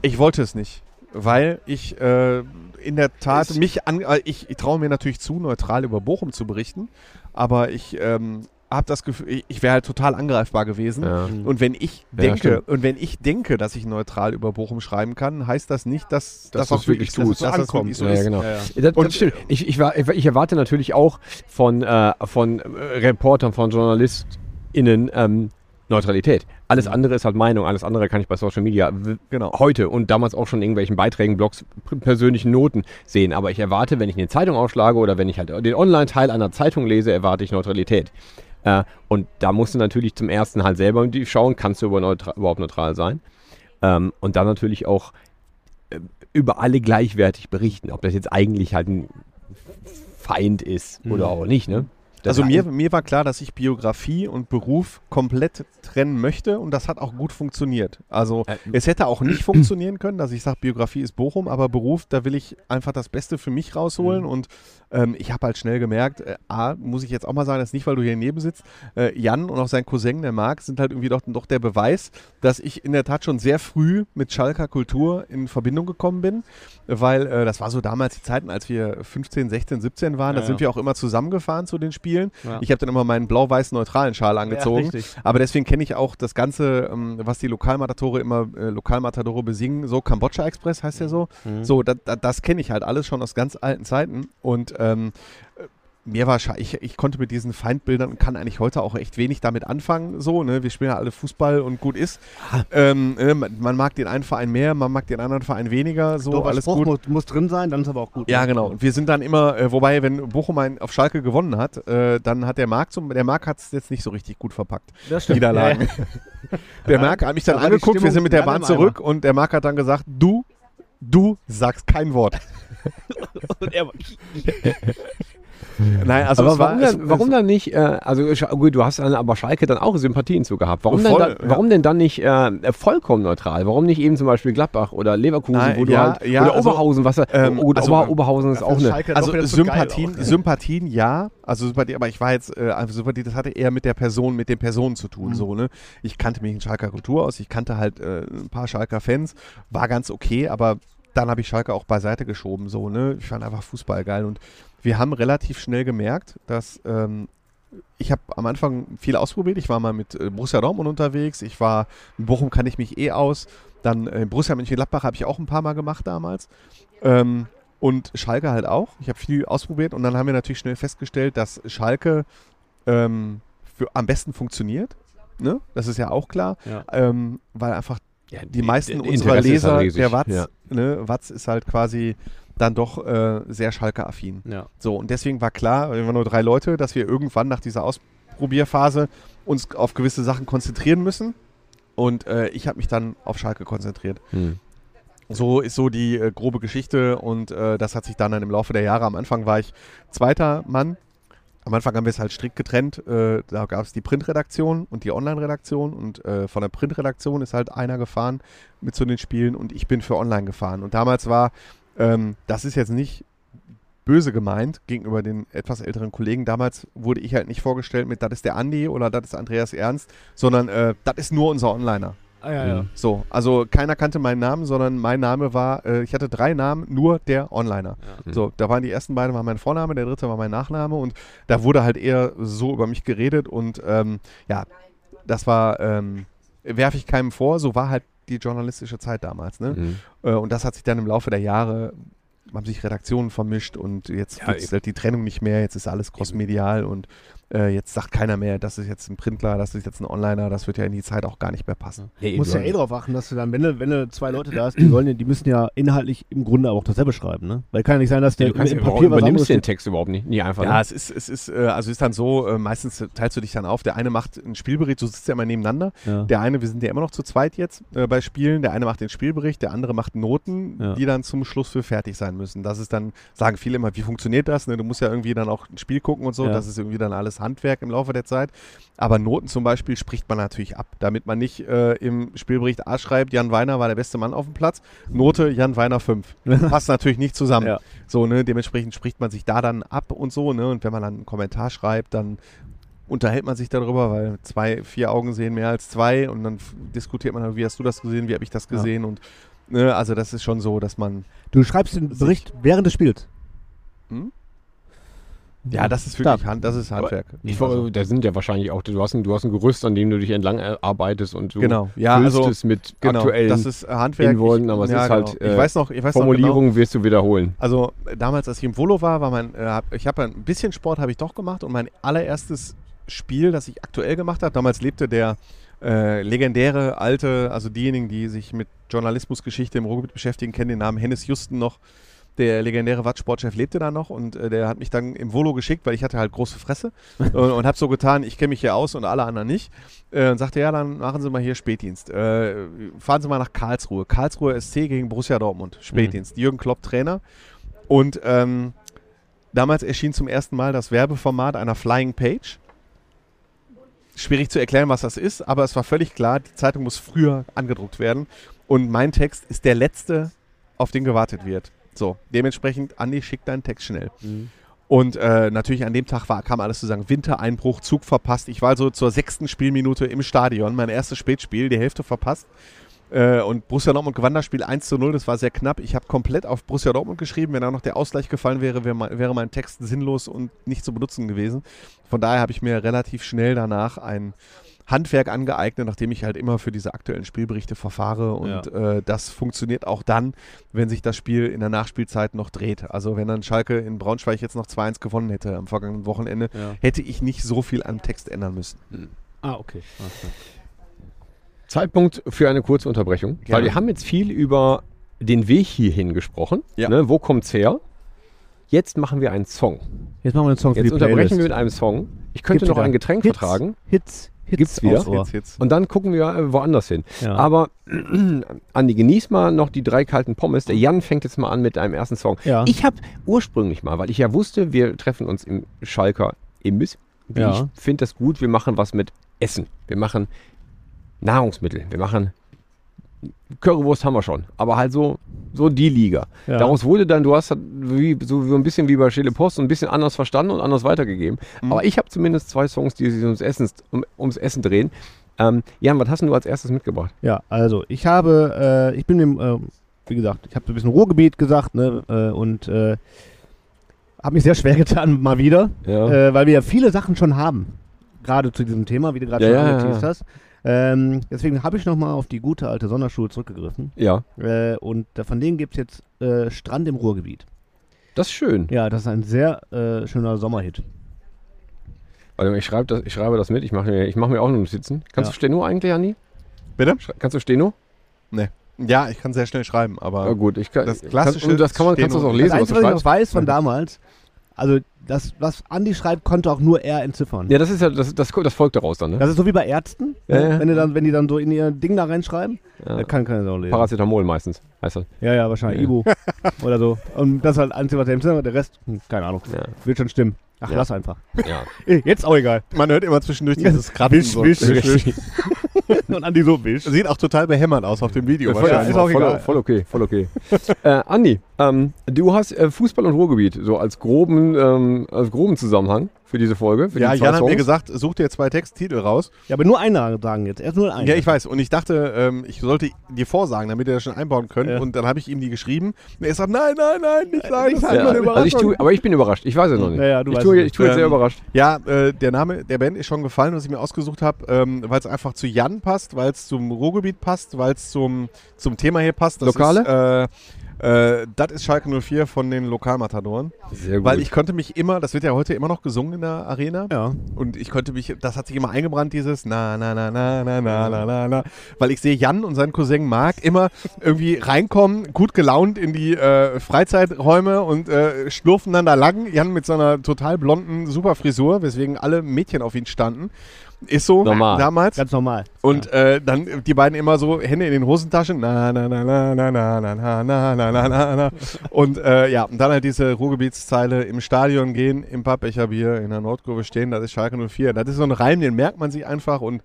[SPEAKER 7] ich wollte es nicht, weil ich äh, in der Tat mich an, äh, ich, ich traue mir natürlich zu, neutral über Bochum zu berichten, aber ich ähm, habe das Gefühl, ich, ich wäre halt total angreifbar gewesen.
[SPEAKER 3] Ja.
[SPEAKER 7] Und wenn ich
[SPEAKER 3] Ja,
[SPEAKER 7] denke,
[SPEAKER 3] stimmt.
[SPEAKER 7] und wenn ich denke, dass ich neutral über Bochum schreiben kann, heißt das nicht, dass,
[SPEAKER 3] Dass
[SPEAKER 7] das
[SPEAKER 3] du es
[SPEAKER 7] auch wirklich
[SPEAKER 3] wirklich tust.
[SPEAKER 7] dass
[SPEAKER 3] Dass
[SPEAKER 7] das
[SPEAKER 3] das
[SPEAKER 7] wirklich so
[SPEAKER 3] Ja,
[SPEAKER 7] ist.
[SPEAKER 3] genau. Das, das
[SPEAKER 7] Und-
[SPEAKER 3] stimmt. Ich, ich, war, ich war- ich erwarte natürlich auch von, äh, von äh, Reportern, von JournalistInnen ähm, Neutralität. Alles
[SPEAKER 7] Mhm.
[SPEAKER 3] andere ist halt Meinung, alles andere kann ich bei Social Media w-
[SPEAKER 7] Genau.
[SPEAKER 3] heute und damals auch schon in irgendwelchen Beiträgen, Blogs, p- persönlichen Noten sehen. Aber ich erwarte, wenn ich eine Zeitung aufschlage oder wenn ich halt den Online-Teil einer Zeitung lese, erwarte ich Neutralität. Äh, und da musst du natürlich zum ersten halt selber die- schauen, kannst du über neutra überhaupt neutral sein? Ähm, und dann natürlich auch äh, über alle gleichwertig berichten, ob das jetzt eigentlich halt ein Feind ist oder auch nicht, ne? Das
[SPEAKER 7] Hm. Also mir,
[SPEAKER 3] heißt,
[SPEAKER 7] mir war klar, dass ich Biografie und Beruf komplett trennen möchte und das hat auch gut funktioniert. Also es hätte auch nicht funktionieren können, dass ich sage, Biografie ist Bochum, aber Beruf, da will ich einfach das Beste für mich rausholen und Ähm, ich habe halt schnell gemerkt, äh, A, muss ich jetzt auch mal sagen, das ist nicht, weil du hier neben sitzt, äh, Jan und auch sein Cousin, der Marc, sind halt irgendwie doch, doch der Beweis, dass ich in der Tat schon sehr früh mit Schalker Kultur in Verbindung gekommen bin, weil äh, das war so damals die Zeiten, als wir 15, 16, 17 waren, da
[SPEAKER 8] Ja,
[SPEAKER 7] sind
[SPEAKER 8] ja.
[SPEAKER 7] wir auch immer zusammengefahren zu den Spielen.
[SPEAKER 8] Ja.
[SPEAKER 7] Ich habe dann immer meinen blau-weißen neutralen Schal angezogen.
[SPEAKER 8] richtig.
[SPEAKER 7] Aber deswegen kenne ich auch das Ganze, ähm, was die Lokalmatadore immer äh, Lokalmatadore besingen, so Kambodscha Express heißt ja so.
[SPEAKER 8] Mhm.
[SPEAKER 7] So, da, da, das kenne ich halt alles schon aus ganz alten Zeiten. Und ähm, äh, mir war scha- ich, ich konnte mit diesen Feindbildern und kann eigentlich heute auch echt wenig damit anfangen. So, ne? Wir spielen ja alle Fußball und gut ist.
[SPEAKER 8] Ah.
[SPEAKER 7] Ähm, äh, man man mag den einen Verein mehr, man mag den anderen Verein weniger, so
[SPEAKER 8] Dober
[SPEAKER 7] alles
[SPEAKER 8] Spruch
[SPEAKER 7] gut.
[SPEAKER 8] Muss, muss drin sein, dann ist aber auch gut. ne?
[SPEAKER 7] Ja, genau. Und wir sind dann immer, äh, wobei, wenn Bochum ein, auf Schalke gewonnen hat, äh, dann hat der Marc zum, der Marc hat es jetzt nicht so richtig gut verpackt.
[SPEAKER 8] Das stimmt.
[SPEAKER 7] Niederlagen. Der Marc hat mich dann
[SPEAKER 8] Da war die
[SPEAKER 7] angeguckt, wir
[SPEAKER 8] Stimmung
[SPEAKER 7] sind mit der
[SPEAKER 8] gerade
[SPEAKER 7] Bahn
[SPEAKER 8] im
[SPEAKER 7] zurück und der Marc hat dann gesagt, du, du sagst kein Wort. Nein, also
[SPEAKER 3] aber
[SPEAKER 7] es war-
[SPEAKER 3] warum,
[SPEAKER 7] es-
[SPEAKER 3] dann, warum dann nicht, äh, also Sch- gut, du hast dann aber Schalke dann auch Sympathien zu gehabt. Warum,
[SPEAKER 7] Oh, Voll,
[SPEAKER 3] denn, dann,
[SPEAKER 7] ja.
[SPEAKER 3] warum denn dann nicht äh, vollkommen neutral? Warum nicht eben zum Beispiel Gladbach oder Leverkusen,
[SPEAKER 7] Nein,
[SPEAKER 3] wo du
[SPEAKER 7] ja,
[SPEAKER 3] halt,
[SPEAKER 7] ja,
[SPEAKER 3] oder
[SPEAKER 7] also,
[SPEAKER 3] Oberhausen, was,
[SPEAKER 7] ähm,
[SPEAKER 3] oder
[SPEAKER 7] also,
[SPEAKER 3] Ober,
[SPEAKER 7] äh,
[SPEAKER 3] Oberhausen ist auch eine,
[SPEAKER 7] Also Sympathien, Sympathien ja, also Sympathie, aber ich war jetzt, äh, also Sympathie, das hatte eher mit der Person, mit den Personen zu
[SPEAKER 3] Mhm.
[SPEAKER 7] tun, so, ne. Ich kannte mich in Schalker Kultur aus, ich kannte halt äh, ein paar Schalker Fans, war ganz okay, aber dann habe ich Schalke auch beiseite geschoben, so, ne. Ich fand einfach Fußball geil und wir haben relativ schnell gemerkt, dass ähm, ich habe am Anfang viel ausprobiert. Ich war mal mit äh, Borussia Dortmund unterwegs. Ich war in Bochum kann ich mich eh aus. Dann äh, Borussia Mönchengladbach habe ich auch ein paar Mal gemacht damals. Ähm, und Schalke halt auch. Ich habe viel ausprobiert und dann haben wir natürlich schnell festgestellt, dass Schalke ähm, für, am besten funktioniert. Ne? Das ist ja auch klar,
[SPEAKER 8] Ja.
[SPEAKER 7] ähm, weil einfach
[SPEAKER 3] Ja,
[SPEAKER 7] die meisten
[SPEAKER 3] der
[SPEAKER 7] unserer
[SPEAKER 3] Interesse ist
[SPEAKER 7] Leser,
[SPEAKER 3] halt riesig,
[SPEAKER 7] der Watz,
[SPEAKER 3] ja.
[SPEAKER 7] ne, Watz ist halt quasi dann doch äh, sehr Schalke-affin.
[SPEAKER 8] Ja.
[SPEAKER 7] So, und deswegen war klar, wir waren nur drei Leute, dass wir irgendwann nach dieser Ausprobierphase uns auf gewisse Sachen konzentrieren müssen. Und äh, ich habe mich dann auf Schalke konzentriert.
[SPEAKER 3] Hm.
[SPEAKER 7] So ist so die äh, grobe Geschichte und äh, das hat sich dann, dann im Laufe der Jahre, am Anfang war ich zweiter Mann. Am Anfang haben wir es halt strikt getrennt. Äh, da gab es die Printredaktion und die Online-Redaktion. Und äh, von der Printredaktion ist halt einer gefahren mit zu den Spielen und ich bin für Online gefahren. Und damals war, ähm, das ist jetzt nicht böse gemeint gegenüber den etwas älteren Kollegen. Damals wurde ich halt nicht vorgestellt mit, das ist der Andi oder das ist Andreas Ernst, sondern äh, das ist nur unser Onliner.
[SPEAKER 8] Ah,
[SPEAKER 3] Hm.
[SPEAKER 8] ja, ja.
[SPEAKER 7] So, also keiner kannte meinen Namen, sondern mein Name war, äh, ich hatte drei Namen, nur der Onliner.
[SPEAKER 3] Mhm.
[SPEAKER 7] So, da waren die ersten beiden waren mein Vorname, der dritte war mein Nachname und da wurde halt eher so über mich geredet und ähm, ja, das war, ähm, werfe ich keinem vor, so war halt die journalistische Zeit damals. Ne?
[SPEAKER 3] Mhm.
[SPEAKER 7] Äh, und das hat sich dann im Laufe der Jahre, haben sich Redaktionen vermischt und jetzt
[SPEAKER 3] Ja,
[SPEAKER 7] gibt es
[SPEAKER 3] eben.
[SPEAKER 7] halt die Trennung nicht mehr, jetzt ist alles crossmedial und äh, jetzt sagt keiner mehr, das ist jetzt ein Printler, das ist jetzt ein Onliner, das wird ja in die Zeit auch gar nicht mehr passen.
[SPEAKER 3] Nee,
[SPEAKER 8] Du musst ja eh drauf achten, dass du dann, wenn du, wenn du zwei Leute da hast, die sollen, ja- die müssen ja inhaltlich im Grunde aber auch dasselbe schreiben, ne? Weil kann ja nicht sein, dass der
[SPEAKER 3] du kannst
[SPEAKER 8] im
[SPEAKER 3] ja, warum
[SPEAKER 8] Papier was anderes
[SPEAKER 3] übernimmst den
[SPEAKER 8] steht.
[SPEAKER 3] Text überhaupt nicht, nicht einfach.
[SPEAKER 7] Ja,
[SPEAKER 3] ne?
[SPEAKER 7] es ist, es ist, äh, also ist dann so, äh, meistens teilst du dich dann auf. Der eine macht einen Spielbericht, du sitzt ja immer nebeneinander.
[SPEAKER 8] Ja.
[SPEAKER 7] Der eine, wir sind ja immer noch zu zweit jetzt äh, bei Spielen, der eine macht den Spielbericht, der andere macht Noten,
[SPEAKER 8] Ja.
[SPEAKER 7] die dann zum Schluss für fertig sein müssen. Das ist dann, sagen viele immer, wie funktioniert das? Ne? Du musst ja irgendwie dann auch ein Spiel gucken und so.
[SPEAKER 8] Ja.
[SPEAKER 7] Das ist irgendwie dann alles Handwerk im Laufe der Zeit. Aber Noten zum Beispiel spricht man natürlich ab, damit man nicht äh, im Spielbericht A schreibt, Jan Weiner war der beste Mann auf dem Platz. Note Jan Weiner 5. Passt natürlich nicht zusammen.
[SPEAKER 8] Ja.
[SPEAKER 7] So, ne, dementsprechend spricht man sich da dann ab und so, ne? Und wenn man dann einen Kommentar schreibt, dann unterhält man sich darüber, weil zwei, vier Augen sehen mehr als zwei und dann f- diskutiert man, wie hast du das gesehen, wie habe ich das
[SPEAKER 8] Ja.
[SPEAKER 7] gesehen und ne, also das ist schon so, dass man
[SPEAKER 8] Du schreibst den Bericht während des Spiels.
[SPEAKER 7] Hm? ja, das ist wirklich
[SPEAKER 8] Stark.
[SPEAKER 7] Hand, das ist Handwerk.
[SPEAKER 3] Ich,
[SPEAKER 7] Also,
[SPEAKER 3] also, da sind ja wahrscheinlich auch, du hast, ein, du hast ein Gerüst, an dem du dich entlang äh, arbeitest und du
[SPEAKER 7] Genau, ja,
[SPEAKER 3] füllst
[SPEAKER 7] also,
[SPEAKER 3] es mit
[SPEAKER 7] genau,
[SPEAKER 3] aktuellen
[SPEAKER 7] das ist Handwerk.
[SPEAKER 3] Involven, aber es ist halt,
[SPEAKER 7] ich
[SPEAKER 3] äh,
[SPEAKER 7] weiß noch, ich weiß noch genau,
[SPEAKER 3] Formulierungen, wirst du wiederholen.
[SPEAKER 7] Also äh, damals, als ich im Volo war, war mein, äh, hab, ich habe ein bisschen Sport habe ich doch gemacht und mein allererstes Spiel, das ich aktuell gemacht habe, damals lebte der äh, legendäre alte, also diejenigen, die sich mit Journalismusgeschichte im Ruhrgebiet beschäftigen, kennen den Namen Hennes Justen noch. Der legendäre Watt-Sportchef lebte da noch und äh, der hat mich dann im Volo geschickt, weil ich hatte halt große Fresse und, und habe so getan, ich kenne mich hier aus und alle anderen nicht. Äh, und sagte, ja, dann machen Sie mal hier Spätdienst. Äh, fahren Sie mal nach Karlsruhe. Karlsruhe SC gegen Borussia Dortmund. Spätdienst. Jürgen Klopp Trainer. Und ähm, damals erschien zum ersten Mal das Werbeformat einer Flying Page. Schwierig zu erklären, was das ist, aber es war völlig klar, die Zeitung muss früher angedruckt werden. Und mein Text ist der letzte, auf den gewartet wird. So, dementsprechend, Andi, schick deinen Text schnell. Und äh, natürlich an dem Tag war, kam alles zusammen. Wintereinbruch, Zug verpasst. Ich war also zur sechsten Spielminute im Stadion. Mein erstes Spätspiel, die Hälfte verpasst. Äh, und Borussia Dortmund gewann das Spiel 1 zu 0. Das war sehr knapp. Ich habe komplett auf Borussia Dortmund geschrieben. Wenn da noch der Ausgleich gefallen wäre, wär mein- wäre mein Text sinnlos und nicht zu benutzen gewesen. Von daher habe ich mir relativ schnell danach ein Handwerk angeeignet, nachdem ich halt immer für diese aktuellen Spielberichte verfahre. Und äh, das funktioniert auch dann, wenn sich das Spiel in der Nachspielzeit noch dreht. Also wenn dann Schalke in Braunschweig jetzt noch 2-1 gewonnen hätte am vergangenen Wochenende,
[SPEAKER 8] Ja.
[SPEAKER 7] hätte ich nicht so viel am Text ändern müssen.
[SPEAKER 8] Ah, okay. Alles klar.
[SPEAKER 3] Zeitpunkt für eine kurze Unterbrechung, weil
[SPEAKER 7] Gerne.
[SPEAKER 3] wir haben jetzt viel über den Weg hierhin gesprochen.
[SPEAKER 2] Ja.
[SPEAKER 3] Ne, wo kommt's her? Jetzt machen wir einen Song.
[SPEAKER 8] Jetzt machen wir einen Song für
[SPEAKER 3] Jetzt
[SPEAKER 8] die Playlist.
[SPEAKER 3] unterbrechen wir mit einem Song. Ich könnte
[SPEAKER 8] Gibt
[SPEAKER 3] noch
[SPEAKER 8] wieder
[SPEAKER 3] ein Getränk
[SPEAKER 8] Hits,
[SPEAKER 3] vertragen
[SPEAKER 8] Hits, Hits
[SPEAKER 3] Gibt's wieder?
[SPEAKER 8] aufs Ohr.
[SPEAKER 7] Jetzt, jetzt.
[SPEAKER 3] und dann gucken wir äh, woanders hin.
[SPEAKER 8] Ja.
[SPEAKER 3] Aber Andi, genieß mal noch die drei kalten Pommes. Der Jan fängt jetzt mal an mit einem ersten Song.
[SPEAKER 8] Ja.
[SPEAKER 3] Ich habe ursprünglich mal, weil ich ja wusste, wir treffen uns im Schalker Imbiss.
[SPEAKER 8] Ja.
[SPEAKER 3] Ich finde das gut, wir machen was mit Essen. Wir machen Nahrungsmittel. Wir machen Currywurst haben wir schon, aber halt so, so die Liga.
[SPEAKER 8] Ja.
[SPEAKER 3] Daraus wurde dann, du hast das wie, so, so ein bisschen wie bei Stille Post, so ein bisschen anders verstanden und anders weitergegeben. Aber ich habe zumindest zwei Songs, die sich ums Essen, um, ums Essen drehen. Ähm, Jan, was hast denn du als erstes mitgebracht?
[SPEAKER 8] Ja, also ich habe, äh, ich bin im, äh, wie gesagt, ich habe so ein bisschen Ruhrgebiet gesagt, ne, äh, und äh, habe mich sehr schwer getan, mal wieder,
[SPEAKER 3] Ja.
[SPEAKER 8] äh, weil wir ja viele Sachen schon haben, gerade zu diesem Thema, wie du gerade
[SPEAKER 3] Ja,
[SPEAKER 8] schon
[SPEAKER 3] ja,
[SPEAKER 8] angeteased
[SPEAKER 3] ja.
[SPEAKER 8] hast. Ähm, deswegen habe ich nochmal auf die gute alte Sonderschule zurückgegriffen
[SPEAKER 3] Ja,
[SPEAKER 8] äh, und da- von denen gibt es jetzt äh, Strand im Ruhrgebiet.
[SPEAKER 3] das ist schön.
[SPEAKER 8] Ja, das ist ein sehr äh, schöner Sommerhit.
[SPEAKER 3] Warte mal, Also ich, schreib das, ich schreibe das mit, ich mache mir, ich mach mir auch nur Notizen. Kannst
[SPEAKER 8] Ja.
[SPEAKER 3] du Steno eigentlich, Andi?
[SPEAKER 7] Bitte?
[SPEAKER 3] Schrei- Kannst du Steno?
[SPEAKER 7] Ja, ich kann sehr schnell schreiben, aber
[SPEAKER 3] Ja, gut, ich kann.
[SPEAKER 7] Das
[SPEAKER 3] kann-
[SPEAKER 7] klassische
[SPEAKER 3] und das kann man, kannst du das
[SPEAKER 7] Steno.
[SPEAKER 3] auch lesen,
[SPEAKER 8] das
[SPEAKER 3] was du
[SPEAKER 8] Einzige, was ich noch
[SPEAKER 3] schreibst?
[SPEAKER 8] weiß von damals, also das, was Andi schreibt, konnte auch nur er entziffern.
[SPEAKER 3] Ja, das ist ja, das, das, das folgt daraus dann, ne?
[SPEAKER 8] Das ist so wie bei Ärzten,
[SPEAKER 3] Ja,
[SPEAKER 8] ne?
[SPEAKER 3] ja.
[SPEAKER 8] Wenn, die dann, wenn die dann so in ihr Ding da reinschreiben.
[SPEAKER 3] Ja.
[SPEAKER 8] Da kann keiner so lesen.
[SPEAKER 3] Paracetamol meistens, heißt das.
[SPEAKER 8] ja, ja, wahrscheinlich.
[SPEAKER 3] Ja.
[SPEAKER 8] Ibu oder so. Und das ist halt ein Zimmer, der Rest, hm, keine Ahnung.
[SPEAKER 3] Ja.
[SPEAKER 8] Wird schon stimmen. Ach,
[SPEAKER 3] Ja.
[SPEAKER 8] lass einfach.
[SPEAKER 3] Ja.
[SPEAKER 8] Ey, Jetzt auch egal.
[SPEAKER 7] man hört immer zwischendurch dieses Kratzen.
[SPEAKER 8] Wisch,
[SPEAKER 7] so.
[SPEAKER 8] wisch, wisch. Und Andi so wisch.
[SPEAKER 7] Sieht auch total behämmert aus auf dem Video
[SPEAKER 3] Voll,
[SPEAKER 7] wahrscheinlich.
[SPEAKER 8] ist auch
[SPEAKER 3] voll,
[SPEAKER 8] egal.
[SPEAKER 3] voll okay, voll okay. äh, Andi, ähm, du hast äh, Fußball und Ruhrgebiet so als groben, ähm, als groben Zusammenhang für diese Folge. Für
[SPEAKER 7] Ja,
[SPEAKER 3] die zwei
[SPEAKER 7] Jan hat mir
[SPEAKER 3] Songs.
[SPEAKER 7] gesagt, such dir zwei Texttitel raus.
[SPEAKER 8] Ja, aber nur einer sagen jetzt. Erst nur einer.
[SPEAKER 7] Ah, Ja, ich weiß. Und ich dachte, ähm, ich sollte dir vorsagen, damit ihr das schon einbauen könnt.
[SPEAKER 8] Ja.
[SPEAKER 7] Und dann habe ich ihm die geschrieben. Und er sagt, nein, nein, nein, nicht sagen. Das ist
[SPEAKER 3] Ja,
[SPEAKER 7] nur eine
[SPEAKER 3] also ich
[SPEAKER 7] Überraschung.
[SPEAKER 3] tue, aber ich bin überrascht. Ich weiß es noch nicht.
[SPEAKER 8] Ja, ja, du
[SPEAKER 3] ich
[SPEAKER 8] weißt
[SPEAKER 3] tue,
[SPEAKER 8] es
[SPEAKER 3] jetzt- ich
[SPEAKER 8] nicht.
[SPEAKER 3] tue jetzt sehr
[SPEAKER 7] Ähm,
[SPEAKER 3] überrascht.
[SPEAKER 7] Ja, äh, der Name der Band ist schon gefallen, was ich mir ausgesucht habe, ähm, weil es einfach zu Jan passt, weil es zum Ruhrgebiet passt, weil es zum, zum Thema hier passt. Das
[SPEAKER 3] Lokale?
[SPEAKER 7] Ist, äh, äh, das ist Schalke 04 von den Lokalmatadoren.
[SPEAKER 3] Sehr gut.
[SPEAKER 7] Weil ich konnte mich immer, das wird ja heute immer noch gesungen in der Arena.
[SPEAKER 8] Ja.
[SPEAKER 7] Und ich konnte mich, das hat sich immer eingebrannt, dieses na na na na na na na na na. Weil ich sehe Jan und seinen Cousin Marc immer irgendwie reinkommen, gut gelaunt in die äh, Freizeiträume und äh, schlurfen dann da lang. Jan mit seiner total blonden Superfrisur, weswegen alle Mädchen auf ihn standen. Ist so
[SPEAKER 3] Normal.
[SPEAKER 7] damals.
[SPEAKER 8] Ganz normal.
[SPEAKER 7] Und äh, dann die beiden immer so Hände in den Hosentaschen. Na, na, na, na, na, na, na, na, na, na, na, na, na. Und äh, ja, und dann halt diese Ruhrgebietszeile im Stadion gehen, im Pappbecherbier, in der Nordkurve stehen, das ist Schalke 04. Das ist so ein Reim, den merkt man sich einfach und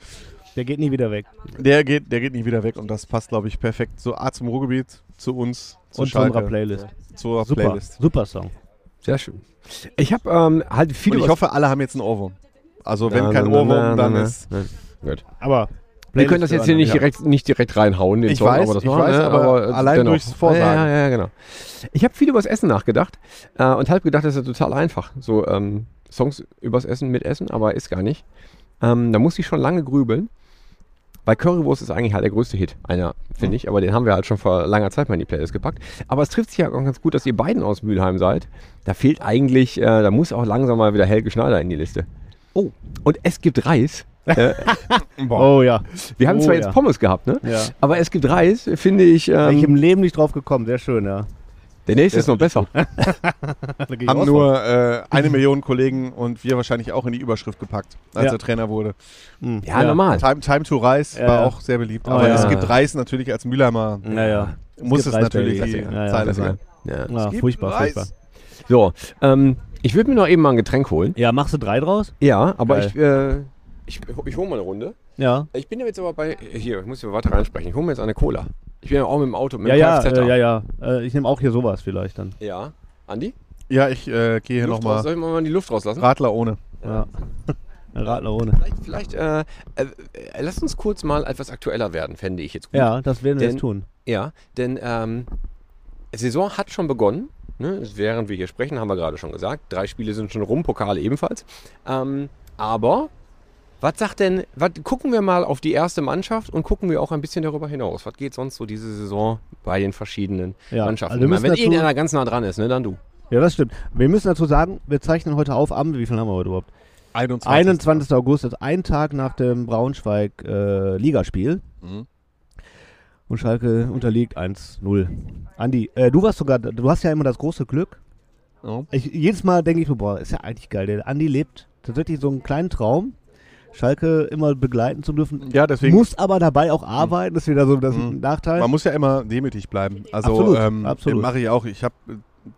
[SPEAKER 8] Der geht nie wieder weg.
[SPEAKER 7] der geht, der geht nicht wieder weg und das passt, glaube ich, perfekt. So A zum Ruhrgebiet, zu uns, zu
[SPEAKER 8] Und zu unserer
[SPEAKER 7] Schalke,
[SPEAKER 8] Playlist.
[SPEAKER 7] zur
[SPEAKER 8] Super.
[SPEAKER 7] Playlist.
[SPEAKER 8] Super Song.
[SPEAKER 3] sehr schön. Ich habe ähm, halt viele.
[SPEAKER 7] Und ich hoffe, alle haben jetzt einen Ohrwurm. Also wenn kein Ohrwurm, dann ist...
[SPEAKER 3] Gut.
[SPEAKER 8] Aber
[SPEAKER 3] Wir können das jetzt hier nicht direkt, nicht direkt reinhauen, den
[SPEAKER 7] Ich
[SPEAKER 3] Song,
[SPEAKER 7] weiß,
[SPEAKER 3] aber das
[SPEAKER 7] ich
[SPEAKER 3] machen,
[SPEAKER 7] weiß,
[SPEAKER 3] ne?
[SPEAKER 7] aber
[SPEAKER 3] äh,
[SPEAKER 7] allein durchs Vorsagen.
[SPEAKER 3] Ja, ja, ja, genau. Ich habe viel über das Essen nachgedacht äh, und habe gedacht, das ist ja total einfach. So ähm, Songs übers Essen mit Essen, aber ist gar nicht. Ähm, da muss ich schon lange grübeln. Weil Currywurst ist eigentlich halt der größte Hit, einer,
[SPEAKER 7] Mhm.
[SPEAKER 3] finde ich, aber den haben wir halt schon vor langer Zeit mal in die Playlist gepackt. Aber es trifft sich ja auch ganz gut, dass ihr beiden aus Mülheim seid. Da fehlt eigentlich, äh, da muss auch langsam mal wieder Helge Schneider in die Liste. Oh. Und es gibt Reis.
[SPEAKER 8] Oh ja.
[SPEAKER 3] Wir haben
[SPEAKER 8] Oh,
[SPEAKER 3] zwar
[SPEAKER 8] ja.
[SPEAKER 3] jetzt Pommes gehabt, ne?
[SPEAKER 8] Ja.
[SPEAKER 3] Aber es gibt Reis, finde ich.
[SPEAKER 8] Bin ich
[SPEAKER 3] Ähm,
[SPEAKER 8] im Leben nicht drauf gekommen. Sehr schön, ja.
[SPEAKER 3] der nächste ist noch besser.
[SPEAKER 8] Da geh ich
[SPEAKER 7] Haben
[SPEAKER 8] auch von.
[SPEAKER 7] nur äh, eine Million Kollegen und wir wahrscheinlich auch in die Überschrift gepackt, als
[SPEAKER 8] Ja.
[SPEAKER 7] er Trainer wurde.
[SPEAKER 8] Hm.
[SPEAKER 3] Ja, normal.
[SPEAKER 7] Time, Time to Rise
[SPEAKER 8] Ja,
[SPEAKER 7] war
[SPEAKER 8] ja.
[SPEAKER 7] auch sehr beliebt.
[SPEAKER 8] Oh,
[SPEAKER 7] aber
[SPEAKER 8] ja. Mhm.
[SPEAKER 7] es gibt Reis natürlich als Mülheimer.
[SPEAKER 8] Ja, ja.
[SPEAKER 7] Muss es
[SPEAKER 8] gibt Reis,
[SPEAKER 7] natürlich
[SPEAKER 8] Baby.
[SPEAKER 7] die
[SPEAKER 8] Ja, ja,
[SPEAKER 7] Zeile
[SPEAKER 3] Das ist
[SPEAKER 7] sein.
[SPEAKER 3] ja. Ja.
[SPEAKER 8] Ja,
[SPEAKER 7] gibt
[SPEAKER 8] furchtbar,
[SPEAKER 7] Reis.
[SPEAKER 8] furchtbar.
[SPEAKER 3] So, ähm, ich würde mir noch eben mal ein Getränk holen.
[SPEAKER 8] Ja, machst du drei draus?
[SPEAKER 3] Ja, aber
[SPEAKER 8] Geil.
[SPEAKER 3] ich, äh, ich, ich hole mal eine Runde.
[SPEAKER 8] Ja.
[SPEAKER 3] Ich bin ja jetzt aber bei. Hier, ich muss hier weiter reinsprechen. Ich hole mir jetzt eine Cola. Ich bin ja auch mit dem Auto, mit
[SPEAKER 8] Ja,
[SPEAKER 3] dem
[SPEAKER 8] ja,
[SPEAKER 3] Kfz.
[SPEAKER 8] äh,
[SPEAKER 3] ab.
[SPEAKER 8] ja, ja. Äh, ich nehme auch hier sowas vielleicht dann.
[SPEAKER 3] ja. Andi?
[SPEAKER 7] Ja, ich äh, gehe hier
[SPEAKER 3] Luft raus,
[SPEAKER 7] nochmal.
[SPEAKER 3] soll ich mal die Luft rauslassen?
[SPEAKER 7] Radler ohne.
[SPEAKER 8] Ja. Ein Radler ohne.
[SPEAKER 3] Vielleicht, vielleicht äh, äh, äh, lass uns kurz mal etwas aktueller werden, fände ich jetzt gut.
[SPEAKER 8] Ja, das werden wir
[SPEAKER 3] Denn-
[SPEAKER 8] jetzt tun.
[SPEAKER 3] Ja, denn ähm, Saison hat schon begonnen. Ne? Während wir hier sprechen, haben wir gerade schon gesagt. Drei Spiele sind schon rum, Pokale ebenfalls. Ähm, aber was sagt denn, was, gucken wir mal auf die erste Mannschaft und gucken wir auch ein bisschen darüber hinaus. Was geht sonst so diese Saison bei den verschiedenen
[SPEAKER 8] Ja,
[SPEAKER 3] Mannschaften?
[SPEAKER 8] also wir
[SPEAKER 3] Ich meine,
[SPEAKER 8] müssen
[SPEAKER 3] wenn
[SPEAKER 8] dazu-
[SPEAKER 3] irgendeiner ganz nah dran ist, ne, dann du.
[SPEAKER 8] Ja, das stimmt. Wir müssen dazu sagen, wir zeichnen heute auf am, wie viel haben wir heute überhaupt?
[SPEAKER 7] 21.
[SPEAKER 8] 21. August, das ist ein Tag nach dem Braunschweig-Ligaspiel.
[SPEAKER 7] Mhm.
[SPEAKER 8] Und Schalke unterliegt 1-0. Andi, äh, du warst sogar, du hast ja immer das große Glück.
[SPEAKER 7] Ja.
[SPEAKER 8] Ich, jedes Mal denke ich mir, boah, ist ja eigentlich geil. Der Andi lebt tatsächlich so einen kleinen Traum, Schalke immer begleiten zu dürfen.
[SPEAKER 7] Ja, deswegen.
[SPEAKER 8] Muss aber dabei auch arbeiten, das ist wieder so das
[SPEAKER 7] Mhm.
[SPEAKER 8] Nachteil.
[SPEAKER 7] man muss ja immer demütig bleiben. Also
[SPEAKER 8] Absolut,
[SPEAKER 7] ähm,
[SPEAKER 8] absolut.
[SPEAKER 7] mache ich auch. Ich habe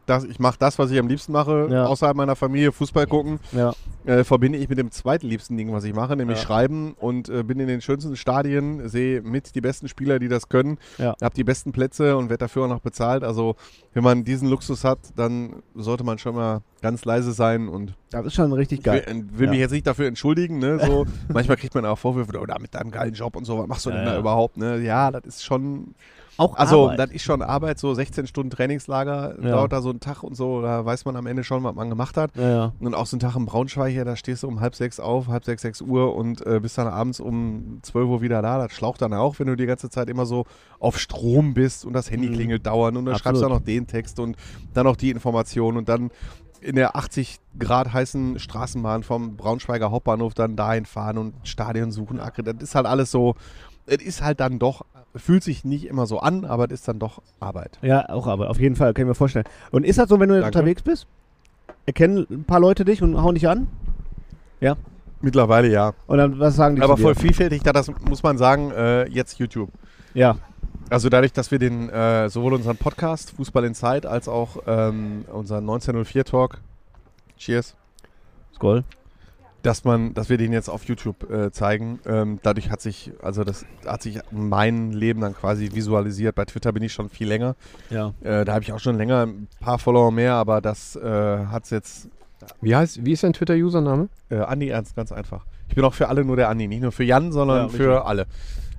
[SPEAKER 7] das, ich mache das, was ich am liebsten mache,
[SPEAKER 8] Ja.
[SPEAKER 7] außerhalb meiner Familie, Fußball gucken,
[SPEAKER 8] ja.
[SPEAKER 7] äh, verbinde ich mit dem zweitliebsten Ding, was ich mache, nämlich
[SPEAKER 8] Ja.
[SPEAKER 7] Schreiben und äh, bin in den schönsten Stadien, sehe mit die besten Spieler, die das können,
[SPEAKER 8] Ja.
[SPEAKER 7] habe die besten Plätze und werde dafür auch noch bezahlt. Also wenn man diesen Luxus hat, dann sollte man schon mal ganz leise sein und
[SPEAKER 8] Das ist schon richtig geil.
[SPEAKER 7] Ich will, will mich
[SPEAKER 8] Ja.
[SPEAKER 7] jetzt nicht dafür entschuldigen, ne? So, manchmal kriegt man auch Vorwürfe, oder mit deinem geilen Job und so, was machst du denn
[SPEAKER 8] Ja,
[SPEAKER 7] da
[SPEAKER 8] ja.
[SPEAKER 7] überhaupt? Ne? Ja, das ist schon.
[SPEAKER 8] Auch
[SPEAKER 7] Also,
[SPEAKER 8] Arbeit.
[SPEAKER 7] das ist schon Arbeit, so 16 Stunden Trainingslager
[SPEAKER 8] Ja.
[SPEAKER 7] dauert da so ein Tag und so, da weiß man am Ende schon, was man gemacht hat.
[SPEAKER 8] ja, ja.
[SPEAKER 7] Und auch so ein Tag im Braunschweig hier, da stehst du um halb sechs auf, halb sechs, sechs Uhr und äh, bist dann abends um 12 Uhr wieder da. Das schlaucht dann auch, wenn du die ganze Zeit immer so auf Strom bist und das Handy
[SPEAKER 8] Mhm.
[SPEAKER 7] klingelt dauernd und dann
[SPEAKER 8] Absolut.
[SPEAKER 7] schreibst du dann noch den Text und dann noch die Information und dann in der 80 Grad heißen Straßenbahn vom Braunschweiger Hauptbahnhof dann dahin fahren und Stadion suchen. Akre, Das ist halt alles so, es ist halt dann doch, fühlt sich nicht immer so an, aber es ist dann doch Arbeit.
[SPEAKER 8] Ja, auch aber auf jeden Fall, kann ich mir vorstellen. Und ist das so, wenn du jetzt
[SPEAKER 7] Danke.
[SPEAKER 8] unterwegs bist? Erkennen ein paar Leute dich und hauen dich an?
[SPEAKER 7] Mittlerweile ja.
[SPEAKER 8] Und dann was sagen die
[SPEAKER 7] Aber
[SPEAKER 8] zu
[SPEAKER 7] voll
[SPEAKER 8] dir?
[SPEAKER 7] vielfältig, da das muss man sagen, äh, jetzt YouTube.
[SPEAKER 8] Ja,
[SPEAKER 7] Also dadurch, dass wir den äh, sowohl unseren Podcast Fußball in Zeit als auch ähm, unseren 1904 Talk Cheers,
[SPEAKER 8] Skoll.
[SPEAKER 7] dass man, dass wir den jetzt auf YouTube äh, zeigen, ähm, dadurch hat sich, also das hat sich mein Leben dann quasi visualisiert. Bei Twitter bin ich schon viel länger,
[SPEAKER 8] Ja.
[SPEAKER 7] äh, da habe ich auch schon länger ein paar Follower mehr, aber das äh, hat's jetzt
[SPEAKER 3] Wie, heißt, wie ist dein Twitter-Username?
[SPEAKER 7] äh, Andi ernst, ganz einfach. Ich bin auch für alle nur der Andi, nicht nur für Jan, sondern
[SPEAKER 8] Ja, mich
[SPEAKER 7] für alle.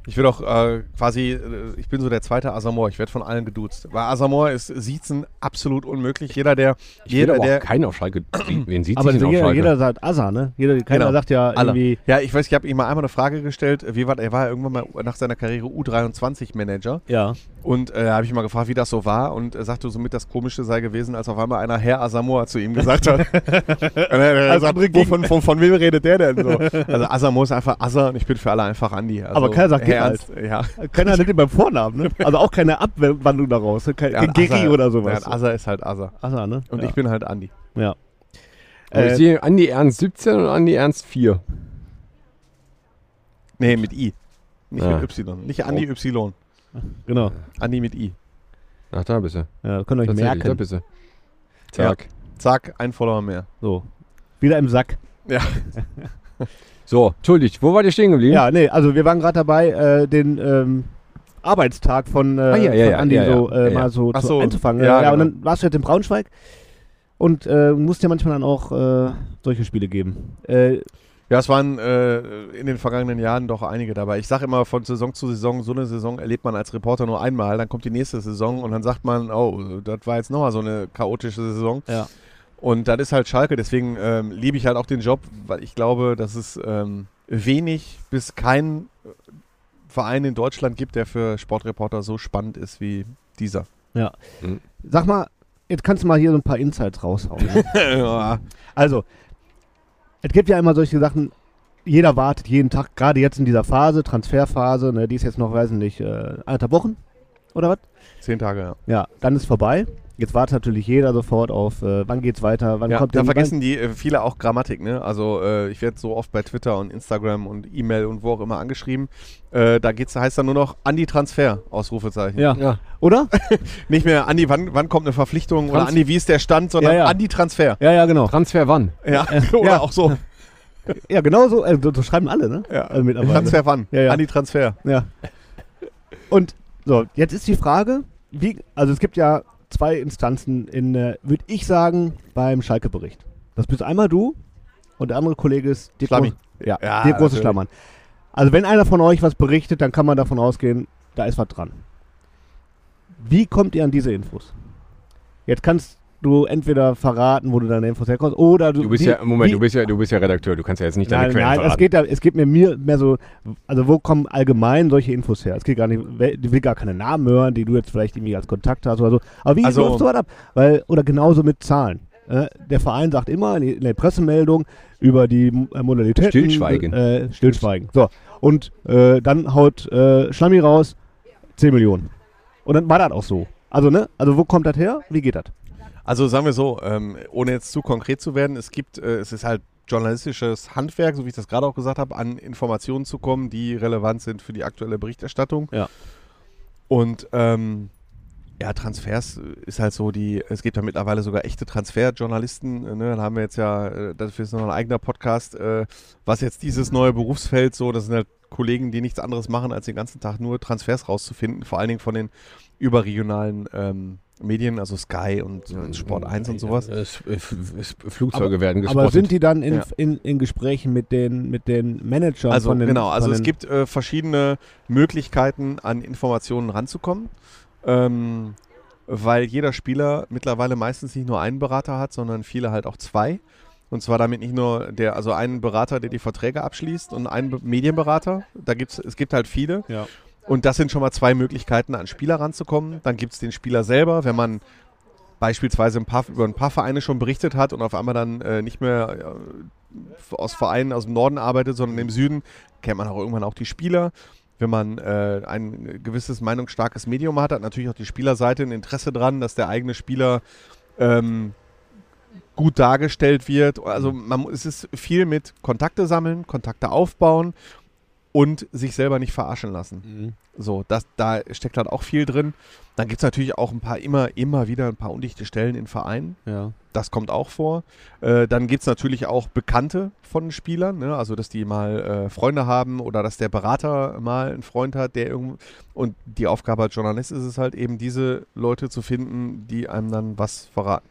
[SPEAKER 7] Ich bin auch äh, quasi, äh, ich bin so der zweite Asamoah. Ich werde von allen geduzt. Weil Asamoah ist Siezen absolut unmöglich. Jeder, der, jeder, der,
[SPEAKER 3] keinen auf Schalke. Wen sieht
[SPEAKER 8] Aber
[SPEAKER 3] sich denn auf
[SPEAKER 8] jeder,
[SPEAKER 3] Schalke?
[SPEAKER 8] jeder sagt Asa, ne? Jeder, keiner
[SPEAKER 7] Genau.
[SPEAKER 8] sagt ja
[SPEAKER 7] Alle.
[SPEAKER 8] irgendwie.
[SPEAKER 7] ja, ich weiß, ich habe ihm mal einmal eine Frage gestellt. äh, Wie war, er war irgendwann mal nach seiner Karriere U23-Manager.
[SPEAKER 8] Ja.
[SPEAKER 7] Und äh, habe ich mal gefragt, wie das so war. Und er sagte somit, das Komische sei gewesen, als auf einmal einer Herr Asamoah zu ihm gesagt hat. und er hat er gesagt, wovon, von, von wem redet der denn? So. Also Asamoah ist einfach Asa und ich bin für alle einfach Andi. Also,
[SPEAKER 8] Aber keiner sagt
[SPEAKER 7] Herr
[SPEAKER 8] Gerald.
[SPEAKER 7] Ernst, Ja.
[SPEAKER 8] Keiner nennt ihn beim Vornamen, ne? Also auch keine Abwandlung daraus. ne? Kein,
[SPEAKER 7] Ja,
[SPEAKER 8] kein
[SPEAKER 7] und Asa-
[SPEAKER 8] Geri oder sowas.
[SPEAKER 7] Ja, und Asa ist halt Asa.
[SPEAKER 8] Asa, ne?
[SPEAKER 7] Und
[SPEAKER 8] ja.
[SPEAKER 7] ich bin halt Andi.
[SPEAKER 8] Ja.
[SPEAKER 3] Also
[SPEAKER 8] Äh,
[SPEAKER 3] ich sehe Andi Ernst 17 und Andi Ernst 4.
[SPEAKER 7] Nee, mit I. Nicht
[SPEAKER 3] Ja.
[SPEAKER 7] mit Y. Nicht Andi Y.
[SPEAKER 8] genau.
[SPEAKER 7] Andi mit I.
[SPEAKER 3] Ach, da bist du.
[SPEAKER 8] Ja, das könnt ihr euch
[SPEAKER 3] Tatsächlich, Da
[SPEAKER 8] merken.
[SPEAKER 3] bist du.
[SPEAKER 7] Zack.
[SPEAKER 3] Zack.
[SPEAKER 7] Zack, ein Follower mehr.
[SPEAKER 8] So. Wieder im Sack.
[SPEAKER 3] So, entschuldigt, wo wart ihr stehen geblieben?
[SPEAKER 8] Ja, nee, also wir waren gerade dabei, äh, den ähm, Arbeitstag von, äh,
[SPEAKER 3] Ah, ja, ja,
[SPEAKER 8] von
[SPEAKER 3] ja,
[SPEAKER 8] Andi
[SPEAKER 3] ja, ja.
[SPEAKER 8] so äh,
[SPEAKER 3] Ja, ja.
[SPEAKER 8] mal so,
[SPEAKER 7] Ach
[SPEAKER 8] zu-
[SPEAKER 7] so,
[SPEAKER 8] einzufangen. Äh,
[SPEAKER 7] ja,
[SPEAKER 8] Ja, ja, und
[SPEAKER 7] genau.
[SPEAKER 8] dann warst du jetzt in Braunschweig und äh, musst ja manchmal dann auch äh, solche Spiele geben. Äh,
[SPEAKER 7] Ja, es waren äh, in den vergangenen Jahren doch einige dabei. Ich sage immer, von Saison zu Saison, so eine Saison erlebt man als Reporter nur einmal, dann kommt die nächste Saison und dann sagt man, oh, das war jetzt nochmal so eine chaotische Saison.
[SPEAKER 8] Ja.
[SPEAKER 7] Und das ist halt Schalke, deswegen ähm, liebe ich halt auch den Job, weil ich glaube, dass es ähm, wenig bis kein äh, Verein in Deutschland gibt, der für Sportreporter so spannend ist wie dieser.
[SPEAKER 8] sag mal, jetzt kannst du mal hier so ein paar Insights raushauen. ne?
[SPEAKER 7] ja.
[SPEAKER 8] also, es gibt ja immer solche Sachen, jeder wartet jeden Tag, gerade jetzt in dieser Phase, Transferphase, ne, die ist jetzt noch, weiß ich nicht, äh, anderthalb Wochen oder was?
[SPEAKER 7] Zehn Tage, ja.
[SPEAKER 8] Ja, dann ist vorbei. Jetzt wartet natürlich jeder sofort auf, äh, wann geht's weiter, wann
[SPEAKER 7] ja,
[SPEAKER 8] kommt
[SPEAKER 7] da
[SPEAKER 8] der
[SPEAKER 7] vergessen die äh, viele auch Grammatik, ne? Also äh, ich werde so oft bei Twitter und Instagram und E-Mail und wo auch immer angeschrieben. Äh, da geht's, heißt dann nur noch Andi Transfer, Ausrufezeichen.
[SPEAKER 8] Ja.
[SPEAKER 3] Ja.
[SPEAKER 8] Oder?
[SPEAKER 7] Nicht mehr Andi, wann, wann kommt eine Verpflichtung oder
[SPEAKER 3] Trans-
[SPEAKER 7] Andi, wie ist der Stand, sondern
[SPEAKER 8] Ja, ja.
[SPEAKER 7] Andi Transfer.
[SPEAKER 8] Ja, ja, genau.
[SPEAKER 3] Transfer wann?
[SPEAKER 7] Ja, oder auch so.
[SPEAKER 8] Ja, genau so, äh, so, so schreiben alle, ne?
[SPEAKER 7] Ja.
[SPEAKER 8] Also mittlerweile.
[SPEAKER 7] Transfer wann?
[SPEAKER 8] Ja, ja.
[SPEAKER 7] Andi Transfer.
[SPEAKER 8] Ja. Und so, jetzt ist die Frage, wie, also es gibt ja zwei Instanzen in, äh, würde ich sagen, beim Schalke-Bericht. Das bist einmal du und der andere Kollege ist Dirk
[SPEAKER 7] Schlammi.
[SPEAKER 8] Groß- Ja,
[SPEAKER 7] Ja,
[SPEAKER 8] Dirk Große
[SPEAKER 7] natürlich.
[SPEAKER 8] Schlammern. Also wenn einer von euch was berichtet, dann kann man davon ausgehen, da ist was dran. Wie kommt ihr an diese Infos? Jetzt kannst du entweder verraten, wo du deine Infos herkommst, oder du.
[SPEAKER 3] Du bist
[SPEAKER 8] wie,
[SPEAKER 3] ja, Moment,
[SPEAKER 8] wie,
[SPEAKER 3] du bist ja, du bist ja Redakteur, du kannst ja jetzt nicht deine
[SPEAKER 8] Nein,
[SPEAKER 3] Quellen
[SPEAKER 8] nein, es
[SPEAKER 3] verraten.
[SPEAKER 8] geht, da, es geht mir, mir mehr so, also wo kommen allgemein solche Infos her? Es geht gar nicht, wel- ich will gar keine Namen hören, die du jetzt vielleicht irgendwie als Kontakt hast oder so. Aber wie
[SPEAKER 7] Also-
[SPEAKER 8] läuft sowas ab? Weil, oder genauso mit Zahlen. Äh, Der Verein sagt immer in die- in der Pressemeldung über die äh, Modalitäten.
[SPEAKER 3] Stillschweigen.
[SPEAKER 8] Äh, Stillschweigen. So. Und äh, dann haut äh, Schlammi raus 10 Millionen. Und dann war das auch so. Also, ne? Also, wo kommt das her? Wie geht das?
[SPEAKER 7] Also sagen wir so, ähm, ohne jetzt zu konkret zu werden, es gibt, äh, es ist halt journalistisches Handwerk, so wie ich das gerade auch gesagt habe, an Informationen zu kommen, die relevant sind für die aktuelle Berichterstattung.
[SPEAKER 8] Ja.
[SPEAKER 7] Und ähm, ja, Transfers ist halt so die, es gibt ja mittlerweile sogar echte Transferjournalisten. äh, Ne? Dann haben wir jetzt ja, äh, dafür ist noch ein eigener Podcast, äh, was jetzt dieses neue Berufsfeld so, das sind halt Kollegen, die nichts anderes machen, als den ganzen Tag nur Transfers rauszufinden, vor allen Dingen von den überregionalen ähm, Medien, also Sky und, und Sport 1 und um sowas.
[SPEAKER 3] Es, es, es, Flugzeuge werden gespottet.
[SPEAKER 8] Aber sind die dann in,
[SPEAKER 7] Ja.
[SPEAKER 8] in, in Gesprächen mit den, mit den Managern
[SPEAKER 7] Also
[SPEAKER 8] von den
[SPEAKER 7] genau, also
[SPEAKER 8] von
[SPEAKER 7] es
[SPEAKER 8] den,
[SPEAKER 7] gibt äh, verschiedene Möglichkeiten, an Informationen ranzukommen, ähm, weil jeder Spieler mittlerweile meistens nicht nur einen Berater hat, sondern viele halt auch zwei. Und zwar damit nicht nur der, also einen Berater, der die Verträge abschließt und einen Be- Medienberater. Da gibt's, es gibt halt viele.
[SPEAKER 8] Ja.
[SPEAKER 7] Und das sind schon mal zwei Möglichkeiten, an Spieler ranzukommen. Dann gibt es den Spieler selber, wenn man beispielsweise ein paar, über ein paar Vereine schon berichtet hat und auf einmal dann äh, nicht mehr äh, aus Vereinen aus dem Norden arbeitet, sondern im Süden, kennt man auch irgendwann auch die Spieler. Wenn man äh, ein gewisses meinungsstarkes Medium hat, hat natürlich auch die Spielerseite ein Interesse dran, dass der eigene Spieler ähm, gut dargestellt wird. Also man, mu- es ist viel mit Kontakte sammeln, Kontakte aufbauen und sich selber nicht verarschen lassen. So, das, da steckt halt auch viel drin. Dann gibt es natürlich auch ein paar, immer, immer wieder ein paar undichte Stellen in Vereinen.
[SPEAKER 1] Ja.
[SPEAKER 7] Das kommt auch vor. Äh, dann gibt es natürlich auch Bekannte von Spielern, ne? also dass die mal äh, Freunde haben oder dass der Berater mal einen Freund hat, der irgend Und die Aufgabe als Journalist ist es halt eben, diese Leute zu finden, die einem dann was verraten.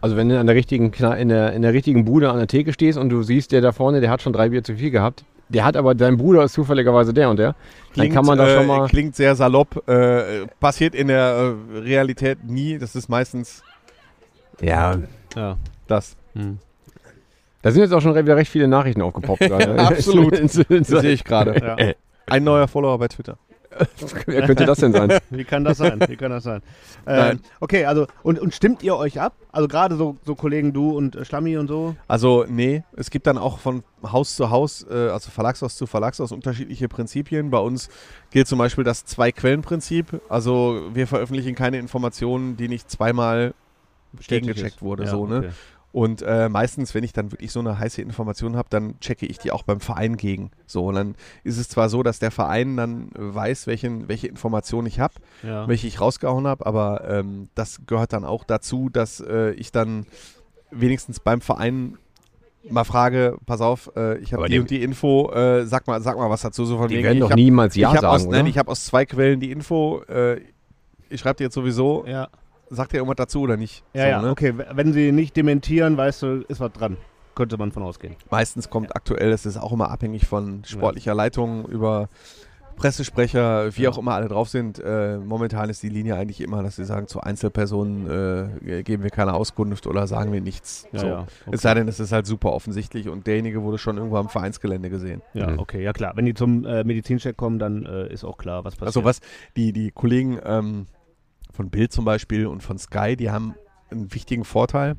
[SPEAKER 3] Also wenn du an der richtigen Kna- in der, in der richtigen Bude an der Theke stehst und du siehst, der da vorne, der hat schon drei Bier zu viel gehabt, der hat aber, dein Bruder ist zufälligerweise der und der, dann kann man da
[SPEAKER 7] äh,
[SPEAKER 3] schon mal...
[SPEAKER 7] Klingt sehr salopp, äh, passiert in der äh, Realität nie. Das ist meistens
[SPEAKER 3] Ja.
[SPEAKER 7] das.
[SPEAKER 3] Da sind jetzt auch schon re- wieder recht viele Nachrichten aufgepoppt. gerade.
[SPEAKER 7] absolut.
[SPEAKER 3] In- in- in-
[SPEAKER 7] Das sehe ich gerade. Ein neuer Follower bei Twitter.
[SPEAKER 3] Wer könnte das denn sein?
[SPEAKER 8] Wie kann das sein? Wie kann das sein? Äh,
[SPEAKER 7] Nein.
[SPEAKER 8] okay, also und, und stimmt ihr euch ab? Also gerade so, so Kollegen du und äh, Schlammi und so?
[SPEAKER 7] Also nee, es gibt dann auch von Haus zu Haus, äh, also Verlagshaus zu Verlagshaus unterschiedliche Prinzipien. Bei uns gilt zum Beispiel das Zwei-Quellen-Prinzip. Also wir veröffentlichen keine Informationen, die nicht zweimal gegengecheckt wurde. so, ne? Und äh, meistens, wenn ich dann wirklich so eine heiße Information habe, dann checke ich die auch beim Verein gegen. So, und dann ist es zwar so, dass der Verein dann weiß, welchen, welche Information ich habe,
[SPEAKER 8] Ja.
[SPEAKER 7] welche ich rausgehauen habe, aber ähm, das gehört dann auch dazu, dass äh, ich dann wenigstens beim Verein mal frage, pass auf, äh, ich habe
[SPEAKER 3] Aber
[SPEAKER 7] die
[SPEAKER 3] dem-
[SPEAKER 7] und die Info, äh, sag mal, sag mal was dazu, so von
[SPEAKER 3] Die
[SPEAKER 7] wegen,
[SPEAKER 3] werden
[SPEAKER 7] ich
[SPEAKER 3] doch
[SPEAKER 7] hab-
[SPEAKER 3] niemals
[SPEAKER 7] ich
[SPEAKER 3] Ja
[SPEAKER 7] hab
[SPEAKER 3] sagen,
[SPEAKER 7] aus,
[SPEAKER 3] oder?
[SPEAKER 7] Nein, ich habe aus zwei Quellen die Info, äh, ich schreibe dir jetzt sowieso,
[SPEAKER 8] Ja,
[SPEAKER 7] sagt dir irgendwas dazu oder nicht?
[SPEAKER 8] ja,
[SPEAKER 7] So,
[SPEAKER 8] ja.
[SPEAKER 7] ne?
[SPEAKER 8] okay. w- Wenn sie nicht dementieren, weißt du, ist was dran. Könnte man von ausgehen.
[SPEAKER 7] Meistens kommt aktuell, es ist auch immer abhängig von sportlicher Leitung über Pressesprecher, wie auch immer alle drauf sind. Äh, momentan ist die Linie eigentlich immer, dass sie sagen, zu Einzelpersonen äh, geben wir keine Auskunft oder sagen wir nichts.
[SPEAKER 8] Ja,
[SPEAKER 7] so.
[SPEAKER 8] ja,
[SPEAKER 7] Es sei denn, es ist halt super offensichtlich und derjenige wurde schon irgendwo am Vereinsgelände gesehen.
[SPEAKER 8] Ja, okay, ja klar. Wenn die zum äh, Medizincheck kommen, dann äh, ist auch klar, was passiert.
[SPEAKER 7] Also was die, die Kollegen ähm, von Bild zum Beispiel und von Sky, die haben einen wichtigen Vorteil.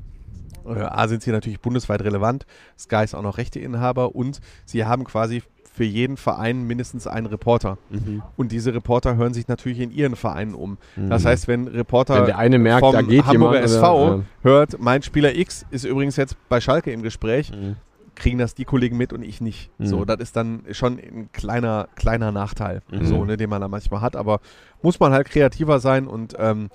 [SPEAKER 7] Äh, A sind sie natürlich bundesweit relevant, Sky ist auch noch Rechteinhaber und sie haben quasi für jeden Verein mindestens einen Reporter.
[SPEAKER 3] Mhm.
[SPEAKER 7] Und diese Reporter hören sich natürlich in ihren Vereinen um. Das heißt, wenn Reporter
[SPEAKER 3] Mhm. Wenn der eine merkt,
[SPEAKER 7] vom
[SPEAKER 3] da geht
[SPEAKER 7] Hamburger
[SPEAKER 3] jemand,
[SPEAKER 7] SV
[SPEAKER 3] oder- ja.
[SPEAKER 7] hört, mein Spieler X ist übrigens jetzt bei Schalke im Gespräch,
[SPEAKER 3] Mhm.
[SPEAKER 7] kriegen das die Kollegen mit und ich nicht. So, das ist dann schon ein kleiner, kleiner Nachteil, so, ne, den man da manchmal hat. Aber muss man halt kreativer sein und ähm,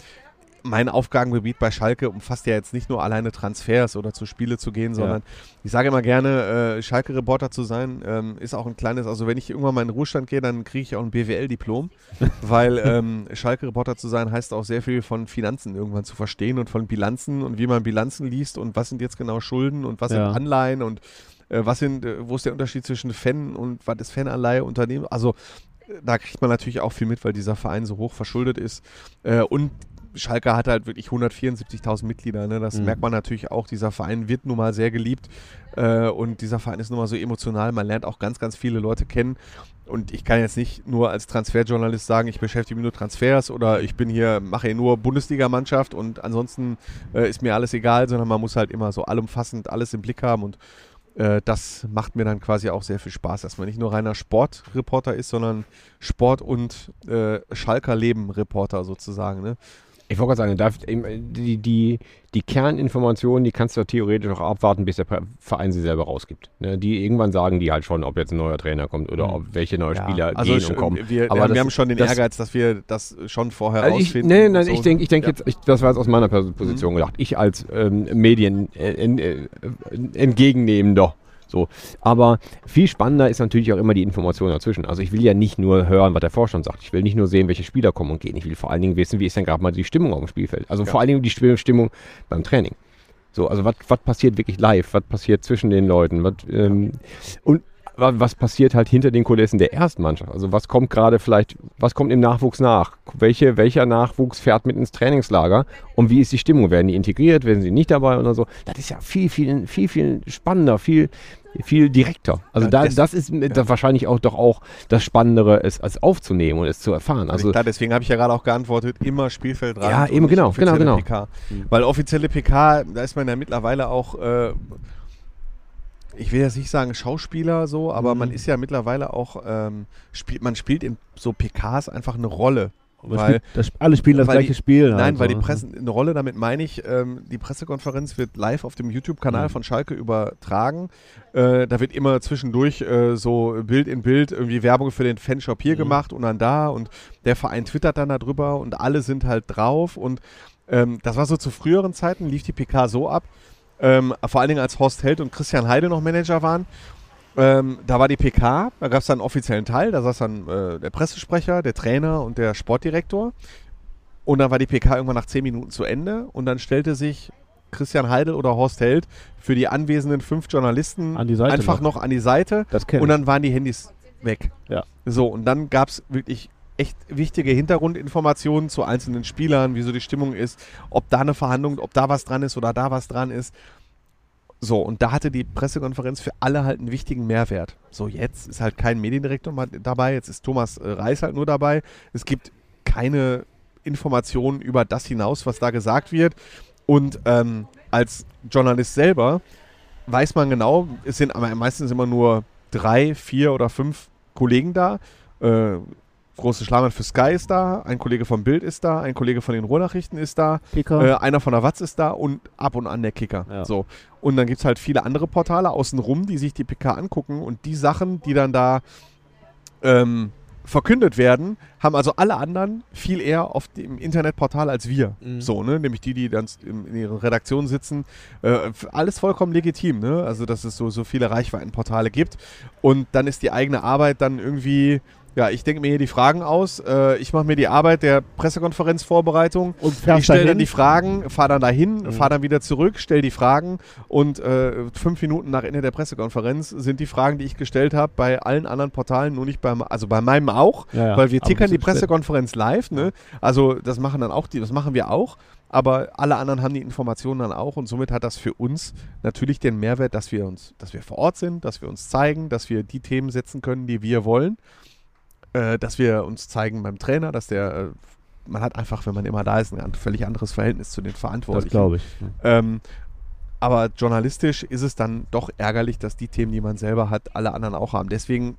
[SPEAKER 7] mein Aufgabengebiet bei Schalke umfasst ja jetzt nicht nur alleine Transfers oder zu Spiele zu gehen, sondern ich sage immer gerne, äh, Schalke-Reporter zu sein, ähm, ist auch ein kleines, also wenn ich irgendwann mal in den Ruhestand gehe, dann kriege ich auch ein BWL-Diplom, weil ähm, Schalke-Reporter zu sein heißt auch sehr viel von Finanzen irgendwann zu verstehen und von Bilanzen und wie man Bilanzen liest und was sind jetzt genau Schulden und was
[SPEAKER 8] Ja.
[SPEAKER 7] sind Anleihen und äh, was sind, äh, wo ist der Unterschied zwischen Fan und was ist Fananleihe, Unternehmen, also äh, da kriegt man natürlich auch viel mit, weil dieser Verein so hoch verschuldet ist äh, und Schalke hat halt wirklich 174.000 Mitglieder, ne? das
[SPEAKER 8] Mhm.
[SPEAKER 7] merkt man natürlich auch, dieser Verein wird nun mal sehr geliebt äh, und dieser Verein ist nun mal so emotional, man lernt auch ganz, ganz viele Leute kennen und ich kann jetzt nicht nur als Transferjournalist sagen, ich beschäftige mich nur Transfers oder ich bin hier, mache hier nur Bundesligamannschaft und ansonsten äh, ist mir alles egal, sondern man muss halt immer so allumfassend alles im Blick haben und äh, das macht mir dann quasi auch sehr viel Spaß, dass man nicht nur reiner Sportreporter ist, sondern Sport- und äh, Schalker-Leben-Reporter sozusagen. Ne?
[SPEAKER 3] Ich wollte gerade sagen, da- die, die, die Kerninformationen, die kannst du ja theoretisch auch abwarten, bis der Verein sie selber rausgibt. Ne, Die irgendwann sagen die halt schon, ob jetzt ein neuer Trainer kommt oder ob welche neue Spieler gehen
[SPEAKER 7] Hm. also sch-
[SPEAKER 3] und kommen.
[SPEAKER 7] Wir,
[SPEAKER 3] Aber
[SPEAKER 7] wir
[SPEAKER 3] das-
[SPEAKER 7] haben schon den
[SPEAKER 3] das-
[SPEAKER 7] Ehrgeiz, dass wir das schon vorher
[SPEAKER 3] Also ich,
[SPEAKER 7] rausfinden.
[SPEAKER 3] nee,
[SPEAKER 7] und
[SPEAKER 3] nein,
[SPEAKER 7] so.
[SPEAKER 3] ich denke ich denk
[SPEAKER 7] Ja. Mhm.
[SPEAKER 3] jetzt, ich, das war jetzt aus meiner Pers- Position gedacht. Ich als ähm, Medien äh, en, äh, entgegennehmender. So. Aber viel spannender ist natürlich auch immer die Information dazwischen. Also ich will ja nicht nur hören, was der Vorstand sagt. Ich will nicht nur sehen, welche Spieler kommen und gehen. Ich will vor allen Dingen wissen, wie ist denn gerade mal die Stimmung auf dem Spielfeld. Also vor allen Dingen die Sp- Stimmung beim Training. So, also was was passiert wirklich live? Was passiert zwischen den Leuten? Was, ähm, und wa- was passiert halt hinter den Kulissen der Erstmannschaft? Also was kommt gerade vielleicht, was kommt im Nachwuchs nach? Welche, welcher Nachwuchs fährt mit ins Trainingslager? Und wie ist die Stimmung? Werden die integriert? Werden sie nicht dabei oder so? Das ist ja viel, viel, viel, viel spannender, viel, viel direkter. Also
[SPEAKER 7] Ja,
[SPEAKER 3] da,
[SPEAKER 7] das-
[SPEAKER 3] das ist mit- da wahrscheinlich auch doch auch das Spannendere, es als aufzunehmen und es zu erfahren. Also
[SPEAKER 7] Klar, deswegen habe ich ja gerade auch geantwortet, immer Spielfeld rein.
[SPEAKER 3] Ja,
[SPEAKER 7] und
[SPEAKER 3] eben,
[SPEAKER 7] nicht
[SPEAKER 3] genau,
[SPEAKER 7] offizielle
[SPEAKER 3] genau, genau.
[SPEAKER 7] PK. Weil offizielle PK, da ist man ja mittlerweile auch, äh, ich will jetzt nicht sagen Schauspieler so, aber
[SPEAKER 3] Mhm.
[SPEAKER 7] man ist ja mittlerweile auch, ähm, spielt, man spielt in so PKs einfach eine Rolle.
[SPEAKER 8] Das
[SPEAKER 7] Weil,
[SPEAKER 8] spielt, das, alle spielen das
[SPEAKER 7] weil
[SPEAKER 8] gleiche
[SPEAKER 7] die-
[SPEAKER 8] Spiel.
[SPEAKER 7] Nein,
[SPEAKER 8] also.
[SPEAKER 7] weil die Pressen, eine Rolle, damit meine ich, ähm, die Pressekonferenz wird live auf dem YouTube-Kanal von Schalke übertragen. Äh, da wird immer zwischendurch äh, so Bild in Bild irgendwie Werbung für den Fanshop hier gemacht und dann da und der Verein twittert dann darüber und alle sind halt drauf und ähm, das war so zu früheren Zeiten, lief die PK so ab, ähm, vor allen Dingen als Horst Held und Christian Heide noch Manager waren, ähm, da war die PK, da gab es dann einen offiziellen Teil, da saß dann äh, der Pressesprecher, der Trainer und der Sportdirektor. Und dann war die PK irgendwann nach 10 Minuten zu Ende und dann stellte sich Christian Heidel oder Horst Held für die anwesenden fünf Journalisten
[SPEAKER 8] An die Seite
[SPEAKER 7] einfach noch an die Seite
[SPEAKER 8] Das kenn
[SPEAKER 7] und
[SPEAKER 8] ich.
[SPEAKER 7] dann waren die Handys weg.
[SPEAKER 8] Ja.
[SPEAKER 7] So, und dann gab es wirklich echt wichtige Hintergrundinformationen zu einzelnen Spielern, wieso die Stimmung ist, ob da eine Verhandlung, ob da was dran ist oder da was dran ist. So, und da hatte die Pressekonferenz für alle halt einen wichtigen Mehrwert. So, jetzt ist halt kein Mediendirektor mal dabei, jetzt ist Thomas äh, Reis halt nur dabei. Es gibt keine Informationen über das hinaus, was da gesagt wird. Und ähm, als Journalist selber weiß man genau, es sind aber meistens immer nur drei, vier oder fünf Kollegen da. Äh, Große Schlammert für Sky ist da, ein Kollege vom Bild ist da, ein Kollege von den Ruhrnachrichten ist da,
[SPEAKER 8] Kicker.
[SPEAKER 7] äh, einer von der Watz ist da und ab und an der Kicker.
[SPEAKER 8] Ja.
[SPEAKER 7] So. Und dann gibt es halt viele andere Portale außenrum, die sich die PK angucken und die Sachen, die dann da ähm, verkündet werden, haben also alle anderen viel eher auf dem Internetportal als wir. So, ne? Nämlich die, die dann in in ihren Redaktionen sitzen. Äh, f- alles vollkommen legitim, ne? Also, dass es so, so viele Reichweitenportale gibt. Und dann ist die eigene Arbeit dann irgendwie. Ja, ich denke mir hier die Fragen aus. Äh, ich mache mir die Arbeit der Pressekonferenzvorbereitung
[SPEAKER 8] und fährst
[SPEAKER 7] ich stelle dann
[SPEAKER 8] dahin.
[SPEAKER 7] die Fragen, fahre dann dahin, fahre dann wieder zurück, stelle die Fragen und äh, fünf Minuten nach Ende der Pressekonferenz sind die Fragen, die ich gestellt habe, bei allen anderen Portalen, nur nicht beim, also bei meinem auch,
[SPEAKER 8] Ja, ja.
[SPEAKER 7] weil wir
[SPEAKER 8] Aber
[SPEAKER 7] tickern
[SPEAKER 8] das
[SPEAKER 7] die
[SPEAKER 8] ist spät.
[SPEAKER 7] Pressekonferenz live, ne? Also das machen dann auch die, das machen wir auch, aber alle anderen haben die Informationen dann auch und somit hat das für uns natürlich den Mehrwert, dass wir uns, dass wir vor Ort sind, dass wir uns zeigen, dass wir die Themen setzen können, die wir wollen, äh, dass wir uns zeigen beim Trainer, dass der äh, man hat einfach, wenn man immer da ist, ein an- völlig anderes Verhältnis zu den
[SPEAKER 8] Das
[SPEAKER 7] Verantwortlichen.
[SPEAKER 8] glaube ich.
[SPEAKER 7] Ähm, aber journalistisch ist es dann doch ärgerlich, dass die Themen, die man selber hat, alle anderen auch haben. Deswegen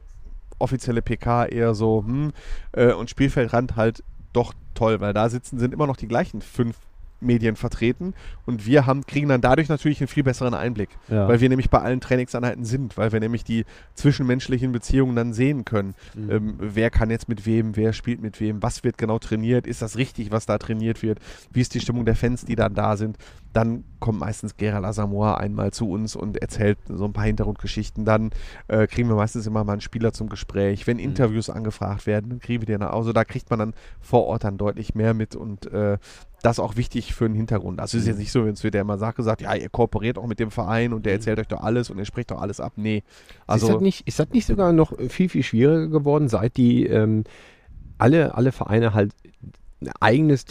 [SPEAKER 7] offizielle PK eher so, hm, äh, und Spielfeldrand halt doch toll, weil da sitzen sind immer noch die gleichen fünf Medien vertreten und wir haben, kriegen dann dadurch natürlich einen viel besseren Einblick,
[SPEAKER 8] Ja.
[SPEAKER 7] weil wir nämlich bei allen Trainingseinheiten sind, weil wir nämlich die zwischenmenschlichen Beziehungen dann sehen können. Ähm, wer kann jetzt mit wem, wer spielt mit wem, was wird genau trainiert, ist das richtig, was da trainiert wird, wie ist die Stimmung der Fans, die dann da sind. Dann kommt meistens Gerald Asamoah einmal zu uns und erzählt so ein paar Hintergrundgeschichten. Dann äh, kriegen wir meistens immer mal einen Spieler zum Gespräch.
[SPEAKER 3] Mhm.
[SPEAKER 7] Wenn Interviews angefragt werden, dann kriegen wir den. Also da kriegt man dann vor Ort dann deutlich mehr mit und äh, das auch wichtig für den Hintergrund. Also
[SPEAKER 3] Mhm.
[SPEAKER 7] es ist jetzt nicht so, wenn es wird der immer sagt, gesagt, ja, ihr kooperiert auch mit dem Verein und der erzählt euch doch alles und ihr spricht doch alles ab. Nee.
[SPEAKER 3] ist,
[SPEAKER 7] Also
[SPEAKER 3] das Mhm. halt nicht, ist das nicht sogar noch viel, viel schwieriger geworden, seit die ähm, alle, alle Vereine halt ein eigenes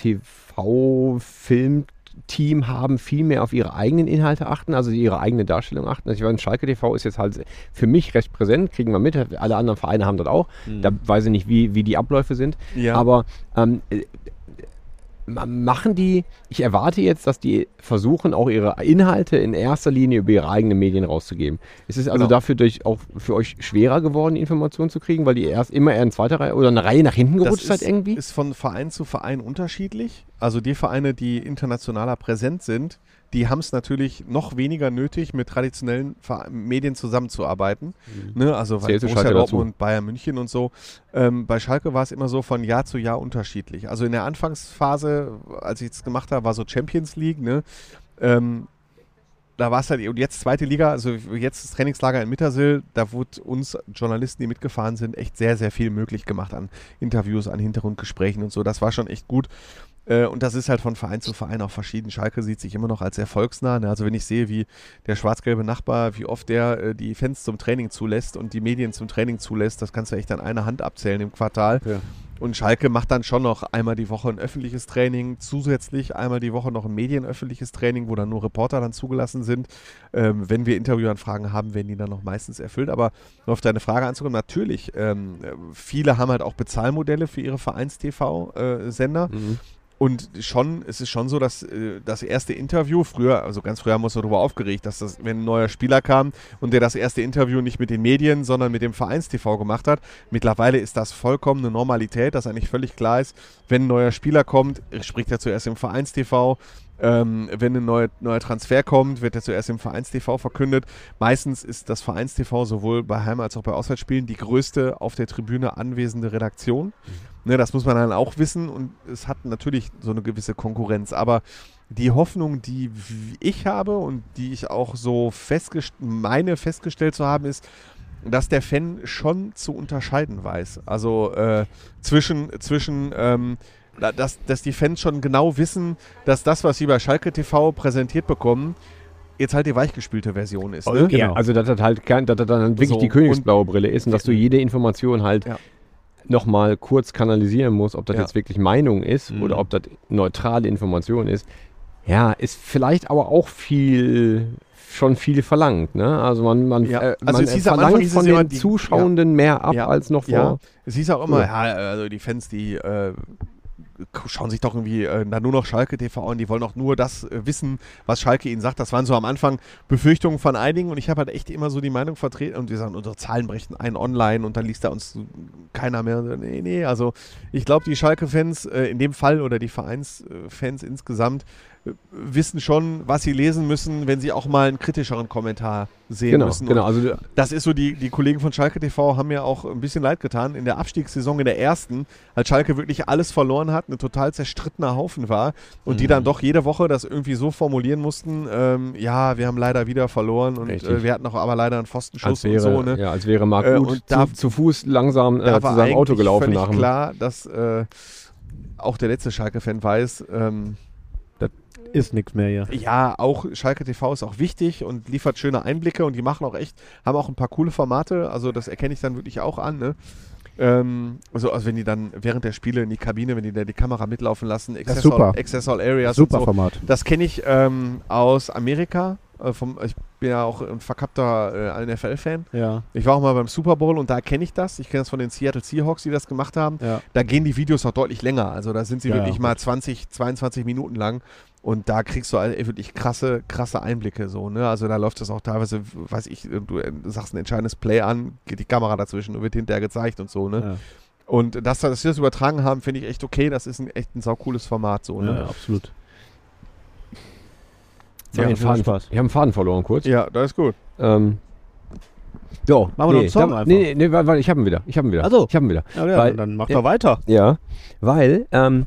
[SPEAKER 3] TV-Filmteam haben, viel mehr auf ihre eigenen Inhalte achten, also ihre eigene Darstellung achten. Also ich meine, Schalke TV ist jetzt halt für mich recht präsent, kriegen wir mit, alle anderen Vereine haben das auch. Da weiß ich nicht, wie, wie die Abläufe sind.
[SPEAKER 7] Ja.
[SPEAKER 3] Aber ähm, äh, ma- machen die, ich erwarte jetzt, dass die versuchen, auch ihre Inhalte in erster Linie über ihre eigenen Medien rauszugeben. Es ist also
[SPEAKER 7] Genau.
[SPEAKER 3] dafür durch, auch für euch schwerer geworden, die Informationen zu kriegen, weil die erst immer eher in zweiter Reihe oder eine Reihe nach hinten gerutscht
[SPEAKER 7] ist,
[SPEAKER 3] seid halt irgendwie?
[SPEAKER 7] ist von Verein zu Verein unterschiedlich. Also die Vereine, die internationaler präsent sind, die haben es natürlich noch weniger nötig, mit traditionellen Ver Medien zusammenzuarbeiten.
[SPEAKER 3] Mhm.
[SPEAKER 7] Ne? Also weil
[SPEAKER 3] Zählt zu
[SPEAKER 7] Borussia
[SPEAKER 3] Schalke dazu.
[SPEAKER 7] Dortmund, Bayern München und so. Ähm, bei Schalke war es immer so von Jahr zu Jahr unterschiedlich. Also in der Anfangsphase, als ich es gemacht habe, war so Champions League. Ne? Ähm, da war es halt, und jetzt zweite Liga, also jetzt das Trainingslager in Mittersill, da wurde uns Journalisten, die mitgefahren sind, echt sehr, sehr viel möglich gemacht an Interviews, an Hintergrundgesprächen und so. Das war schon echt gut. Äh, Und das ist halt von Verein zu Verein auch verschieden. Schalke sieht sich immer noch als erfolgsnah. ne? Also wenn ich sehe, wie der schwarz-gelbe Nachbar, wie oft der äh, die Fans zum Training zulässt und die Medien zum Training zulässt, das kannst du echt an einer Hand abzählen im Quartal.
[SPEAKER 8] Ja.
[SPEAKER 7] Und Schalke macht dann schon noch einmal die Woche ein öffentliches Training, zusätzlich einmal die Woche noch ein medienöffentliches Training, wo dann nur Reporter dann zugelassen sind. Ähm, wenn wir Interviewanfragen haben, werden die dann noch meistens erfüllt. Aber nur auf deine Frage anzukommen, natürlich, ähm, viele haben halt auch Bezahlmodelle für ihre äh, Vereins-TV-Sender. Und schon, es ist schon so, dass äh, das erste Interview, früher, also ganz früher haben wir uns darüber aufgeregt, dass das, wenn ein neuer Spieler kam und der das erste Interview nicht mit den Medien, sondern mit dem Vereins-TV gemacht hat, mittlerweile ist das vollkommen eine Normalität, dass eigentlich völlig klar ist, wenn ein neuer Spieler kommt, spricht er zuerst im Vereins-TV. Ähm, wenn ein neuer, neuer Transfer kommt, wird er zuerst im Vereins-TV verkündet. Meistens ist das Vereins-TV sowohl bei Heim- als auch bei Auswärtsspielen die größte auf der Tribüne anwesende Redaktion. Ne, das muss man dann auch wissen und es hat natürlich so eine gewisse Konkurrenz. Aber die Hoffnung, die w- ich habe und die ich auch so festgest meine festgestellt zu haben, ist, dass der Fan schon zu unterscheiden weiß. Also äh, zwischen, zwischen ähm, da- dass, dass die Fans schon genau wissen, dass das, was sie bei Schalke TV präsentiert bekommen, jetzt halt die weichgespülte Version ist. Ne?
[SPEAKER 3] Ja, also dass das halt kein, dass das dann wirklich
[SPEAKER 7] So,
[SPEAKER 3] die königsblaue Brille ist und dass du jede Information halt
[SPEAKER 7] Ja.
[SPEAKER 3] nochmal kurz kanalisieren musst, ob das
[SPEAKER 7] Ja. Mhm.
[SPEAKER 3] jetzt wirklich Meinung ist oder ob das neutrale Information ist. Ja, ist vielleicht aber auch viel schon viel verlangt, ne? Also man, man,
[SPEAKER 7] Ja.
[SPEAKER 3] äh,
[SPEAKER 7] Also
[SPEAKER 3] man
[SPEAKER 7] es hieß am
[SPEAKER 3] verlangt
[SPEAKER 7] Anfang, hieß es
[SPEAKER 3] von
[SPEAKER 7] immer,
[SPEAKER 3] den
[SPEAKER 7] die-
[SPEAKER 3] Zuschauenden mehr ab
[SPEAKER 7] Ja.
[SPEAKER 3] als noch vor.
[SPEAKER 7] Ja, es hieß auch immer,
[SPEAKER 3] Ja.
[SPEAKER 7] ja, also die Fans, die äh, schauen sich doch irgendwie äh, dann nur noch Schalke TV an, die wollen doch nur das äh, wissen, was Schalke ihnen sagt. Das waren so am Anfang Befürchtungen von einigen und ich habe halt echt immer so die Meinung vertreten und die sagen, unsere Zahlen brechen ein online und dann liest da uns keiner mehr. Nee, nee, also ich glaube, die Schalke-Fans äh, in dem Fall oder die Vereinsfans insgesamt äh, wissen schon, was sie lesen müssen, wenn sie auch mal einen kritischeren Kommentar sehen
[SPEAKER 3] Genau,
[SPEAKER 7] müssen.
[SPEAKER 3] genau. Also
[SPEAKER 7] Das ist so, die, die Kollegen von Schalke TV haben mir auch ein bisschen leid getan. In der Abstiegssaison, in der ersten, als Schalke wirklich alles verloren hat, ein total zerstrittener Haufen war und
[SPEAKER 3] Mhm.
[SPEAKER 7] die dann doch jede Woche das irgendwie so formulieren mussten, ähm, ja, wir haben leider wieder verloren und
[SPEAKER 3] Richtig.
[SPEAKER 7] äh, wir hatten noch aber leider einen
[SPEAKER 3] als
[SPEAKER 7] Pfostenschuss
[SPEAKER 3] wäre,
[SPEAKER 7] und so. Ne?
[SPEAKER 3] ja, als wäre Marc
[SPEAKER 7] Äh,
[SPEAKER 3] Uth
[SPEAKER 7] und da-
[SPEAKER 3] zu, zu Fuß langsam äh,
[SPEAKER 7] Da
[SPEAKER 3] zu
[SPEAKER 7] war
[SPEAKER 3] seinem Auto
[SPEAKER 7] eigentlich
[SPEAKER 3] gelaufen
[SPEAKER 7] völlig
[SPEAKER 3] nach dem
[SPEAKER 7] klar, dass äh, auch der letzte Schalke-Fan weiß, ähm,
[SPEAKER 8] Ist nichts mehr, ja.
[SPEAKER 7] Äh, ja, auch Schalke TV ist auch wichtig und liefert schöne Einblicke und die machen auch echt, haben auch ein paar coole Formate, also das erkenne ich dann wirklich auch an, ne? Ähm, also, also wenn die dann während der Spiele in die Kabine, wenn die da die Kamera mitlaufen lassen, Access,
[SPEAKER 8] super.
[SPEAKER 7] All, Access All Areas
[SPEAKER 8] Super
[SPEAKER 7] und so.
[SPEAKER 8] Format.
[SPEAKER 7] Das kenne ich ähm, aus Amerika. Äh, vom, ich bin ja auch ein verkappter äh, NFL-Fan.
[SPEAKER 8] Ja.
[SPEAKER 7] Ich war auch mal beim Super Bowl und da kenne ich das. Ich kenne das von den Seattle Seahawks, die das gemacht haben.
[SPEAKER 8] Ja.
[SPEAKER 7] Da gehen die Videos auch deutlich länger. Also da sind sie
[SPEAKER 8] Ja,
[SPEAKER 7] wirklich
[SPEAKER 8] ja,
[SPEAKER 7] mal 20, 22 Minuten lang. Und da kriegst du halt wirklich krasse, krasse Einblicke so, ne? Also da läuft das auch teilweise, weiß ich, du äh, sagst ein entscheidendes Play an, geht die Kamera dazwischen und wird hinterher gezeigt und so, ne?
[SPEAKER 8] Ja.
[SPEAKER 7] Und dass, dass sie das übertragen haben, finde ich echt okay. Das ist ein echt ein saucooles Format so, ne?
[SPEAKER 8] absolut.
[SPEAKER 3] Jetzt habe ich
[SPEAKER 8] viel
[SPEAKER 3] einen Faden,
[SPEAKER 8] Spaß.
[SPEAKER 3] ich hab einen Faden verloren kurz.
[SPEAKER 7] Ja, das ist gut.
[SPEAKER 3] Ähm, so, Machen
[SPEAKER 8] wir noch einen Song einfach.
[SPEAKER 3] Nee, nee, nee, warte, warte, ich habe ihn wieder. Ich habe ihn wieder.
[SPEAKER 8] Ach so.
[SPEAKER 3] Ich habe ihn wieder.
[SPEAKER 8] Ja, ja,
[SPEAKER 3] Weil-
[SPEAKER 8] dann macht er weiter.
[SPEAKER 3] Ja, weil ähm,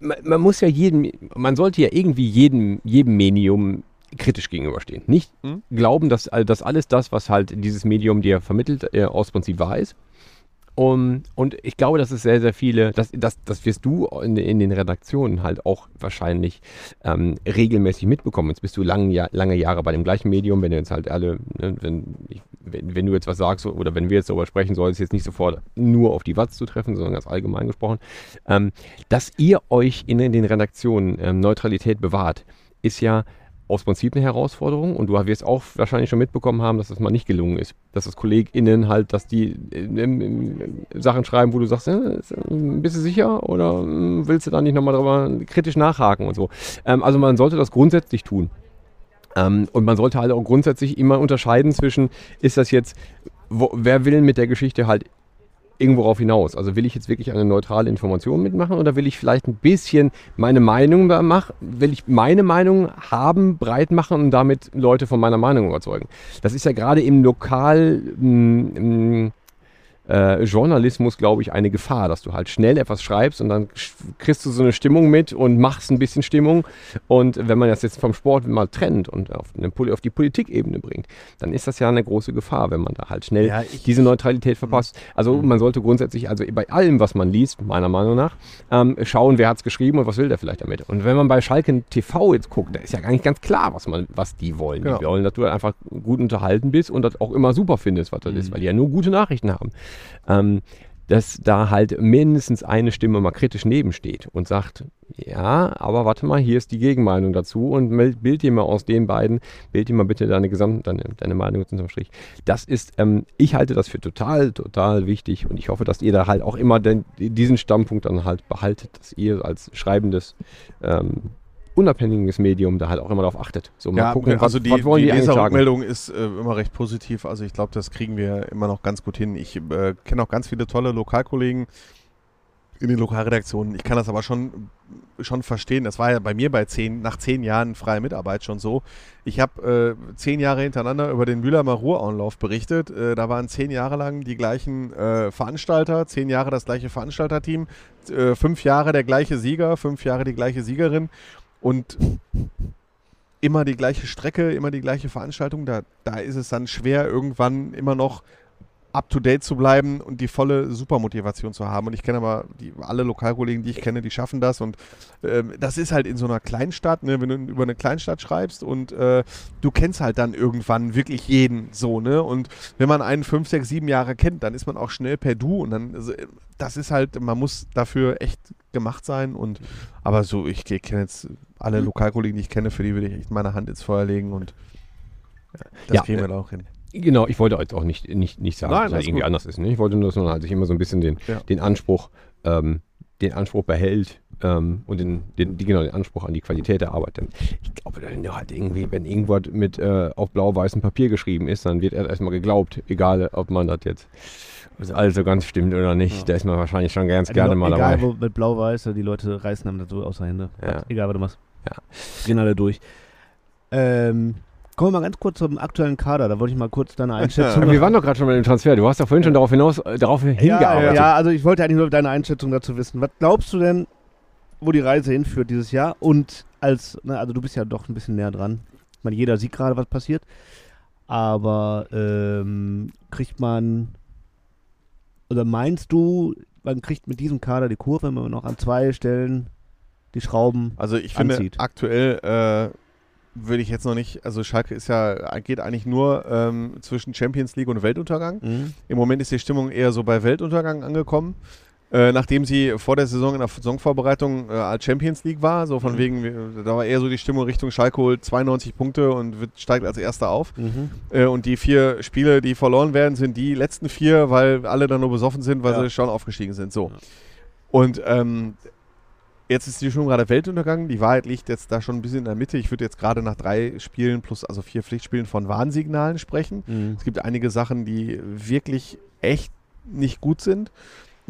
[SPEAKER 3] man, man muss ja jedem, man sollte ja irgendwie jedem, jedem Medium kritisch gegenüberstehen. Nicht
[SPEAKER 7] Mhm.
[SPEAKER 3] glauben, dass, all- dass alles das, was halt dieses Medium dir vermittelt, äh, aus Prinzip wahr ist. Um, und ich glaube, dass es sehr, sehr viele, das, das, das wirst du in, in den Redaktionen halt auch wahrscheinlich ähm, regelmäßig mitbekommen. Jetzt bist du lang, ja, lange Jahre bei dem gleichen Medium, wenn du jetzt halt alle, ne, wenn, ich, wenn, wenn du jetzt was sagst oder wenn wir jetzt darüber sprechen, soll es jetzt nicht sofort nur auf die Watz zu treffen, sondern ganz allgemein gesprochen, ähm, dass ihr euch in den Redaktionen ähm, Neutralität bewahrt, ist ja aus Prinzip eine Herausforderung und du wirst auch wahrscheinlich schon mitbekommen haben, dass das mal nicht gelungen ist. Dass das KollegInnen halt, dass die ähm, ähm, Sachen schreiben, wo du sagst, äh, bist du sicher oder ähm, willst du da nicht nochmal drüber kritisch nachhaken und so. Ähm, also man sollte das grundsätzlich tun. Ähm, und man sollte halt auch grundsätzlich immer unterscheiden zwischen, ist das jetzt, wo, wer will mit der Geschichte halt irgendwo rauf hinaus? Also will ich jetzt wirklich eine neutrale Information mitmachen oder will ich vielleicht ein bisschen meine Meinung da machen, will ich meine Meinung haben, breit machen und damit Leute von meiner Meinung überzeugen? Das ist ja gerade im lokal mm, m, m, äh, Journalismus, glaube ich, eine Gefahr, dass du halt schnell etwas schreibst und dann sch- kriegst du so eine Stimmung mit und machst ein bisschen Stimmung. Und wenn man das jetzt vom Sport mal trennt und auf, eine, Poli- auf die Politikebene bringt, dann ist das ja eine große Gefahr, wenn man da halt schnell
[SPEAKER 7] Ja, ich- Mhm.
[SPEAKER 3] diese Neutralität verpasst. Also man sollte grundsätzlich, also bei allem, was man liest, meiner Meinung nach, ähm, schauen, wer hat es geschrieben und was will der vielleicht damit. Und wenn man bei Schalke TV jetzt guckt, da ist ja eigentlich ganz klar, was, man, was die wollen.
[SPEAKER 7] Genau.
[SPEAKER 3] Die wollen, dass du einfach gut unterhalten bist und das auch immer super findest, was das
[SPEAKER 7] Mhm.
[SPEAKER 3] ist, weil die ja nur gute Nachrichten haben. Ähm, dass da halt mindestens eine Stimme mal kritisch nebensteht und sagt, ja, aber warte mal, hier ist die Gegenmeinung dazu und mel- bild dir mal aus den beiden, bild dir mal bitte deine gesamte, deine, deine Meinung jetzt unterm Strich. Das ist, ähm, ich halte das für total, total wichtig und ich hoffe, dass ihr da halt auch immer den, diesen Standpunkt dann halt behaltet, dass ihr als schreibendes, ähm, unabhängiges Medium da halt auch immer darauf achtet. So mal
[SPEAKER 7] Ja,
[SPEAKER 3] gucken, was,
[SPEAKER 7] also die,
[SPEAKER 3] was wollen die,
[SPEAKER 7] die
[SPEAKER 3] eigentlich sagen?
[SPEAKER 7] Leserrückmeldung ist äh, immer recht positiv. Also ich glaube, das kriegen wir immer noch ganz gut hin. Ich äh, kenne auch ganz viele tolle Lokalkollegen in den Lokalredaktionen. Ich kann das aber schon, schon verstehen. Das war ja bei mir bei zehn, nach zehn Jahren freie Mitarbeit schon so. Ich habe äh, zehn Jahre hintereinander über den Mühlheimer Ruhranlauf berichtet. Äh, da waren zehn Jahre lang die gleichen äh, Veranstalter, zehn Jahre das gleiche Veranstalterteam, äh, fünf Jahre der gleiche Sieger, fünf Jahre die gleiche Siegerin. Und immer die gleiche Strecke, immer die gleiche Veranstaltung, da, da ist es dann schwer, irgendwann immer noch up to date zu bleiben und die volle Supermotivation zu haben. Und ich kenne aber die, alle Lokalkollegen, die ich kenne, die schaffen das. Und ähm, das ist halt in so einer Kleinstadt, ne, wenn du über eine Kleinstadt schreibst und äh, du kennst halt dann irgendwann wirklich jeden so, ne? Und wenn man einen fünf, sechs, sieben Jahre kennt, dann ist man auch schnell per Du und dann, also, äh, das ist halt, man muss dafür echt gemacht sein und aber so, ich ke- kenne jetzt alle Lokalkollegen, die ich kenne, für die würde ich echt meine Hand ins Feuer legen und äh, das
[SPEAKER 3] Ja,
[SPEAKER 7] kriegen wir da auch hin.
[SPEAKER 3] Genau, ich wollte jetzt auch nicht, nicht, nicht sagen,
[SPEAKER 7] Nein,
[SPEAKER 3] dass es
[SPEAKER 7] alles
[SPEAKER 3] irgendwie
[SPEAKER 7] gut.
[SPEAKER 3] anders ist. Ne? Ich wollte nur, dass man halt sich immer so ein bisschen den,
[SPEAKER 7] Ja.
[SPEAKER 3] den Anspruch, ähm, den Anspruch behält ähm, und den, den, die- genau, den Anspruch an die Qualität der Arbeit. Denn ich glaube, wenn du halt irgendwie, wenn irgendwas mit äh, auf blau-weißem Papier geschrieben ist, dann wird er erstmal geglaubt, egal ob man das jetzt also alles so ganz stimmt oder nicht. Da ist man wahrscheinlich schon ganz gerne mal
[SPEAKER 8] egal,
[SPEAKER 3] dabei.
[SPEAKER 8] Wo, mit Blau-Weiß, die Leute reißen einem das so außer Hände.
[SPEAKER 3] Ja.
[SPEAKER 8] Egal, was du machst.
[SPEAKER 3] Ja.
[SPEAKER 8] Gehen alle durch. Ähm, kommen wir mal ganz kurz zum aktuellen Kader. Da wollte ich mal kurz deine Einschätzung.
[SPEAKER 3] Wir waren doch gerade schon bei dem Transfer. Du hast doch vorhin schon darauf hinaus, äh, darauf
[SPEAKER 8] ja,
[SPEAKER 3] hingearbeitet.
[SPEAKER 8] ja, also ich wollte eigentlich nur deine Einschätzung dazu wissen. Was glaubst du denn, wo die Reise hinführt dieses Jahr? Und als, ne, also du bist ja doch ein bisschen näher dran. Ich meine, jeder sieht gerade, was passiert. Aber ähm, kriegt man, oder meinst du, man kriegt mit diesem Kader die Kurve, wenn man noch an zwei Stellen die Schrauben
[SPEAKER 7] Also ich finde
[SPEAKER 8] anzieht.
[SPEAKER 7] aktuell äh, würde ich jetzt noch nicht, also Schalke ist ja, geht eigentlich nur ähm, zwischen Champions League und Weltuntergang. Im Moment ist die Stimmung eher so bei Weltuntergang angekommen. Äh, nachdem sie vor der Saison in der Saisonvorbereitung äh, als Champions League war, so von wegen, wir- da war eher so die Stimmung Richtung Schalke holt 92 Punkte und wird, steigt als Erster auf. Äh, und die vier Spiele, die verloren werden, sind die letzten vier, weil alle dann nur besoffen sind, weil
[SPEAKER 8] Ja.
[SPEAKER 7] sie schon aufgestiegen sind. So. Und ähm, jetzt ist die schon gerade Weltuntergang. Die Wahrheit liegt jetzt da schon ein bisschen in der Mitte. Ich würde jetzt gerade nach drei Spielen plus also vier Pflichtspielen von Warnsignalen mhm, sprechen. Es gibt einige Sachen, die wirklich echt nicht gut sind.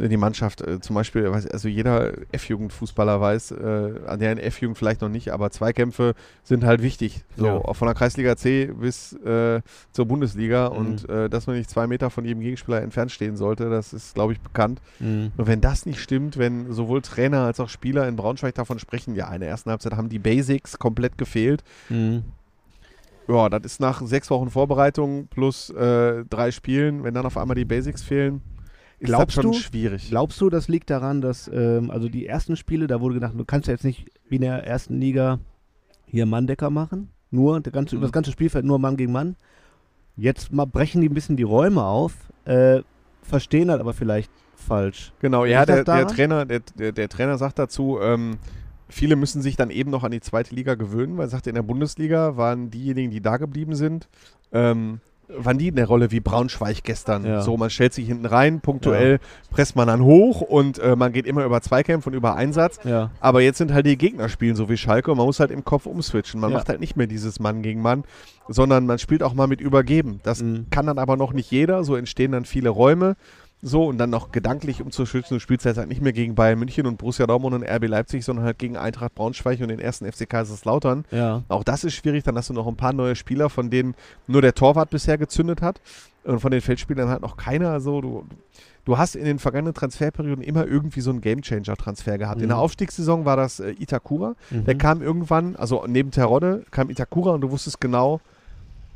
[SPEAKER 7] die Mannschaft äh, zum Beispiel, weiß- also jeder F-Jugend-Fußballer weiß, äh, an der in F-Jugend vielleicht noch nicht, aber Zweikämpfe sind halt wichtig. So,
[SPEAKER 3] Ja.
[SPEAKER 7] auch von der Kreisliga C bis äh, zur Bundesliga und äh, dass man nicht zwei Meter von jedem Gegenspieler entfernt stehen sollte, das ist, glaube ich, bekannt. Und wenn das nicht stimmt, wenn sowohl Trainer als auch Spieler in Braunschweig davon sprechen, ja, in der ersten Halbzeit haben die Basics komplett gefehlt. Ja, das ist nach sechs Wochen Vorbereitung plus äh, drei Spielen, wenn dann auf einmal die Basics fehlen, ist
[SPEAKER 8] Glaubst
[SPEAKER 7] das schon
[SPEAKER 8] du-
[SPEAKER 7] schwierig.
[SPEAKER 8] Glaubst du, das liegt daran, dass ähm, also die ersten Spiele, da wurde gedacht, du kannst ja jetzt nicht wie in der ersten Liga hier Manndecker machen, nur der ganze, über das ganze Spielfeld nur Mann gegen Mann. Jetzt mal brechen die ein bisschen die Räume auf, äh, verstehen das aber vielleicht falsch.
[SPEAKER 7] Genau,
[SPEAKER 8] Liegt
[SPEAKER 7] ja,
[SPEAKER 8] das
[SPEAKER 7] der, der,
[SPEAKER 8] daran?
[SPEAKER 7] Trainer, der, der, der Trainer sagt dazu, ähm, viele müssen sich dann eben noch an die zweite Liga gewöhnen, weil er sagt, in der Bundesliga waren diejenigen, die da geblieben sind, ähm, waren die in der Rolle wie Braunschweig gestern.
[SPEAKER 8] Ja.
[SPEAKER 7] So, man stellt sich hinten rein, punktuell presst man dann hoch und äh, man geht immer über Zweikämpfe und über Einsatz.
[SPEAKER 8] Ja.
[SPEAKER 7] Aber jetzt sind halt die Gegner spielen so wie Schalke und man muss halt im Kopf umswitchen. Man
[SPEAKER 8] Ja.
[SPEAKER 7] macht halt nicht mehr dieses Mann gegen Mann, sondern man spielt auch mal mit Übergeben. Das
[SPEAKER 8] Mhm.
[SPEAKER 7] kann dann aber noch nicht jeder. So entstehen dann viele Räume. So und dann noch gedanklich umzuschützen. Du spielst jetzt halt nicht mehr gegen Bayern München und Borussia Dortmund und RB Leipzig, sondern halt gegen Eintracht Braunschweig und den ersten FC Kaiserslautern.
[SPEAKER 8] Ja.
[SPEAKER 7] Auch das ist schwierig. Dann hast du noch ein paar neue Spieler, von denen nur der Torwart bisher gezündet hat. Und von den Feldspielern hat noch keiner. Also du, du hast in den vergangenen Transferperioden immer irgendwie so einen Gamechanger-Transfer gehabt. In der Aufstiegssaison war das äh, Itakura. Der
[SPEAKER 8] Mhm.
[SPEAKER 7] kam irgendwann, also neben Terodde kam Itakura und du wusstest genau,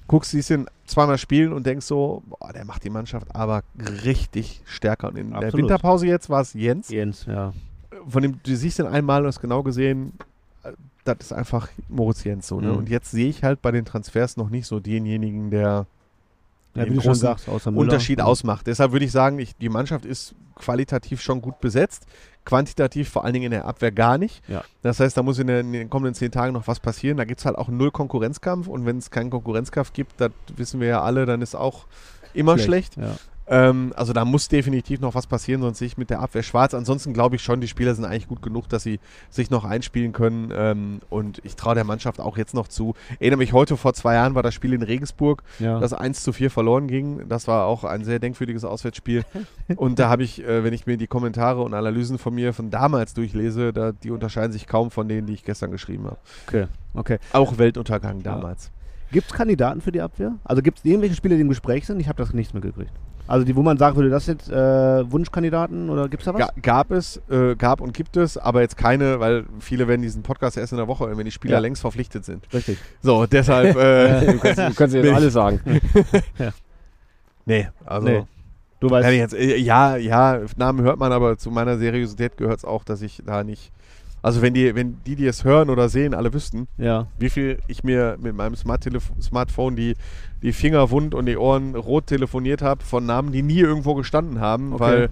[SPEAKER 7] guckst siehst ihn zweimal spielen und denkst so, boah, der macht die Mannschaft aber richtig stärker. Und in der
[SPEAKER 8] Absolut.
[SPEAKER 7] Winterpause jetzt war es Jens
[SPEAKER 8] Jens, ja.
[SPEAKER 7] von dem, du siehst den einmal und hast genau gesehen, äh, das ist einfach Moritz Jens so. Ne?
[SPEAKER 8] Mhm.
[SPEAKER 7] Und jetzt sehe ich halt bei den Transfers noch nicht so denjenigen, der
[SPEAKER 8] ja
[SPEAKER 7] den großen
[SPEAKER 8] außer Müller. Mhm.
[SPEAKER 7] Unterschied ausmacht. Deshalb würde ich sagen, ich, die Mannschaft ist qualitativ schon gut besetzt, quantitativ vor allen Dingen in der Abwehr gar nicht.
[SPEAKER 8] Ja.
[SPEAKER 7] Das heißt, da muss in, den- in den kommenden zehn Tagen noch was passieren. Da gibt es halt auch null Konkurrenzkampf und wenn es keinen Konkurrenzkampf gibt, das wissen wir ja alle, dann ist auch immer schlecht.
[SPEAKER 8] Ja.
[SPEAKER 7] Ähm, also da muss definitiv noch was passieren, sonst sehe ich mit der Abwehr schwarz. Ansonsten glaube ich schon, die Spieler sind eigentlich gut genug, dass sie sich noch einspielen können. Ähm, und ich traue der Mannschaft auch jetzt noch zu. Erinnere mich, heute vor zwei Jahren war das Spiel in Regensburg,
[SPEAKER 8] Ja.
[SPEAKER 7] das 1 zu 4 verloren ging. Das war auch ein sehr denkwürdiges Auswärtsspiel. und da habe ich, äh, wenn ich mir die Kommentare und Analysen von mir von damals durchlese, da, die unterscheiden sich kaum von denen, die ich gestern geschrieben habe.
[SPEAKER 8] Okay, okay.
[SPEAKER 7] Auch Weltuntergang damals.
[SPEAKER 8] Gibt es Kandidaten für die Abwehr? Also gibt es irgendwelche Spieler, die im Gespräch sind? Ich habe das nichts mitgekriegt. Also die, wo man sagen würde, das sind äh, Wunschkandidaten oder gibt es da was?
[SPEAKER 7] Ga- Gab es, äh, gab und gibt es, aber jetzt keine, weil viele werden diesen Podcast erst in der Woche hören, wenn die Spieler
[SPEAKER 8] Ja.
[SPEAKER 7] längst verpflichtet sind.
[SPEAKER 8] Richtig.
[SPEAKER 7] So, deshalb. Äh,
[SPEAKER 3] Du kannst, du kannst jetzt
[SPEAKER 7] Nicht.
[SPEAKER 3] alles sagen.
[SPEAKER 7] nee, also.
[SPEAKER 8] Nee. Du weißt,
[SPEAKER 7] Ja, jetzt, äh, ja, ja, Namen hört man, aber zu meiner Seriosität gehört es auch, dass ich da nicht. Also, wenn die, wenn die, die es hören oder sehen, alle wüssten,
[SPEAKER 8] ja.
[SPEAKER 7] wie viel ich mir mit meinem Smart Smartphone die, die Finger wund und die Ohren rot telefoniert habe von Namen, die nie irgendwo gestanden haben, weil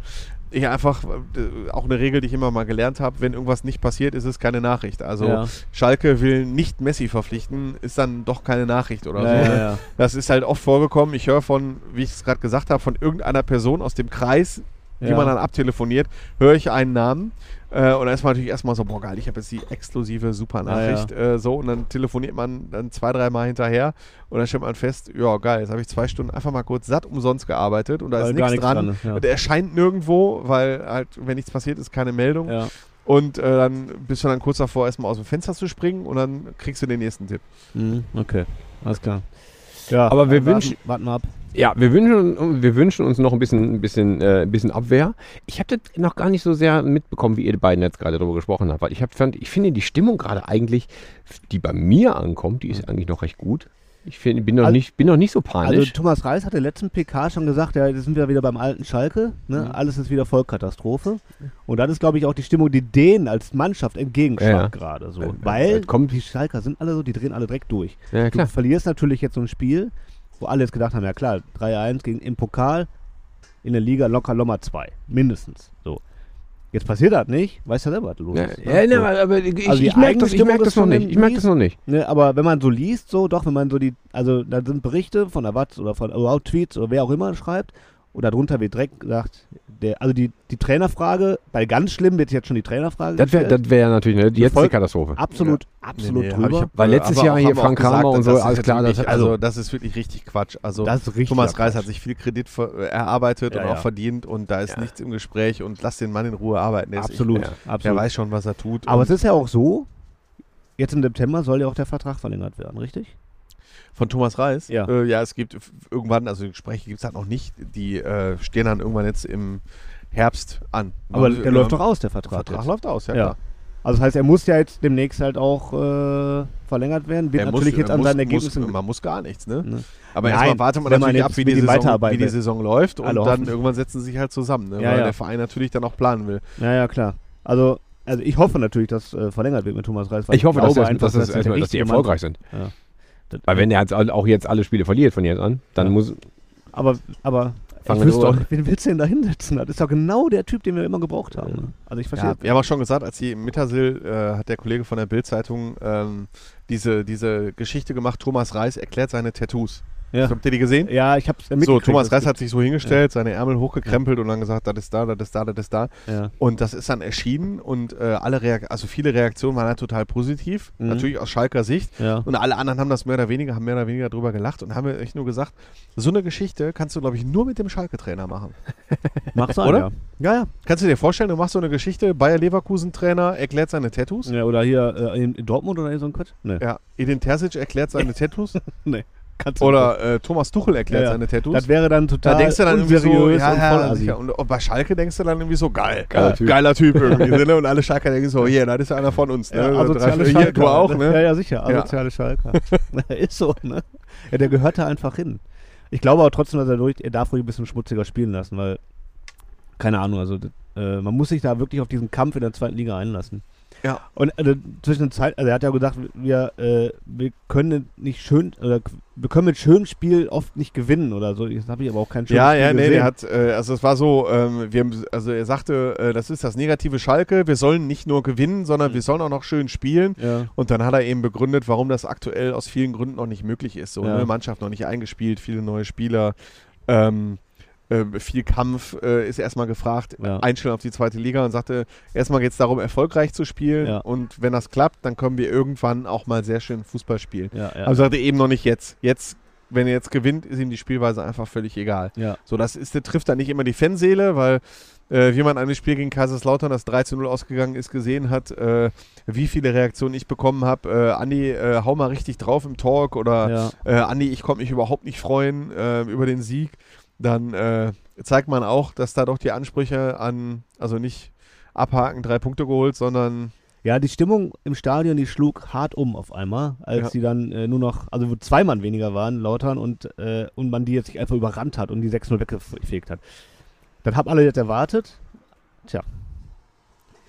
[SPEAKER 7] ich einfach äh, auch eine Regel, die ich immer mal gelernt habe, wenn irgendwas nicht passiert, ist es keine Nachricht. Also
[SPEAKER 8] Ja.
[SPEAKER 7] Schalke will nicht Messi verpflichten, ist dann doch keine Nachricht oder
[SPEAKER 8] Ja,
[SPEAKER 7] so.
[SPEAKER 8] ja,
[SPEAKER 7] ne?
[SPEAKER 8] ja.
[SPEAKER 7] Das ist halt oft vorgekommen. Ich höre von, wie ich es gerade gesagt habe, von irgendeiner Person aus dem Kreis, die
[SPEAKER 8] Ja.
[SPEAKER 7] man dann abtelefoniert, höre ich einen Namen. Äh, und dann ist man natürlich erstmal so, boah geil, ich habe jetzt die exklusive
[SPEAKER 8] Ah,
[SPEAKER 7] Supernachricht. Äh, so, und dann telefoniert man dann zwei, dreimal hinterher und dann stellt man fest, ja geil, jetzt habe ich zwei Stunden einfach mal kurz satt umsonst gearbeitet und da
[SPEAKER 8] Weil
[SPEAKER 7] ist nichts
[SPEAKER 8] gar nichts
[SPEAKER 7] dran.
[SPEAKER 8] dran ist, ja.
[SPEAKER 7] Und er erscheint nirgendwo, weil halt, wenn nichts passiert, ist keine Meldung.
[SPEAKER 8] Ja.
[SPEAKER 7] Und äh, dann bist du dann kurz davor, erstmal aus dem Fenster zu springen und dann kriegst du den nächsten Tipp.
[SPEAKER 8] Mhm, okay, alles klar. Ja,
[SPEAKER 3] Aber wir
[SPEAKER 8] warten-
[SPEAKER 3] wünschen-
[SPEAKER 8] Warten wir ab.
[SPEAKER 3] Ja, wir wünschen, wir wünschen uns noch ein bisschen, ein bisschen, äh, ein bisschen Abwehr. Ich habe das noch gar nicht so sehr mitbekommen, wie ihr beiden jetzt gerade darüber gesprochen habt, weil ich, hab, fand, ich finde die Stimmung gerade eigentlich, die bei mir ankommt, die ist eigentlich noch recht gut. Ich find, bin, noch
[SPEAKER 8] Mhm. Also-
[SPEAKER 3] nicht, bin noch nicht so
[SPEAKER 8] Also
[SPEAKER 3] panisch.
[SPEAKER 8] Thomas Reis hat im letzten PK schon gesagt, ja, jetzt sind wir wieder beim alten Schalke. Ne?
[SPEAKER 3] Mhm.
[SPEAKER 8] Alles ist wieder Vollkatastrophe. Und das ist, glaube ich, auch die Stimmung, die denen als Mannschaft entgegenschlägt
[SPEAKER 3] Ja, Äh, ja.
[SPEAKER 8] gerade so.
[SPEAKER 3] Ja, ja,
[SPEAKER 8] Weil
[SPEAKER 3] das kommt-
[SPEAKER 8] die Schalker sind alle so, die drehen alle direkt durch.
[SPEAKER 3] ja,
[SPEAKER 8] Du verlierst natürlich jetzt so ein Spiel, wo alle jetzt gedacht haben, ja klar, 3-1 gegen im Pokal, in der Liga locker Lommer 2, mindestens. So. Jetzt passiert das nicht, weißt ja selber, was los
[SPEAKER 3] Ja,
[SPEAKER 8] ist.
[SPEAKER 3] ja,
[SPEAKER 8] ne?
[SPEAKER 3] ne, aber ich,
[SPEAKER 8] Also die
[SPEAKER 3] ich merke das, ich
[SPEAKER 8] Eigenstimmung
[SPEAKER 3] merk das
[SPEAKER 8] ist
[SPEAKER 3] noch
[SPEAKER 8] schon
[SPEAKER 3] nicht. Ich merke das noch nicht.
[SPEAKER 8] Ne, aber wenn man so liest, so doch, wenn man so die, also da sind Berichte von der Watz oder von überhaupt Tweets oder wer auch immer schreibt Und darunter wird direkt gesagt, der, also die, die Trainerfrage, bei ganz schlimm wird jetzt schon die Trainerfrage
[SPEAKER 3] Das wäre
[SPEAKER 8] gestellt.
[SPEAKER 3] das wär natürlich ne, jetzt die
[SPEAKER 8] Voll-
[SPEAKER 3] Katastrophe.
[SPEAKER 8] absolut, absolut drüber.
[SPEAKER 3] Weil letztes Jahr hier Frank Kramer und so, alles klar, das-
[SPEAKER 7] Das,
[SPEAKER 3] also-
[SPEAKER 7] also, das ist wirklich richtig Quatsch. Also,
[SPEAKER 8] Das ist richtig
[SPEAKER 7] Thomas
[SPEAKER 8] Quatsch.
[SPEAKER 7] Reis hat sich viel Kredit ver- erarbeitet
[SPEAKER 8] Ja,
[SPEAKER 7] und
[SPEAKER 8] ja.
[SPEAKER 7] auch verdient und da ist nichts im Gespräch und lass den Mann in Ruhe arbeiten. Der ist-
[SPEAKER 8] absolut,
[SPEAKER 3] Ja.
[SPEAKER 7] Der
[SPEAKER 8] absolut.
[SPEAKER 7] weiß schon, was er tut.
[SPEAKER 8] Aber
[SPEAKER 7] und-
[SPEAKER 8] es ist ja auch so, jetzt im September soll ja auch der Vertrag verlängert werden, richtig?
[SPEAKER 7] Von Thomas Reis?
[SPEAKER 8] Ja.
[SPEAKER 7] Äh, ja, es gibt f- irgendwann, also Gespräche gibt es halt noch nicht, die äh, stehen dann irgendwann jetzt im Herbst an.
[SPEAKER 8] Aber
[SPEAKER 7] Und,
[SPEAKER 8] der
[SPEAKER 7] äh,
[SPEAKER 8] läuft doch aus, der
[SPEAKER 7] Der
[SPEAKER 8] Vertrag.
[SPEAKER 7] Vertrag
[SPEAKER 8] jetzt.
[SPEAKER 7] läuft aus, ja.
[SPEAKER 8] Ja.
[SPEAKER 7] Klar.
[SPEAKER 8] Also das heißt, er muss ja jetzt demnächst halt auch äh, verlängert werden. Wird
[SPEAKER 7] Er muss-
[SPEAKER 8] natürlich jetzt
[SPEAKER 7] er
[SPEAKER 8] an
[SPEAKER 7] muss-
[SPEAKER 8] seinen Ergebnissen.
[SPEAKER 7] Muss, man muss gar nichts, ne?
[SPEAKER 8] Ne.
[SPEAKER 7] Aber
[SPEAKER 8] Nein,
[SPEAKER 7] erstmal wartet man
[SPEAKER 8] wenn man
[SPEAKER 7] natürlich
[SPEAKER 8] jetzt
[SPEAKER 7] ab, wie
[SPEAKER 8] mit
[SPEAKER 7] die,
[SPEAKER 8] ihm
[SPEAKER 7] Saison, wie
[SPEAKER 8] weiterarbeitet.
[SPEAKER 7] die Saison läuft und
[SPEAKER 8] Alle
[SPEAKER 7] dann
[SPEAKER 8] hoffen.
[SPEAKER 7] irgendwann setzen sie sich halt zusammen, ne?
[SPEAKER 8] Ja,
[SPEAKER 7] weil
[SPEAKER 8] ja.
[SPEAKER 7] der Verein natürlich dann auch planen will.
[SPEAKER 8] ja, ja, klar. Also, also ich hoffe natürlich, dass äh, verlängert wird mit Thomas Reis. weil
[SPEAKER 3] Ich hoffe,
[SPEAKER 8] glaube
[SPEAKER 3] dass, das,
[SPEAKER 8] einfach,
[SPEAKER 3] dass, das
[SPEAKER 8] der
[SPEAKER 3] erstmal, dass die
[SPEAKER 8] richtige Mann-
[SPEAKER 3] erfolgreich sind.
[SPEAKER 8] Ja.
[SPEAKER 3] Weil wenn der jetzt all- auch jetzt alle Spiele verliert von jetzt an, dann
[SPEAKER 8] Ja.
[SPEAKER 3] muss
[SPEAKER 8] Aber, aber
[SPEAKER 3] Fangen
[SPEAKER 8] ey, willst
[SPEAKER 3] wir
[SPEAKER 8] du-
[SPEAKER 3] an.
[SPEAKER 8] wen willst du denn da hinsetzen? Das ist doch genau der Typ, den wir immer gebraucht haben. ne? Also ich verstehe.
[SPEAKER 7] Ja, wir haben auch schon gesagt, als sie im Mittersill äh, hat der Kollege von der Bild-Zeitung ähm, diese, diese Geschichte gemacht, Thomas Reis erklärt seine Tattoos.
[SPEAKER 8] Ja.
[SPEAKER 7] Habt ihr die gesehen?
[SPEAKER 8] Ja, ich hab's mitgekriegt.
[SPEAKER 7] So, Thomas
[SPEAKER 8] das
[SPEAKER 7] Reis hat sich so hingestellt, seine Ärmel hochgekrempelt und dann gesagt, das ist da, das ist da, das ist da.
[SPEAKER 8] Ja.
[SPEAKER 7] Und das ist dann erschienen und äh, alle Reak also viele Reaktionen waren halt total positiv,
[SPEAKER 8] Mhm.
[SPEAKER 7] natürlich aus Schalker Sicht.
[SPEAKER 8] Ja.
[SPEAKER 7] Und alle anderen haben das mehr oder weniger, haben mehr oder weniger drüber gelacht und haben mir echt nur gesagt, so eine Geschichte kannst du, glaube ich, nur mit dem Schalke-Trainer machen.
[SPEAKER 8] Mach's an,
[SPEAKER 7] Oder?
[SPEAKER 8] Ja.
[SPEAKER 7] Ja, ja. Kannst du dir vorstellen, du machst so eine Geschichte, Bayer Leverkusen-Trainer erklärt seine Tattoos.
[SPEAKER 8] Ja, oder hier äh, in, in Dortmund oder so ein Quatsch? Nee.
[SPEAKER 7] Ja, Edin Terzic erklärt seine Tattoos.
[SPEAKER 8] nee. Kannst du nicht.
[SPEAKER 7] Oder äh, Thomas Tuchel erklärt
[SPEAKER 8] Ja, ja.
[SPEAKER 7] seine Tattoos.
[SPEAKER 8] Das wäre dann total
[SPEAKER 7] Da denkst du dann irgendwie so,
[SPEAKER 8] unseriös
[SPEAKER 7] ja,
[SPEAKER 8] und
[SPEAKER 7] ja,
[SPEAKER 8] voll assi.
[SPEAKER 7] sicher. Und, und bei Schalke denkst du dann irgendwie so, geil,
[SPEAKER 3] Geiler Typ.
[SPEAKER 7] geiler Typ, geiler typ irgendwie. ne? Und alle Schalker denken so, hier, yeah, das ist ja einer von uns. Ne?
[SPEAKER 8] Ja,
[SPEAKER 7] Drei-
[SPEAKER 8] asoziale
[SPEAKER 7] vier- hier,
[SPEAKER 8] Schalker.
[SPEAKER 7] du auch, ne?
[SPEAKER 8] Ja, ja, sicher.
[SPEAKER 7] Ja.
[SPEAKER 8] Asoziale Schalker. ist so, ne? Ja, der gehört da einfach hin. Ich glaube aber trotzdem, dass er, durch, er darf ruhig ein bisschen schmutziger spielen lassen, weil, keine Ahnung, also äh, man muss sich da wirklich auf diesen Kampf in der zweiten Liga einlassen.
[SPEAKER 7] Ja.
[SPEAKER 8] Und äh, zwischen den Zeit, also er hat ja gesagt, wir, äh, wir können nicht schön, oder wir können mit schönem Spiel oft nicht gewinnen oder so. Jetzt habe ich aber auch kein schönes
[SPEAKER 7] Ja,
[SPEAKER 8] Spiel
[SPEAKER 7] ja, nee,
[SPEAKER 8] gesehen.
[SPEAKER 7] der hat, äh, also es war so, ähm, wir, haben- also er sagte, äh, das ist das negative Schalke, wir sollen nicht nur gewinnen, sondern wir sollen auch noch schön spielen.
[SPEAKER 8] ja.
[SPEAKER 7] Und dann hat er eben begründet, warum das aktuell aus vielen Gründen noch nicht möglich ist. So
[SPEAKER 8] Ja.
[SPEAKER 7] ne? Mannschaft noch nicht eingespielt, viele neue Spieler, ähm, äh, viel Kampf äh, ist erstmal gefragt,
[SPEAKER 8] Ja.
[SPEAKER 7] Einstellung auf die zweite Liga und sagte, erstmal geht es darum, erfolgreich zu spielen.
[SPEAKER 8] Ja.
[SPEAKER 7] Und wenn das klappt, dann können wir irgendwann auch mal sehr schön Fußball spielen.
[SPEAKER 8] Ja, ja.
[SPEAKER 7] Aber sagte eben noch nicht jetzt. Jetzt, wenn er jetzt gewinnt, ist ihm die Spielweise einfach völlig egal.
[SPEAKER 8] ja.
[SPEAKER 7] So, das ist, der trifft dann nicht immer die Fanseele, weil äh, wie man an dem Spiel gegen Kaiserslautern, das 3 zu 0 ausgegangen ist, gesehen hat, äh, wie viele Reaktionen ich bekommen habe. Äh, Andi, äh, hau mal richtig drauf im Talk oder
[SPEAKER 8] ja.
[SPEAKER 7] äh, Andi, ich konnte mich überhaupt nicht freuen äh, über den Sieg. Dann äh, zeigt man auch, dass da doch die Ansprüche an, also nicht abhaken, drei Punkte geholt, sondern
[SPEAKER 8] Ja, die Stimmung im Stadion, die schlug hart um auf einmal, als
[SPEAKER 7] Ja.
[SPEAKER 8] sie dann äh, nur noch, also wo zwei Mann weniger waren, Lautern, und, äh, und man die jetzt nicht einfach überrannt hat und die 6-0 weggefegt hat. Das haben alle jetzt erwartet. Tja.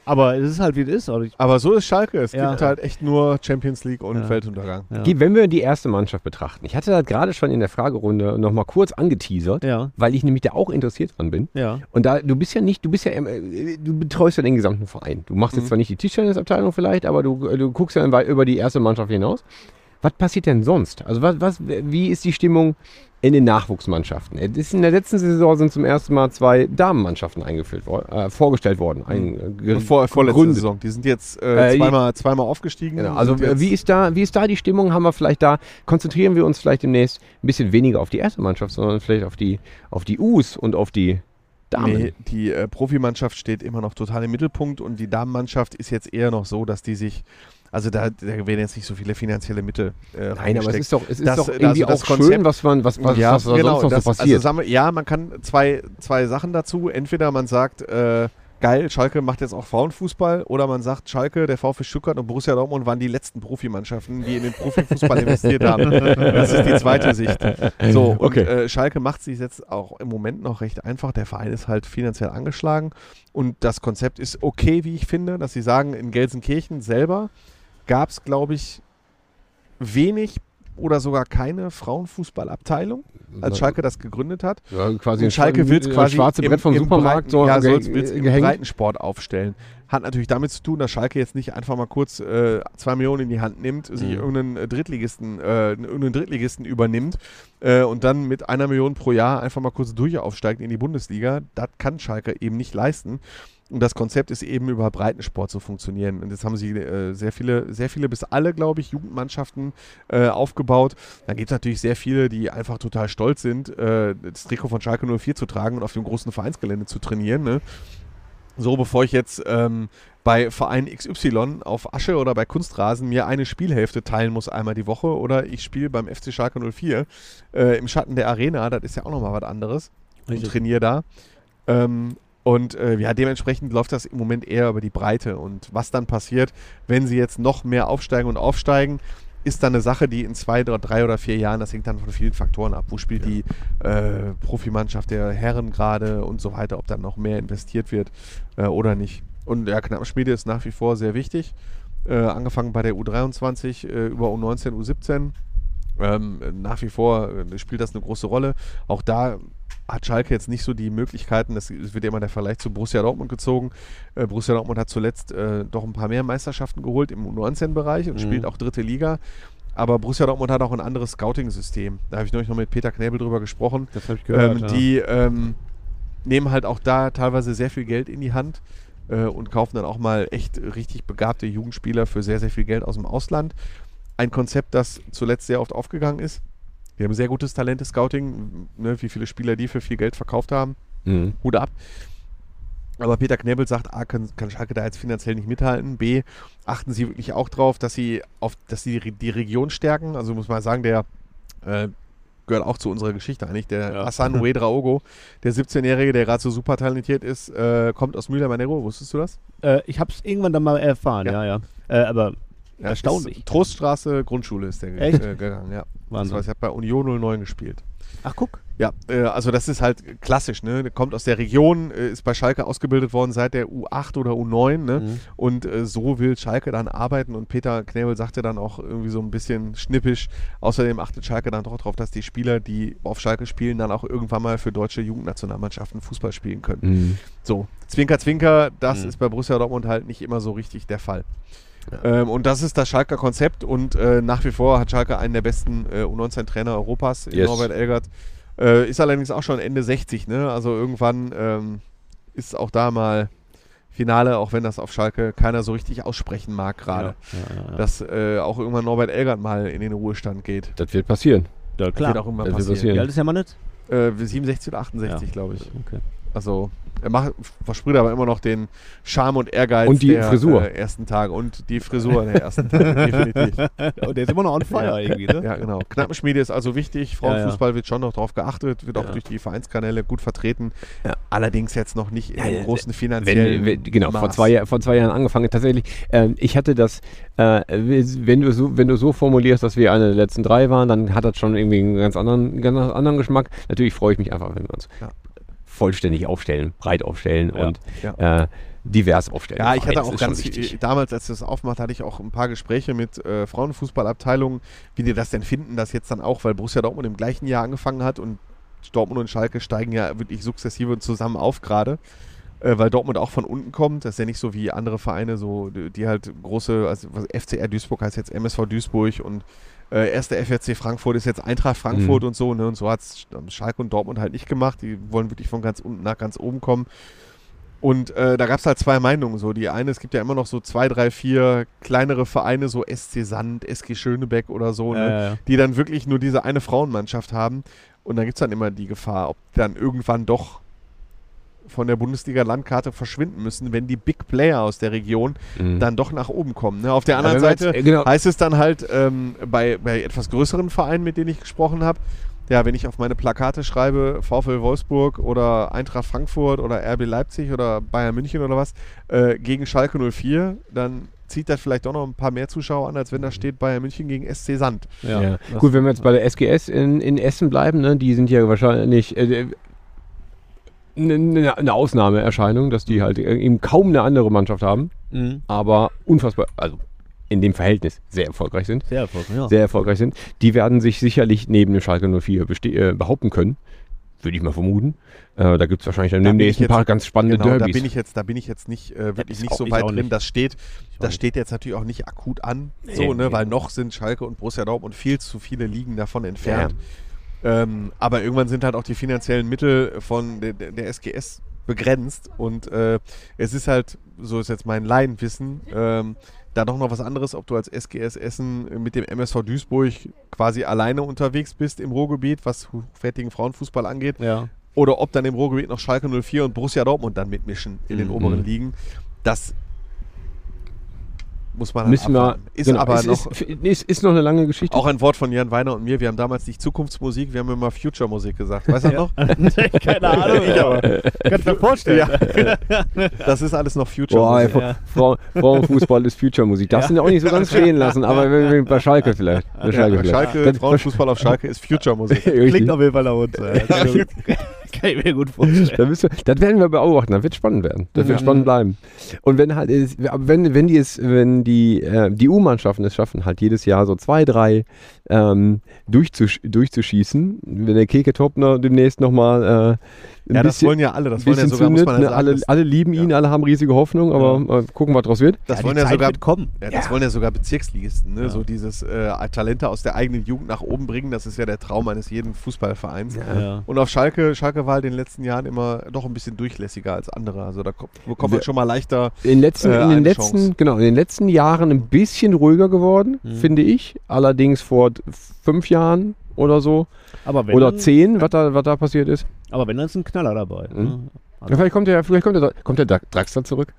[SPEAKER 8] Aber es ist halt, wie es ist. Also ich,
[SPEAKER 7] aber so ist Schalke. Es
[SPEAKER 8] Ja.
[SPEAKER 7] gibt halt echt nur Champions League und
[SPEAKER 8] Ja.
[SPEAKER 7] Weltuntergang.
[SPEAKER 8] ja.
[SPEAKER 3] Die- Wenn wir die erste Mannschaft betrachten, ich hatte das gerade schon in der Fragerunde nochmal kurz angeteasert,
[SPEAKER 8] ja,
[SPEAKER 3] weil ich nämlich da auch interessiert dran bin.
[SPEAKER 8] ja.
[SPEAKER 3] Und da, du bist ja nicht, du bist ja, äh, du betreust ja den gesamten Verein. Du
[SPEAKER 7] Mhm.
[SPEAKER 3] machst jetzt zwar nicht die Tischtennisabteilung vielleicht, aber du, du guckst ja wei- über die erste Mannschaft hinaus. Was passiert denn sonst? Also was, was, wie ist die Stimmung in den Nachwuchsmannschaften? Es ist In der letzten Saison sind zum ersten Mal zwei Damenmannschaften eingeführt, worden, äh, vorgestellt worden. Ein, äh, ge-
[SPEAKER 7] Vor, vorletzte
[SPEAKER 3] gegründet.
[SPEAKER 7] Saison. Die sind jetzt äh,
[SPEAKER 3] Äh,
[SPEAKER 7] zweimal, zweimal aufgestiegen.
[SPEAKER 3] Genau, also
[SPEAKER 7] sind jetzt-
[SPEAKER 3] wie ist, da, wie ist da die Stimmung? Haben wir vielleicht da, konzentrieren wir uns vielleicht demnächst ein bisschen weniger auf die erste Mannschaft, sondern vielleicht auf die, auf die U's und auf die Damen.
[SPEAKER 7] Nee, die äh, Profimannschaft steht immer noch total im Mittelpunkt und die Damenmannschaft ist jetzt eher noch so, dass die sich, also da, da werden jetzt nicht so viele finanzielle Mittel äh,
[SPEAKER 3] Nein, aber es
[SPEAKER 7] reingesteckt.
[SPEAKER 3] ist doch, es ist
[SPEAKER 7] Das-
[SPEAKER 3] doch
[SPEAKER 7] also
[SPEAKER 3] irgendwie
[SPEAKER 7] das
[SPEAKER 3] auch schön,
[SPEAKER 7] Konzept-
[SPEAKER 3] was, man, was, was, was da sonst noch
[SPEAKER 7] das,
[SPEAKER 3] so
[SPEAKER 7] Also
[SPEAKER 3] passiert.
[SPEAKER 7] sagen wir, ja, man kann zwei, zwei Sachen dazu. Entweder man sagt, äh, geil, Schalke macht jetzt auch Frauenfußball oder man sagt, Schalke, der VfB Stuttgart und Borussia Dortmund waren die letzten Profimannschaften, die in den Profifußball investiert haben. Das ist die zweite Sicht. So, und
[SPEAKER 3] Okay.
[SPEAKER 7] äh, Schalke macht sich jetzt auch im Moment noch recht einfach. Der Verein ist halt finanziell angeschlagen und das Konzept ist okay, wie ich finde, dass sie sagen, in Gelsenkirchen selber gab es, glaube ich, wenig oder sogar keine Frauenfußballabteilung als also Schalke das gegründet hat.
[SPEAKER 3] ja, quasi äh,
[SPEAKER 7] Und Schalke will es quasi
[SPEAKER 3] schwarze
[SPEAKER 7] im-
[SPEAKER 3] Brett vom
[SPEAKER 7] im
[SPEAKER 3] Supermarkt
[SPEAKER 7] breiten, ja,
[SPEAKER 3] so
[SPEAKER 7] so
[SPEAKER 3] ge-
[SPEAKER 7] will's im
[SPEAKER 3] gehängt.
[SPEAKER 7] breiten Sport aufstellen. Hat natürlich damit zu tun, dass Schalke jetzt nicht einfach mal kurz äh, zwei Millionen in die Hand nimmt, sich
[SPEAKER 3] Mhm.
[SPEAKER 7] irgendeinen äh, Drittligisten, äh, irgendeinen Drittligisten übernimmt äh, und dann mit einer Million pro Jahr einfach mal kurz durchaufsteigt in die Bundesliga. Das kann Schalke eben nicht leisten. Und das Konzept ist eben über Breitensport zu funktionieren. Und jetzt haben sie äh, sehr viele, sehr viele bis alle, glaube ich, Jugendmannschaften äh, aufgebaut. Dann gibt es natürlich sehr viele, die einfach total stolz sind, äh, das Trikot von Schalke 04 zu tragen und auf dem großen Vereinsgelände zu trainieren. Ne? So, bevor ich jetzt ähm, bei Verein XY auf Asche oder bei Kunstrasen mir eine Spielhälfte teilen muss einmal die Woche oder ich spiele beim FC Schalke 04 äh, im Schatten der Arena, das ist ja auch nochmal was anderes und trainiere da. Ähm, und äh, ja, dementsprechend läuft das im Moment eher über die Breite. Und was dann passiert, wenn sie jetzt noch mehr aufsteigen und aufsteigen, ist dann eine Sache, die in zwei, drei, drei oder vier Jahren, das hängt dann von vielen Faktoren ab. Wo spielt die äh, Profimannschaft der Herren gerade und so weiter, ob dann noch mehr investiert wird äh, oder nicht. Und ja, Knappenschmiede ist nach wie vor sehr wichtig. Äh, angefangen bei der U23 äh, über U19, U17. Ähm, nach wie vor äh, spielt das eine große Rolle. Auch da hat Schalke jetzt nicht so die Möglichkeiten, das wird ja immer der Vergleich zu Borussia Dortmund gezogen. Äh, Borussia Dortmund hat zuletzt äh, doch ein paar mehr Meisterschaften geholt im U19-Bereich und spielt auch dritte Liga. Aber Borussia Dortmund hat auch ein anderes Scouting-System. Da habe ich neulich noch mit Peter Knäbel drüber gesprochen.
[SPEAKER 9] Das habe ich gehört.
[SPEAKER 7] Ähm,
[SPEAKER 9] ja.
[SPEAKER 7] Die ähm, nehmen halt auch da teilweise sehr viel Geld in die Hand äh, und kaufen dann auch mal echt richtig begabte Jugendspieler für sehr, sehr viel Geld aus dem Ausland. Ein Konzept, das zuletzt sehr oft aufgegangen ist. Wir haben sehr gutes Talent des Scouting, ne, wie viele Spieler die für viel Geld verkauft haben.
[SPEAKER 3] Mhm.
[SPEAKER 7] Hut ab. Aber Peter Knebel sagt, A, kann, kann Schalke da jetzt finanziell nicht mithalten. B, achten sie wirklich auch drauf, dass sie auf, dass sie die, die Region stärken. Also muss man sagen, der äh, gehört auch zu unserer Geschichte eigentlich. Der
[SPEAKER 9] Ja.
[SPEAKER 7] Hassan Uedraogo, der 17-Jährige, der gerade so super talentiert ist, äh, kommt aus Mühlmanero. Wusstest du das?
[SPEAKER 8] Äh, ich hab's irgendwann dann mal erfahren,
[SPEAKER 7] Ja.
[SPEAKER 8] ja, ja. Äh, aber
[SPEAKER 7] Ja,
[SPEAKER 8] erstaunlich.
[SPEAKER 7] ist Troststraße, Grundschule ist der ge-
[SPEAKER 8] Echt?
[SPEAKER 7] Äh, gegangen, ja. Das
[SPEAKER 8] Wahnsinn.
[SPEAKER 7] heißt, er hat bei Union 09 gespielt.
[SPEAKER 8] Ach, guck.
[SPEAKER 7] Ja, äh, also das ist halt klassisch, ne? Der kommt aus der Region, äh, ist bei Schalke ausgebildet worden seit der U8 oder U9, ne? Und äh, so will Schalke dann arbeiten und Peter Knebel sagte dann auch irgendwie so ein bisschen schnippisch, außerdem achtet Schalke dann doch darauf, dass die Spieler, die auf Schalke spielen, dann auch irgendwann mal für deutsche Jugendnationalmannschaften Fußball spielen können.
[SPEAKER 3] Mhm.
[SPEAKER 7] So, Zwinker, Zwinker,
[SPEAKER 8] Mhm.
[SPEAKER 7] das ist bei Borussia Dortmund halt nicht immer so richtig der Fall. Ähm, und das ist das Schalker Konzept und äh, nach wie vor hat Schalke einen der besten äh, U19-Trainer Europas, in
[SPEAKER 3] Yes.
[SPEAKER 7] Norbert Elgert. Äh, ist allerdings auch schon Ende 60, ne? Also irgendwann ähm, ist auch da mal Finale, auch wenn das auf Schalke keiner so richtig aussprechen mag gerade. Dass äh, auch irgendwann Norbert Elgert mal in den Ruhestand geht.
[SPEAKER 3] Das wird passieren.
[SPEAKER 8] Ja,
[SPEAKER 7] Wird
[SPEAKER 8] klar.
[SPEAKER 7] auch immer
[SPEAKER 3] Das wird
[SPEAKER 7] passieren.
[SPEAKER 3] passieren.
[SPEAKER 8] Wie alt ist der Mann jetzt?
[SPEAKER 7] Äh, 67 oder 68, glaube ich.
[SPEAKER 8] Okay.
[SPEAKER 7] Also er macht, versprüht aber immer noch den Charme und Ehrgeiz
[SPEAKER 3] Und die
[SPEAKER 7] der
[SPEAKER 3] Frisur.
[SPEAKER 7] Äh, ersten Tage und die Frisur der ersten Tage, definitiv.
[SPEAKER 8] Und der ist immer noch on fire irgendwie, ne?
[SPEAKER 7] Ja, genau. Knappenschmiede ist also wichtig. Frauenfußball wird schon noch drauf geachtet, wird auch durch die Vereinskanäle gut vertreten. Allerdings jetzt noch nicht
[SPEAKER 3] Ja,
[SPEAKER 7] im
[SPEAKER 3] ja,
[SPEAKER 7] großen finanziellen
[SPEAKER 3] Wenn, wenn, genau, vor
[SPEAKER 7] Maß.
[SPEAKER 3] zwei, Jahr- vor zwei Jahren angefangen. Tatsächlich, ähm, ich hatte das, äh, wenn, du so, wenn du so formulierst, dass wir eine der letzten drei waren, dann hat das schon irgendwie einen ganz anderen, ganz anderen Geschmack. Natürlich freue ich mich einfach, wenn wir uns
[SPEAKER 7] Ja.
[SPEAKER 3] vollständig aufstellen, breit aufstellen und
[SPEAKER 7] Ja.
[SPEAKER 3] Äh, divers aufstellen.
[SPEAKER 7] Ja, ich
[SPEAKER 3] Vereins
[SPEAKER 7] hatte auch
[SPEAKER 3] ist schon
[SPEAKER 7] ganz
[SPEAKER 3] wichtig.
[SPEAKER 7] viel, äh, damals, als ich das aufmacht, hatte ich auch ein paar Gespräche mit äh, Frauenfußballabteilungen, wie die das denn finden, das jetzt dann auch, weil Borussia Dortmund im gleichen Jahr angefangen hat und Dortmund und Schalke steigen ja wirklich sukzessive zusammen auf gerade. Äh, weil Dortmund auch von unten kommt. Das ist ja nicht so wie andere Vereine, so, die die halt große, also was FCR Duisburg heißt jetzt MSV Duisburg und äh, erste FRC Frankfurt ist jetzt Eintracht
[SPEAKER 3] Mhm.
[SPEAKER 7] Frankfurt und so. Ne? Und so hat es Schalke und Dortmund halt nicht gemacht. Die wollen wirklich von ganz unten nach ganz oben kommen. Und äh, da gab es halt zwei Meinungen. So die eine, es gibt ja immer noch so zwei, drei, vier kleinere Vereine, so SC Sand, SG Schönebeck oder so, ne?
[SPEAKER 3] Äh.
[SPEAKER 8] Ja, ja, ja.
[SPEAKER 7] die dann wirklich nur diese eine Frauenmannschaft haben. Und dann gibt es dann immer die Gefahr, ob die dann irgendwann doch von der Bundesliga-Landkarte verschwinden müssen, wenn die Big Player aus der Region
[SPEAKER 3] Mhm.
[SPEAKER 7] dann doch nach oben kommen. Ne? Auf der
[SPEAKER 3] Aber
[SPEAKER 7] anderen
[SPEAKER 3] wenn wir jetzt-
[SPEAKER 7] Seite
[SPEAKER 3] äh, genau,
[SPEAKER 7] heißt es dann halt ähm, bei, bei etwas größeren Vereinen, mit denen ich gesprochen habe, ja, wenn ich auf meine Plakate schreibe, VfL Wolfsburg oder Eintracht Frankfurt oder RB Leipzig oder Bayern München oder was, äh, gegen Schalke 04, dann zieht das vielleicht doch noch ein paar mehr Zuschauer an, als wenn da steht Bayern München gegen SC Sand.
[SPEAKER 3] Ja. Gut, wenn wir jetzt bei der SGS in, in Essen bleiben, ne, die sind ja wahrscheinlich äh, eine ne, ne Ausnahmeerscheinung, dass die halt eben kaum eine andere Mannschaft haben,
[SPEAKER 8] Mhm.
[SPEAKER 3] aber unfassbar, also in dem Verhältnis sehr erfolgreich sind.
[SPEAKER 8] Sehr erfolgreich, ja.
[SPEAKER 3] Sehr erfolgreich sind. Die werden sich sicherlich neben dem Schalke 04 beste- äh, behaupten können. würde ich mal vermuten. Äh, da gibt es wahrscheinlich dann
[SPEAKER 7] Da
[SPEAKER 3] im
[SPEAKER 7] bin ich
[SPEAKER 3] nächsten
[SPEAKER 7] jetzt-
[SPEAKER 3] paar ganz spannende
[SPEAKER 7] Genau, da
[SPEAKER 3] ne, Derbys.
[SPEAKER 7] bin ich jetzt, da bin ich jetzt nicht äh, wirklich
[SPEAKER 8] ich
[SPEAKER 7] nicht
[SPEAKER 8] auch
[SPEAKER 7] so
[SPEAKER 8] nicht,
[SPEAKER 7] weit
[SPEAKER 8] auch
[SPEAKER 7] drin.
[SPEAKER 8] nicht.
[SPEAKER 7] Das steht, das
[SPEAKER 8] nicht.
[SPEAKER 7] steht jetzt natürlich auch nicht akut an, so
[SPEAKER 3] Nee,
[SPEAKER 7] ne,
[SPEAKER 3] nee.
[SPEAKER 7] weil noch sind Schalke und Borussia Dortmund viel zu viele Ligen davon entfernt. Ähm, aber irgendwann sind halt auch die finanziellen Mittel von der, der der SGS begrenzt und äh, es ist halt, so ist jetzt mein Laienwissen, ähm, da doch noch was anderes, ob du als SGS Essen mit dem MSV Duisburg quasi alleine unterwegs bist im Ruhrgebiet, was hochwertigen Frauenfußball angeht,
[SPEAKER 8] Ja.
[SPEAKER 7] oder ob dann im Ruhrgebiet noch Schalke 04 und Borussia Dortmund dann mitmischen in den
[SPEAKER 3] Mhm.
[SPEAKER 7] oberen Ligen. Das muss man halt
[SPEAKER 3] Müssen wir,
[SPEAKER 7] abwarten. Ist
[SPEAKER 3] genau,
[SPEAKER 7] aber
[SPEAKER 3] es
[SPEAKER 7] noch
[SPEAKER 3] ist, ist, ist noch eine lange Geschichte.
[SPEAKER 7] auch ein Wort von Jan Weiner und mir. Wir haben damals nicht Zukunftsmusik, wir haben immer Future-Musik gesagt. Weißt du das noch?
[SPEAKER 8] Keine Ahnung, ich aber. Kannst du mir vorstellen.
[SPEAKER 7] Ja. Das ist alles noch
[SPEAKER 3] Boah, ey,
[SPEAKER 7] Future-Musik.
[SPEAKER 3] Fra- Fra- Frauenfußball ist Future-Musik. Darfst du ihn auch nicht so ganz stehen lassen, aber wenn- wenn- bei Schalke vielleicht. Bei
[SPEAKER 7] Ja,
[SPEAKER 3] Schalke vielleicht.
[SPEAKER 7] Schalke,
[SPEAKER 3] Das-
[SPEAKER 7] Frauenfußball auf Schalke ist Future-Musik.
[SPEAKER 3] Richtig.
[SPEAKER 8] Klingt auf jeden Fall nach uns. Ja. Kann, ich mir, kann ich mir gut vorstellen.
[SPEAKER 3] Da müssen wir, das werden wir beobachten, das wird spannend werden. Das wird spannend bleiben. Und wenn halt es, aber wenn, wenn die es, wenn die, äh, die U-Mannschaften es schaffen, halt jedes Jahr so zwei, drei ähm, durchzusch durchzuschießen, wenn der Keke Topner demnächst nochmal äh, ein
[SPEAKER 7] Ja, das
[SPEAKER 3] bisschen,
[SPEAKER 7] wollen ja alle. Das wollen ja
[SPEAKER 3] bisschen
[SPEAKER 7] sogar, muss
[SPEAKER 3] zündet,
[SPEAKER 7] man ja
[SPEAKER 3] ne?
[SPEAKER 7] sagen,
[SPEAKER 3] alle,
[SPEAKER 7] das-
[SPEAKER 3] alle lieben ihn, alle haben riesige Hoffnung, aber äh, gucken, was draus wird.
[SPEAKER 7] das
[SPEAKER 8] Ja, die
[SPEAKER 7] wollen ja
[SPEAKER 8] Zeit
[SPEAKER 7] sogar
[SPEAKER 8] wird kommen.
[SPEAKER 7] Ja, das wollen ja sogar Bezirksligisten, ne? so dieses äh, Talente aus der eigenen Jugend nach oben bringen, das ist ja der Traum eines jeden Fußballvereins.
[SPEAKER 8] Ja.
[SPEAKER 7] Und auf Schalke, Schalke war halt in den letzten Jahren immer doch ein bisschen durchlässiger als andere, also da ko- bekommt man
[SPEAKER 3] Wir-
[SPEAKER 7] schon mal leichter.
[SPEAKER 3] In, den letzten, in,
[SPEAKER 7] Äh,
[SPEAKER 3] den
[SPEAKER 7] eine
[SPEAKER 3] letzten,
[SPEAKER 7] Chance. Mhm.
[SPEAKER 3] genau, in den letzten Jahren ein bisschen ruhiger geworden, finde ich. Allerdings vor d- fünf Jahren oder so.
[SPEAKER 8] Aber wenn,
[SPEAKER 3] oder
[SPEAKER 8] dann-
[SPEAKER 3] zehn, was da, was da passiert ist.
[SPEAKER 8] Aber wenn, dann ist ein Knaller dabei.
[SPEAKER 3] Mhm.
[SPEAKER 8] ne?
[SPEAKER 3] Ja, vielleicht kommt der, vielleicht kommt der, kommt der Dra- Draxler zurück.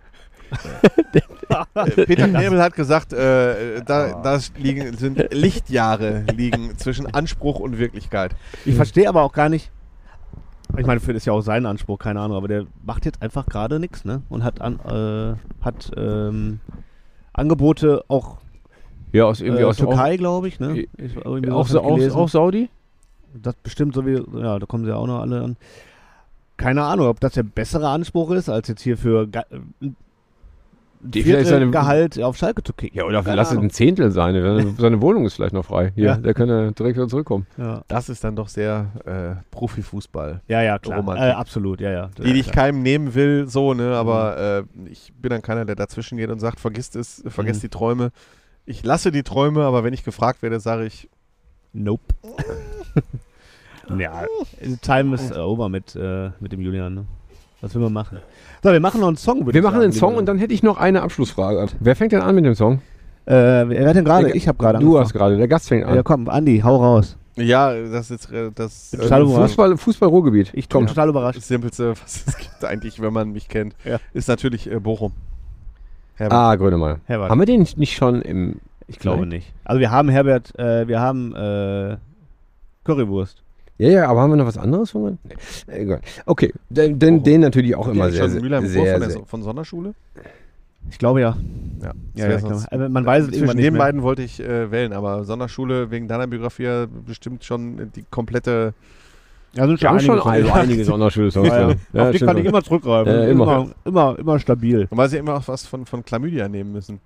[SPEAKER 7] Äh, Peter Knebel hat gesagt, äh, da das liegen, sind Lichtjahre liegen zwischen Anspruch und Wirklichkeit.
[SPEAKER 8] Ich verstehe aber auch gar nicht. Ich meine, für das ist ja auch sein Anspruch, keine Ahnung, aber der macht jetzt einfach gerade nichts, ne? Und hat an, äh, hat ähm, Angebote auch
[SPEAKER 3] Ja, aus, irgendwie
[SPEAKER 8] äh,
[SPEAKER 3] aus
[SPEAKER 8] Türkei, glaube ich, ne?
[SPEAKER 3] Ja,
[SPEAKER 8] Ich,
[SPEAKER 3] Auch,
[SPEAKER 8] irgendwie
[SPEAKER 3] auch,
[SPEAKER 8] sowas hab ich
[SPEAKER 3] auch,
[SPEAKER 8] gelesen.
[SPEAKER 3] auch Saudi?
[SPEAKER 8] Das bestimmt so wie, ja, da kommen sie ja auch noch alle an. Keine Ahnung, ob das der bessere Anspruch ist, als jetzt hier für Ge ein
[SPEAKER 3] vielleicht seine-
[SPEAKER 8] Viertel Gehalt auf Schalke zu kicken.
[SPEAKER 3] Ja, oder
[SPEAKER 8] Keine
[SPEAKER 3] lass es
[SPEAKER 8] Ahnung.
[SPEAKER 3] ein Zehntel sein. Seine- Seine Wohnung ist vielleicht noch frei. Hier,
[SPEAKER 8] Ja.
[SPEAKER 3] Der kann ja direkt wieder zurückkommen.
[SPEAKER 8] Ja,
[SPEAKER 7] Das ist dann doch sehr äh, Profifußball.
[SPEAKER 8] ja, ja klar.
[SPEAKER 7] Romantik.
[SPEAKER 8] Äh, absolut, ja, ja.
[SPEAKER 7] die dich
[SPEAKER 8] ja,
[SPEAKER 7] keinem nehmen will, so, ne? Aber äh, ich bin dann keiner, der dazwischen geht und sagt, vergisst es, vergesst die Träume. Ich lasse die Träume, aber wenn ich gefragt werde, sage ich,
[SPEAKER 8] Nope. ja, Time is over mit, äh, mit dem Julian. Ne? Was will man machen? So, wir machen noch einen Song. würd
[SPEAKER 3] Wir
[SPEAKER 8] ich
[SPEAKER 3] machen
[SPEAKER 8] sagen,
[SPEAKER 3] den Song
[SPEAKER 8] lieber-
[SPEAKER 3] und dann hätte ich noch eine Abschlussfrage. Wer fängt denn an mit dem Song?
[SPEAKER 8] Äh, wer hat denn gerade? Ich habe gerade
[SPEAKER 3] Du hast gerade, der Gast fängt
[SPEAKER 8] Ja,
[SPEAKER 3] an.
[SPEAKER 8] komm, Andi, hau raus.
[SPEAKER 7] ja, das ist äh, das
[SPEAKER 8] Total
[SPEAKER 7] äh,
[SPEAKER 8] überrascht.
[SPEAKER 3] Fußball, Fußball-Ruhrgebiet.
[SPEAKER 8] Ich bin total überrascht.
[SPEAKER 7] das Simpelste, was es gibt eigentlich, wenn man mich kennt,
[SPEAKER 8] Ja.
[SPEAKER 7] ist natürlich äh, Bochum. Herbert.
[SPEAKER 3] Ah, Grönemeyer.
[SPEAKER 8] Herbert.
[SPEAKER 3] Haben wir den nicht schon im.
[SPEAKER 8] Ich glaube nicht. Also wir haben Herbert, äh, wir haben äh, Currywurst.
[SPEAKER 3] Ja, ja, aber haben wir noch was anderes? von mir? Nee. Egal. Okay, den, den, den natürlich auch
[SPEAKER 7] Habt ihr
[SPEAKER 3] immer sehr,
[SPEAKER 7] schon Mülheim
[SPEAKER 3] sehr,
[SPEAKER 7] Ruhr von,
[SPEAKER 3] sehr,
[SPEAKER 7] der
[SPEAKER 3] sehr.
[SPEAKER 7] So- von Sonderschule?
[SPEAKER 8] Ich glaube ja.
[SPEAKER 7] Ja,
[SPEAKER 8] ja, ja ich glaube, aber man weiß es irgendwann
[SPEAKER 7] Zwischen
[SPEAKER 8] nicht
[SPEAKER 7] den
[SPEAKER 8] mehr.
[SPEAKER 7] beiden wollte ich äh, wählen, aber Sonderschule wegen deiner Biografie bestimmt schon die komplette.
[SPEAKER 8] Ja, sind
[SPEAKER 3] Wir haben schon einige,
[SPEAKER 8] einige.
[SPEAKER 3] einige Sonderschule. Songs
[SPEAKER 8] Ja, ja.
[SPEAKER 3] drin. Ja,
[SPEAKER 8] Auf die
[SPEAKER 3] stimmt
[SPEAKER 8] kann ich
[SPEAKER 3] schon.
[SPEAKER 8] immer zurückgreifen.
[SPEAKER 3] Ja, immer.
[SPEAKER 8] immer, immer, immer stabil.
[SPEAKER 7] Und weil sie immer auch was von, von Chlamydia nehmen müssen.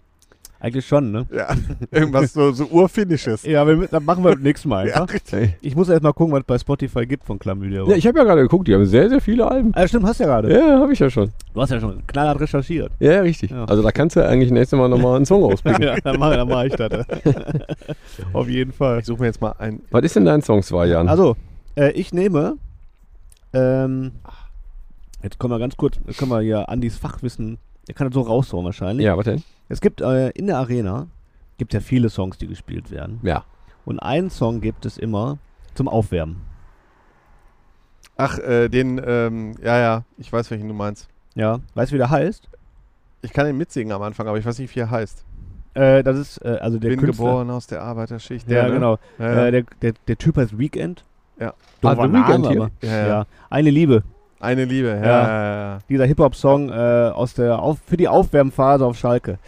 [SPEAKER 8] Eigentlich schon, ne?
[SPEAKER 7] Ja, irgendwas so, so Urfinnisches.
[SPEAKER 8] Ja, wir, dann machen wir beim nächsten Mal einfach.
[SPEAKER 3] Hey.
[SPEAKER 8] Ich muss erst mal gucken, was es bei Spotify gibt von Chlamydia.
[SPEAKER 3] Ja, ich habe ja gerade geguckt, die haben sehr, sehr viele Alben.
[SPEAKER 8] ah, stimmt, hast ja gerade.
[SPEAKER 3] Ja, habe ich ja schon.
[SPEAKER 8] Du hast ja schon knallhart recherchiert.
[SPEAKER 3] Ja, ja, richtig.
[SPEAKER 8] Ja.
[SPEAKER 3] Also da kannst du ja eigentlich nächstes Mal nochmal einen Song rauspicken.
[SPEAKER 8] ja, dann mache mach ich das. Auf jeden Fall.
[SPEAKER 7] Ich suche mir jetzt mal ein.
[SPEAKER 3] Was ist denn dein Song, zwei Jahren?
[SPEAKER 8] Also, äh, ich nehme. Ähm, jetzt kommen wir ganz kurz. Jetzt können wir hier Andis Fachwissen. Der kann das so raushauen wahrscheinlich.
[SPEAKER 3] ja, was denn?
[SPEAKER 8] Es gibt äh, in der Arena gibt ja viele Songs, die gespielt werden.
[SPEAKER 3] Ja.
[SPEAKER 8] Und einen Song gibt es immer zum Aufwärmen.
[SPEAKER 7] Ach, äh, den, ähm, ja, ja, ich weiß, welchen du meinst.
[SPEAKER 8] Ja. Weißt du, wie der heißt?
[SPEAKER 7] Ich kann den mitsingen am Anfang, aber ich weiß nicht, wie er heißt.
[SPEAKER 8] Äh, das ist äh, also der
[SPEAKER 7] Bin
[SPEAKER 8] Künstler.
[SPEAKER 7] geboren aus der Arbeiterschicht.
[SPEAKER 8] Ja,
[SPEAKER 7] ne?
[SPEAKER 8] genau.
[SPEAKER 7] Ja, ja.
[SPEAKER 8] Äh, der, der, der Typ heißt Weekend.
[SPEAKER 7] Ja.
[SPEAKER 8] Doofer
[SPEAKER 3] Ah, The
[SPEAKER 8] Name,
[SPEAKER 3] Weeknd hier.
[SPEAKER 8] aber.
[SPEAKER 7] Ja,
[SPEAKER 8] Ja.
[SPEAKER 7] ja.
[SPEAKER 8] Eine Liebe.
[SPEAKER 7] Eine Liebe, ja.
[SPEAKER 8] Ja.
[SPEAKER 7] ja, ja.
[SPEAKER 8] Dieser Hip-Hop-Song äh, aus der auf, für die Aufwärmphase auf Schalke.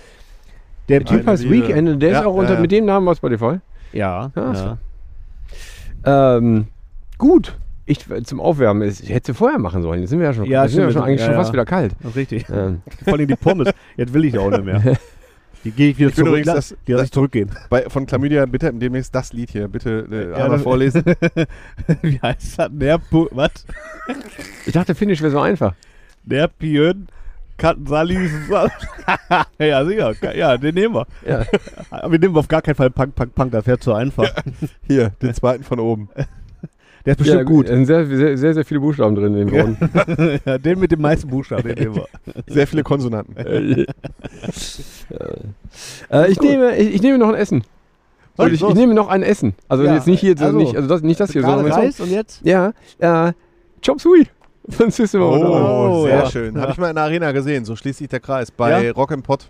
[SPEAKER 8] Der
[SPEAKER 3] Der Typ
[SPEAKER 7] Eine
[SPEAKER 3] heißt
[SPEAKER 7] Liebe.
[SPEAKER 3] Weekend und der ist
[SPEAKER 7] Ja,
[SPEAKER 3] auch unter,
[SPEAKER 7] ja, ja.
[SPEAKER 3] mit dem Namen aus Spotify.
[SPEAKER 8] Ja.
[SPEAKER 3] Ah,
[SPEAKER 8] ja.
[SPEAKER 3] so. Ähm, gut. Ich, zum Aufwärmen, ist, ich hätte vorher machen sollen. Jetzt sind wir ja schon,
[SPEAKER 8] Ja,
[SPEAKER 3] jetzt sind wir
[SPEAKER 8] stimmt.
[SPEAKER 3] schon eigentlich
[SPEAKER 8] Ja,
[SPEAKER 3] schon
[SPEAKER 8] ja.
[SPEAKER 3] fast wieder kalt.
[SPEAKER 8] Das ist richtig.
[SPEAKER 3] Ähm,
[SPEAKER 8] Vor allem die Pommes. Jetzt will ich auch nicht mehr. Die gehe ich wieder
[SPEAKER 7] Ich will
[SPEAKER 8] zurück.
[SPEAKER 7] übrigens,
[SPEAKER 8] la-
[SPEAKER 7] dass-
[SPEAKER 8] die lasse ich zurückgehen.
[SPEAKER 7] Bei, von Chlamydia bitte demnächst das Lied hier, bitte äh,
[SPEAKER 8] Ja,
[SPEAKER 7] einmal
[SPEAKER 8] das-
[SPEAKER 7] vorlesen.
[SPEAKER 8] Wie heißt das? Nerpu was?
[SPEAKER 3] Ich dachte, Finnisch wäre so einfach.
[SPEAKER 8] Nerpion Katensali. ja, sicher. Ka- Ja, den nehmen wir.
[SPEAKER 3] Ja.
[SPEAKER 8] Aber wir nehmen auf gar keinen Fall Punk, Punk, Punk. Das wäre zu einfach.
[SPEAKER 7] Hier, den zweiten von oben.
[SPEAKER 8] Der ist bestimmt
[SPEAKER 3] ja,
[SPEAKER 8] gut.
[SPEAKER 3] Da sind sehr, sehr, sehr, sehr viele Buchstaben drin in dem Grund.
[SPEAKER 8] Ja, den mit dem meisten Buchstaben, den nehmen wir.
[SPEAKER 7] Sehr viele Konsonanten.
[SPEAKER 3] äh, ich, nehme, ich, ich nehme noch ein Essen.
[SPEAKER 8] Was?
[SPEAKER 3] Und ich, ich nehme noch ein Essen. Also
[SPEAKER 8] Ja,
[SPEAKER 3] jetzt nicht hier, also,
[SPEAKER 8] also.
[SPEAKER 3] nicht, also das, nicht das hier,
[SPEAKER 8] Gerade
[SPEAKER 3] sondern
[SPEAKER 8] Reis und jetzt?
[SPEAKER 3] Ja, äh, Chop Suey von System of a Down.
[SPEAKER 8] Oh,
[SPEAKER 7] sehr
[SPEAKER 8] ja.
[SPEAKER 7] schön. Habe ich mal in der Arena gesehen, so schließt sich der Kreis. Bei
[SPEAKER 8] Ja?
[SPEAKER 7] Rock and Pot.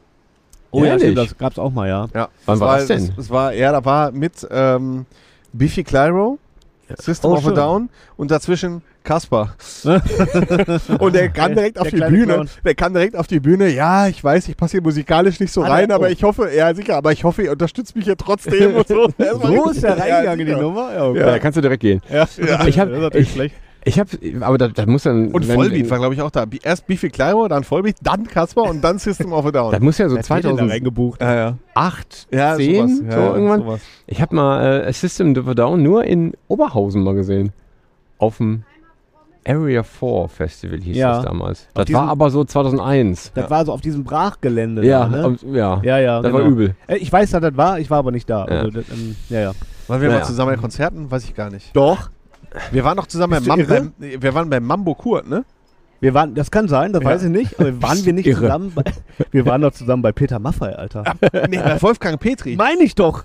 [SPEAKER 8] Oh ja,
[SPEAKER 3] Ehrlich?
[SPEAKER 8] stimmt, das gab's auch mal, ja.
[SPEAKER 7] Ja.
[SPEAKER 3] Wann
[SPEAKER 7] Es
[SPEAKER 3] war das denn?
[SPEAKER 7] Es, es war, ja, da war mit ähm, Biffy Clyro, System
[SPEAKER 8] Oh,
[SPEAKER 7] of a
[SPEAKER 8] schön.
[SPEAKER 7] Down und dazwischen Kasper. und der kam direkt auf
[SPEAKER 8] der
[SPEAKER 7] die
[SPEAKER 8] kleine
[SPEAKER 7] Bühne.
[SPEAKER 8] Clown.
[SPEAKER 7] Der kam direkt auf die Bühne. Ja, ich weiß, ich passe hier musikalisch nicht so
[SPEAKER 8] Ah, der-
[SPEAKER 7] rein, aber
[SPEAKER 8] oh.
[SPEAKER 7] ich hoffe, ja sicher, aber ich hoffe, ihr unterstützt mich hier trotzdem und so. Das war
[SPEAKER 8] So
[SPEAKER 7] richtig-
[SPEAKER 8] ist der reingegangen in
[SPEAKER 7] sicher.
[SPEAKER 8] die Nummer? genau. Ja, okay.
[SPEAKER 3] Ja, da kannst du direkt gehen.
[SPEAKER 8] Ja,
[SPEAKER 3] Ich hab-
[SPEAKER 8] das ist natürlich
[SPEAKER 3] ich-
[SPEAKER 8] schlecht.
[SPEAKER 3] Ich hab, aber das, das muss dann.
[SPEAKER 7] Und
[SPEAKER 3] wenn-
[SPEAKER 7] Vollbeat war, glaube ich, auch da. Bi- Erst Biffy Clyro, dann Vollbeat, dann Kasper und dann System of a
[SPEAKER 3] Das
[SPEAKER 7] Down.
[SPEAKER 3] muss ja so
[SPEAKER 8] Wer hat den da
[SPEAKER 3] 2008,
[SPEAKER 8] reingebucht.
[SPEAKER 7] Ja, ja.
[SPEAKER 3] 10,
[SPEAKER 7] sowas. Ja,
[SPEAKER 3] so
[SPEAKER 7] ja,
[SPEAKER 3] irgendwann.
[SPEAKER 7] sowas.
[SPEAKER 3] Ich habe mal äh, A System of a Down nur in Oberhausen mal gesehen. Auf dem Area 4 Festival hieß
[SPEAKER 8] Ja.
[SPEAKER 3] das damals. Das
[SPEAKER 8] diesem-
[SPEAKER 3] war aber so 2001.
[SPEAKER 8] Das war so auf diesem Brachgelände.
[SPEAKER 3] Ja,
[SPEAKER 8] da, ne?
[SPEAKER 3] am- ja.
[SPEAKER 8] ja, ja.
[SPEAKER 3] das war übel.
[SPEAKER 8] Äh, Ich weiß, dass das war, ich war aber nicht da.
[SPEAKER 3] Ja.
[SPEAKER 8] Also, das, ähm, ja, ja.
[SPEAKER 7] Waren wir
[SPEAKER 3] Naja.
[SPEAKER 7] mal zusammen in Konzerten? Weiß ich gar nicht.
[SPEAKER 8] Doch.
[SPEAKER 7] Wir waren doch zusammen
[SPEAKER 8] Bist
[SPEAKER 7] beim,
[SPEAKER 8] du irre?
[SPEAKER 7] Mam beim, wir waren beim Mambo Kurt, ne?
[SPEAKER 8] Wir waren, das kann sein, das weiß ich nicht, aber waren wir nicht
[SPEAKER 3] Irre.
[SPEAKER 8] zusammen bei, Wir waren doch zusammen bei Peter Maffei, Alter.
[SPEAKER 7] Nee, bei Wolfgang Petri.
[SPEAKER 8] Meine ich doch.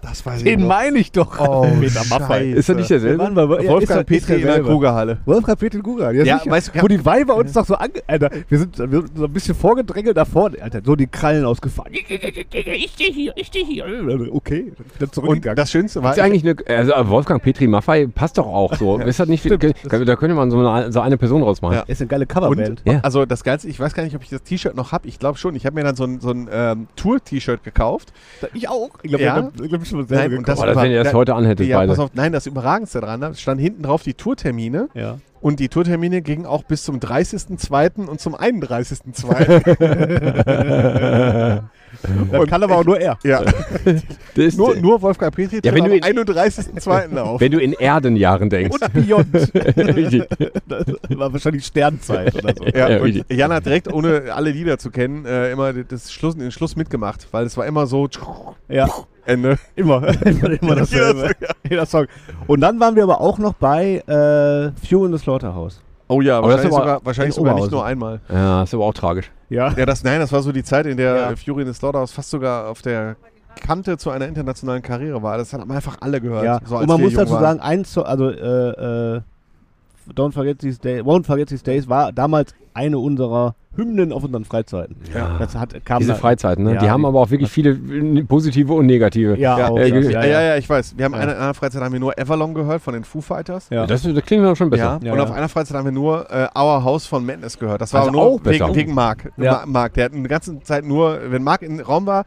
[SPEAKER 7] das weiß
[SPEAKER 8] Den
[SPEAKER 7] noch.
[SPEAKER 8] meine ich doch.
[SPEAKER 7] Oh,
[SPEAKER 8] Peter Maffei.
[SPEAKER 3] Ist das nicht
[SPEAKER 8] Wir
[SPEAKER 3] derselbe?
[SPEAKER 8] waren bei ja, ist
[SPEAKER 7] Wolfgang
[SPEAKER 8] doch- ist
[SPEAKER 7] Petri in der
[SPEAKER 8] derselbe.
[SPEAKER 7] Krugerhalle.
[SPEAKER 8] Wolfgang Petri Gugan, ja,
[SPEAKER 7] Ja,
[SPEAKER 8] sicher.
[SPEAKER 7] weißt du,
[SPEAKER 8] Wo die Weiber uns doch so ange... Alter, wir sind, wir sind so ein bisschen vorgedrängelt da vorne. Alter, so die Krallen ausgefahren. Ich stehe hier, ich stehe hier. Okay, dann
[SPEAKER 7] Und
[SPEAKER 8] zurückgegangen.
[SPEAKER 7] das Schönste war,
[SPEAKER 3] Ist eigentlich eine, also äh, Wolfgang Petri Maffei passt doch auch so. Ist das nicht viel, da könnte man so eine, so eine Person rausmachen.
[SPEAKER 7] Ja.
[SPEAKER 8] ist eine geile
[SPEAKER 7] und,
[SPEAKER 8] Coverband.
[SPEAKER 3] Ja.
[SPEAKER 7] also das Ganze, ich weiß gar nicht, ob ich das T-Shirt noch habe. Ich glaube schon. Ich habe mir dann so ein, so ein ähm, Tour-T-Shirt gekauft.
[SPEAKER 8] ich auch. Ich glaube,
[SPEAKER 7] Ja.
[SPEAKER 8] ich glaub, ich schon
[SPEAKER 7] Nein,
[SPEAKER 8] selber
[SPEAKER 7] und das
[SPEAKER 3] Boah, das, wenn ihr das heute anhättet,
[SPEAKER 7] ja,
[SPEAKER 3] beide.
[SPEAKER 7] pass auf, nein, das Überragendste daran, da stand hinten drauf die Tourtermine.
[SPEAKER 8] ja.
[SPEAKER 7] Und die Tourtermine gingen auch bis zum 30.02. und zum 31.02.
[SPEAKER 8] Das kann aber auch nur er.
[SPEAKER 7] ja,
[SPEAKER 3] Das ist,
[SPEAKER 7] Also, nur, nur Wolfgang Petri
[SPEAKER 3] Ja, wenn
[SPEAKER 7] tritt
[SPEAKER 3] du
[SPEAKER 7] am 31.02. auf.
[SPEAKER 3] wenn du in Erdenjahren denkst.
[SPEAKER 8] Und Beyond.
[SPEAKER 3] Richtig.
[SPEAKER 8] Das war wahrscheinlich Sternzeit oder so.
[SPEAKER 7] Ja,
[SPEAKER 3] Ja,
[SPEAKER 7] und
[SPEAKER 3] richtig.
[SPEAKER 7] Jan hat direkt, ohne alle Lieder zu kennen, äh, immer das Schluss, den Schluss mitgemacht, weil es war immer so
[SPEAKER 8] Ja,
[SPEAKER 7] Ende.
[SPEAKER 8] immer. immer dasselbe. Jeder Song. Und dann waren wir aber auch noch bei äh, Few in the Slaughterhouse.
[SPEAKER 7] Oh ja,
[SPEAKER 3] Aber das
[SPEAKER 7] wahrscheinlich
[SPEAKER 3] ist aber
[SPEAKER 7] sogar, wahrscheinlich
[SPEAKER 8] in
[SPEAKER 7] sogar nicht
[SPEAKER 8] Oberhausen.
[SPEAKER 7] nur einmal.
[SPEAKER 3] Ja, ist aber auch tragisch.
[SPEAKER 8] Ja.
[SPEAKER 7] Ja, das, nein, das war so die Zeit, in der
[SPEAKER 8] Ja.
[SPEAKER 7] äh, Fury in the Slaughterhouse fast sogar auf der Kante zu einer internationalen Karriere war. Das haben einfach alle gehört.
[SPEAKER 8] Ja,
[SPEAKER 7] so als
[SPEAKER 8] und man
[SPEAKER 7] wir
[SPEAKER 8] muss
[SPEAKER 7] jung
[SPEAKER 8] dazu
[SPEAKER 7] waren.
[SPEAKER 8] sagen, ein Song, also äh, äh, Don't Forget These Days, Won't Forget These Days war damals eine unserer Hymnen auf unseren Freizeiten.
[SPEAKER 3] Ja.
[SPEAKER 8] Das hat, kam
[SPEAKER 3] Diese
[SPEAKER 8] da-
[SPEAKER 3] Freizeiten, ne?
[SPEAKER 8] Ja,
[SPEAKER 3] die haben aber auch wirklich viele äh, positive und negative.
[SPEAKER 8] Ja,
[SPEAKER 7] Ja,
[SPEAKER 8] auch,
[SPEAKER 3] äh,
[SPEAKER 8] ja,
[SPEAKER 3] ge-
[SPEAKER 7] ja, ja, ja, ich weiß. Wir haben
[SPEAKER 8] Ja.
[SPEAKER 7] eine, in einer Freizeit haben wir nur Everlong gehört von den Foo Fighters.
[SPEAKER 8] Ja.
[SPEAKER 3] Das, das klingt mir schon
[SPEAKER 7] Ja,
[SPEAKER 3] besser.
[SPEAKER 8] Ja,
[SPEAKER 7] und
[SPEAKER 8] ja.
[SPEAKER 7] auf einer Freizeit haben wir nur äh, Our House von Madness gehört. Das war
[SPEAKER 3] Also
[SPEAKER 7] aber nur
[SPEAKER 3] auch besser.
[SPEAKER 7] wegen, wegen Marc.
[SPEAKER 8] Ja.
[SPEAKER 7] Ma- Marc, der hat eine ganze Zeit nur, wenn Marc im Raum war,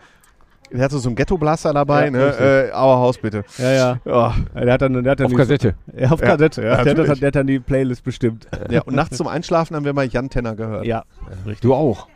[SPEAKER 7] der hatte so einen Ghetto-Blaster dabei,
[SPEAKER 8] Ja,
[SPEAKER 7] ne? äh, Our House bitte.
[SPEAKER 8] ja, ja.
[SPEAKER 7] Ja.
[SPEAKER 8] Der hat dann, der hat dann
[SPEAKER 3] Auf
[SPEAKER 8] die,
[SPEAKER 3] Kassette.
[SPEAKER 8] Ja, auf
[SPEAKER 7] Ja,
[SPEAKER 8] Kassette, ja. Der, hat dann,
[SPEAKER 7] natürlich.
[SPEAKER 8] der hat dann die Playlist bestimmt.
[SPEAKER 7] ja, und nachts zum Einschlafen haben wir mal Jan Tenner gehört.
[SPEAKER 8] Ja,
[SPEAKER 3] Du auch.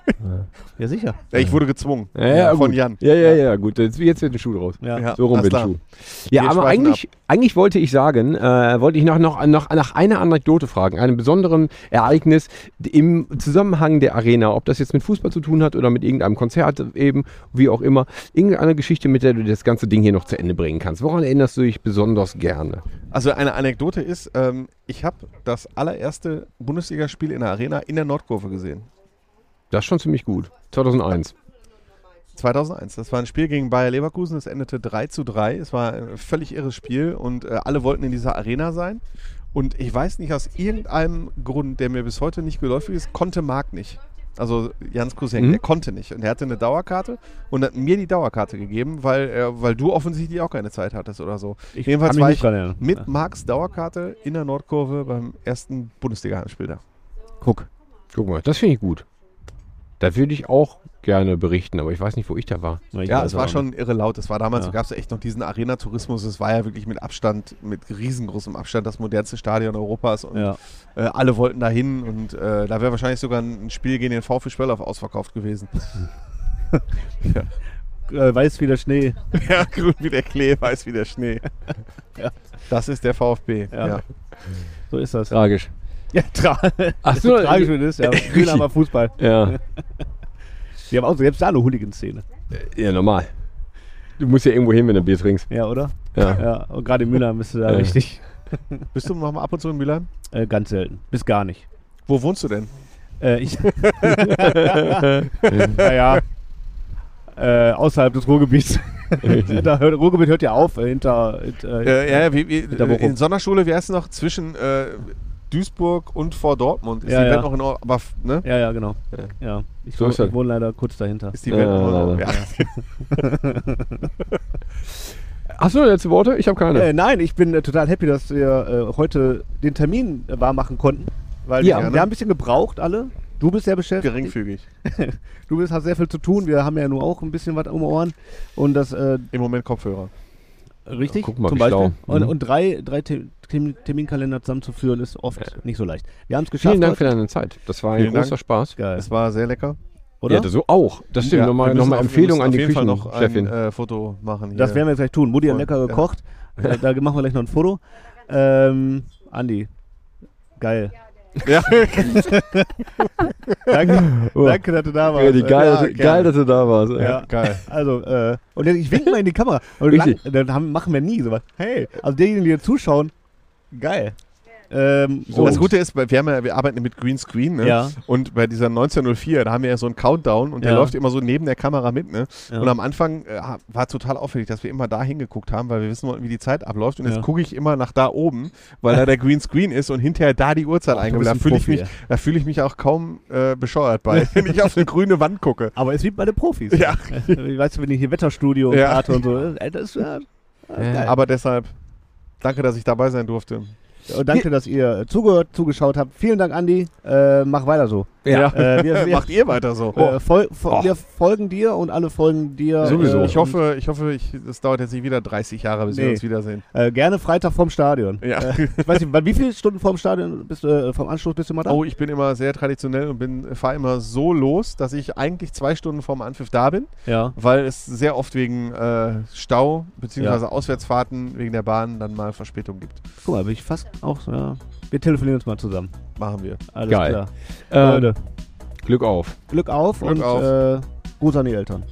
[SPEAKER 8] ja sicher.
[SPEAKER 7] Ja, Ich wurde gezwungen äh,
[SPEAKER 3] Ja, ja,
[SPEAKER 7] von
[SPEAKER 3] gut.
[SPEAKER 7] Jan.
[SPEAKER 3] Ja, ja, ja, gut. Jetzt, jetzt wird ein Schuh draus.
[SPEAKER 8] Ja.
[SPEAKER 7] Ja,
[SPEAKER 3] So rum
[SPEAKER 7] alles
[SPEAKER 3] wird
[SPEAKER 7] klar.
[SPEAKER 3] ein Schuh. Ja,
[SPEAKER 7] Wir
[SPEAKER 3] aber
[SPEAKER 7] schweifen
[SPEAKER 3] eigentlich, eigentlich wollte ich sagen, äh, wollte ich noch, noch, noch nach einer Anekdote fragen, einem besonderen Ereignis im Zusammenhang der Arena, ob das jetzt mit Fußball zu tun hat oder mit irgendeinem Konzert eben, wie auch immer. Irgendeine Geschichte, mit der du das ganze Ding hier noch zu Ende bringen kannst. Woran erinnerst du dich besonders gerne?
[SPEAKER 7] Also eine Anekdote ist, ähm, ich habe das allererste Bundesligaspiel in der Arena in der Nordkurve gesehen.
[SPEAKER 3] Das ist schon ziemlich gut. 2001.
[SPEAKER 7] 2001. Das war ein Spiel gegen Bayer Leverkusen. Es endete 3 zu 3. Es war ein völlig irres Spiel und äh, alle wollten in dieser Arena sein. Und ich weiß nicht, aus irgendeinem Grund, der mir bis heute nicht geläufig ist, konnte Marc nicht. Also Jans Cousin,
[SPEAKER 3] Mhm.
[SPEAKER 7] der konnte nicht. Und er hatte eine Dauerkarte und hat mir die Dauerkarte gegeben, weil, er- weil du offensichtlich auch keine Zeit hattest oder so.
[SPEAKER 8] Ich
[SPEAKER 7] Jedenfalls
[SPEAKER 8] kann mich
[SPEAKER 7] war
[SPEAKER 8] nicht
[SPEAKER 7] ich
[SPEAKER 8] dran erinnern.
[SPEAKER 7] mit
[SPEAKER 8] Ja.
[SPEAKER 7] Marks Dauerkarte in der Nordkurve beim ersten Bundesliga-Heimspiel da.
[SPEAKER 3] Guck. Guck mal, das finde ich gut. Da würde ich auch gerne berichten, aber ich weiß nicht, wo ich da war.
[SPEAKER 8] Ich
[SPEAKER 7] Ja,
[SPEAKER 8] weiß
[SPEAKER 7] es
[SPEAKER 8] aber
[SPEAKER 7] war
[SPEAKER 8] nicht.
[SPEAKER 7] schon irre laut. Es war damals,
[SPEAKER 8] Ja.
[SPEAKER 7] gab es echt noch diesen Arena-Tourismus. Es war ja wirklich mit Abstand, mit riesengroßem Abstand, das modernste Stadion Europas. Und
[SPEAKER 8] Ja.
[SPEAKER 7] äh, alle wollten da hin. Und äh, da wäre wahrscheinlich sogar ein ein Spiel gegen den VfB Spöllauf ausverkauft gewesen.
[SPEAKER 8] Äh, weiß wie der Schnee.
[SPEAKER 7] Ja, grün wie der Klee, weiß wie der Schnee. Das ist der VfB.
[SPEAKER 8] Ja.
[SPEAKER 7] Ja.
[SPEAKER 8] So ist das.
[SPEAKER 3] Tragisch.
[SPEAKER 8] Ja, äh, tra
[SPEAKER 3] Ach so,
[SPEAKER 8] tragisch wie das ist, ja. Grün aber Fußball.
[SPEAKER 3] ja.
[SPEAKER 8] Die haben auch selbst da eine Hooligan-Szene.
[SPEAKER 3] Ja, normal. Du musst ja irgendwo hin, wenn du Bier trinkst.
[SPEAKER 8] Ja, oder?
[SPEAKER 3] Ja.
[SPEAKER 8] Ja, und gerade in Mülheim bist du da
[SPEAKER 3] Ja.
[SPEAKER 8] richtig.
[SPEAKER 7] Bist du noch mal ab und zu in Mülheim?
[SPEAKER 8] Äh, ganz selten. Bis gar nicht.
[SPEAKER 7] Wo wohnst du denn?
[SPEAKER 8] Äh, ich. naja. Äh, außerhalb des Ruhrgebiets. da hört, Ruhrgebiet hört ja auf. äh, Hinter. hinter
[SPEAKER 7] Äh, ja, ja, wie, wie,
[SPEAKER 8] der
[SPEAKER 7] äh,
[SPEAKER 8] Bochum.
[SPEAKER 7] in Sonderschule, wie heißt es noch? Zwischen äh, Duisburg und vor Dortmund. Ist
[SPEAKER 8] Ja,
[SPEAKER 7] die
[SPEAKER 8] ja.
[SPEAKER 7] Welt noch in Ordnung? Aber f- ne?
[SPEAKER 8] ja, ja, genau. Ja. Ich,
[SPEAKER 3] So
[SPEAKER 8] wohne,
[SPEAKER 3] ist das.
[SPEAKER 8] ich wohne leider kurz dahinter.
[SPEAKER 7] Ist die
[SPEAKER 3] Ja,
[SPEAKER 7] Welt noch in Ordnung?
[SPEAKER 3] ja,
[SPEAKER 7] Ja.
[SPEAKER 3] Hast du noch letzte Worte? Ich habe keine.
[SPEAKER 8] Äh, nein, ich bin äh, total happy, dass wir äh, heute den Termin äh, wahrmachen konnten. Weil
[SPEAKER 3] Ja.
[SPEAKER 8] wir, wir haben ein bisschen gebraucht alle. Du bist sehr beschäftigt.
[SPEAKER 7] Geringfügig.
[SPEAKER 8] Du bist, hast sehr viel zu tun. Wir haben ja nur auch ein bisschen was um die Ohren. Und das äh,
[SPEAKER 7] Im Moment Kopfhörer.
[SPEAKER 8] richtig,
[SPEAKER 3] guck mal,
[SPEAKER 8] zum
[SPEAKER 3] wie
[SPEAKER 8] Beispiel.
[SPEAKER 3] schlau.
[SPEAKER 8] Und,
[SPEAKER 3] Mhm.
[SPEAKER 8] und drei, drei Te- Tem- Terminkalender zusammenzuführen ist oft nicht so leicht. Wir haben es geschafft.
[SPEAKER 3] Vielen Dank für
[SPEAKER 8] heute.
[SPEAKER 3] deine Zeit. Das war ein
[SPEAKER 7] Vielen
[SPEAKER 3] großer
[SPEAKER 7] Dank.
[SPEAKER 3] Spaß.
[SPEAKER 8] Geil,
[SPEAKER 7] Es war sehr lecker.
[SPEAKER 8] oder?
[SPEAKER 3] Ja, das so auch. Das stimmt.
[SPEAKER 7] Ja, wir
[SPEAKER 3] nochmal
[SPEAKER 7] müssen
[SPEAKER 3] nochmal
[SPEAKER 7] auf- wir
[SPEAKER 3] Empfehlung
[SPEAKER 7] müssen
[SPEAKER 3] an die
[SPEAKER 7] Auf jeden Fall noch ein
[SPEAKER 3] Küchenchefin.
[SPEAKER 7] äh, Foto machen. Hier.
[SPEAKER 8] Das werden wir vielleicht tun. Mutti hat
[SPEAKER 7] Voll,
[SPEAKER 8] lecker
[SPEAKER 7] ja.
[SPEAKER 8] gekocht. Äh, da machen wir gleich noch ein Foto. Ähm, Andi, geil.
[SPEAKER 7] Ja.
[SPEAKER 8] Danke,
[SPEAKER 3] Oh.
[SPEAKER 8] danke, dass du da
[SPEAKER 7] äh,
[SPEAKER 8] warst. äh,
[SPEAKER 3] Richtig, geil,
[SPEAKER 8] Ja,
[SPEAKER 3] dass,
[SPEAKER 8] gerne.
[SPEAKER 3] geil, dass du da warst. ey.
[SPEAKER 8] Ja.
[SPEAKER 7] Geil.
[SPEAKER 8] Also, äh, und jetzt- ich winke mal in die Kamera. Und lang,
[SPEAKER 3] Richtig.
[SPEAKER 8] dann haben, machen wir nie sowas. Hey, also diejenigen, die hier zuschauen, geil. Ähm,
[SPEAKER 3] So.
[SPEAKER 8] und-
[SPEAKER 7] Das Gute ist, bei- wir, haben ja, wir arbeiten mit Greenscreen, ne?
[SPEAKER 8] Ja.
[SPEAKER 7] Und bei dieser 1904, da haben wir ja so einen Countdown und der
[SPEAKER 8] Ja.
[SPEAKER 7] läuft immer so neben der Kamera mit, ne?
[SPEAKER 8] Ja.
[SPEAKER 7] Und am Anfang äh, ha- war total auffällig, dass wir immer da hingeguckt haben, weil wir wissen wollten, wie die Zeit abläuft. Und
[SPEAKER 8] Ja.
[SPEAKER 7] jetzt gucke ich immer nach da oben, weil da der Greenscreen ist und hinterher da die Uhrzeit eingeblendet. Da
[SPEAKER 8] bist ein
[SPEAKER 7] fühle ich,
[SPEAKER 8] Profi,
[SPEAKER 7] mich- da fühl ich mich auch kaum äh, bescheuert bei, wenn ich auf eine grüne Wand gucke.
[SPEAKER 8] aber es wie bei den Profis.
[SPEAKER 7] Ja.
[SPEAKER 8] Äh, Weißt du, wenn ich hier Wetterstudio und
[SPEAKER 7] Ja.
[SPEAKER 8] Karte und so. äh, Das ist, ja,
[SPEAKER 3] Ja.
[SPEAKER 7] Aber deshalb, danke, dass ich dabei sein durfte.
[SPEAKER 8] und danke, dass ihr äh, zugehört, zugeschaut habt. Vielen Dank, Andi. Äh, mach weiter so.
[SPEAKER 3] Ja. Oh.
[SPEAKER 8] Äh, wir, wir,
[SPEAKER 7] Macht ihr weiter so.
[SPEAKER 8] äh, fol fol wir folgen dir und alle folgen dir.
[SPEAKER 3] Sowieso.
[SPEAKER 8] Äh,
[SPEAKER 7] Ich hoffe, ich hoffe, ich, es dauert jetzt nicht wieder 30 Jahre, bis
[SPEAKER 8] Nee.
[SPEAKER 7] wir uns wiedersehen.
[SPEAKER 8] Äh, gerne Freitag vorm Stadion.
[SPEAKER 7] Ja.
[SPEAKER 8] Ich weiß nicht, wann- wie viele Stunden vorm Stadion bist du, äh, vom Anschluss bist du mal da?
[SPEAKER 7] Oh, ich bin immer sehr traditionell und bin fahre immer so los, dass ich eigentlich zwei Stunden vorm Anpfiff da bin,
[SPEAKER 8] Ja.
[SPEAKER 7] weil es sehr oft wegen äh, Stau bzw.
[SPEAKER 8] Ja.
[SPEAKER 7] Auswärtsfahrten wegen der Bahn dann mal Verspätung gibt.
[SPEAKER 8] Guck mal, bin ich fast auch so, ja. Wir telefonieren uns mal zusammen.
[SPEAKER 7] Machen wir.
[SPEAKER 8] Alles
[SPEAKER 3] Geil.
[SPEAKER 8] klar.
[SPEAKER 3] Äh,
[SPEAKER 8] Leute,
[SPEAKER 3] Glück auf.
[SPEAKER 8] Glück auf
[SPEAKER 7] Ähm, Glück
[SPEAKER 8] und
[SPEAKER 7] auf.
[SPEAKER 8] Äh, Gruß an die Eltern.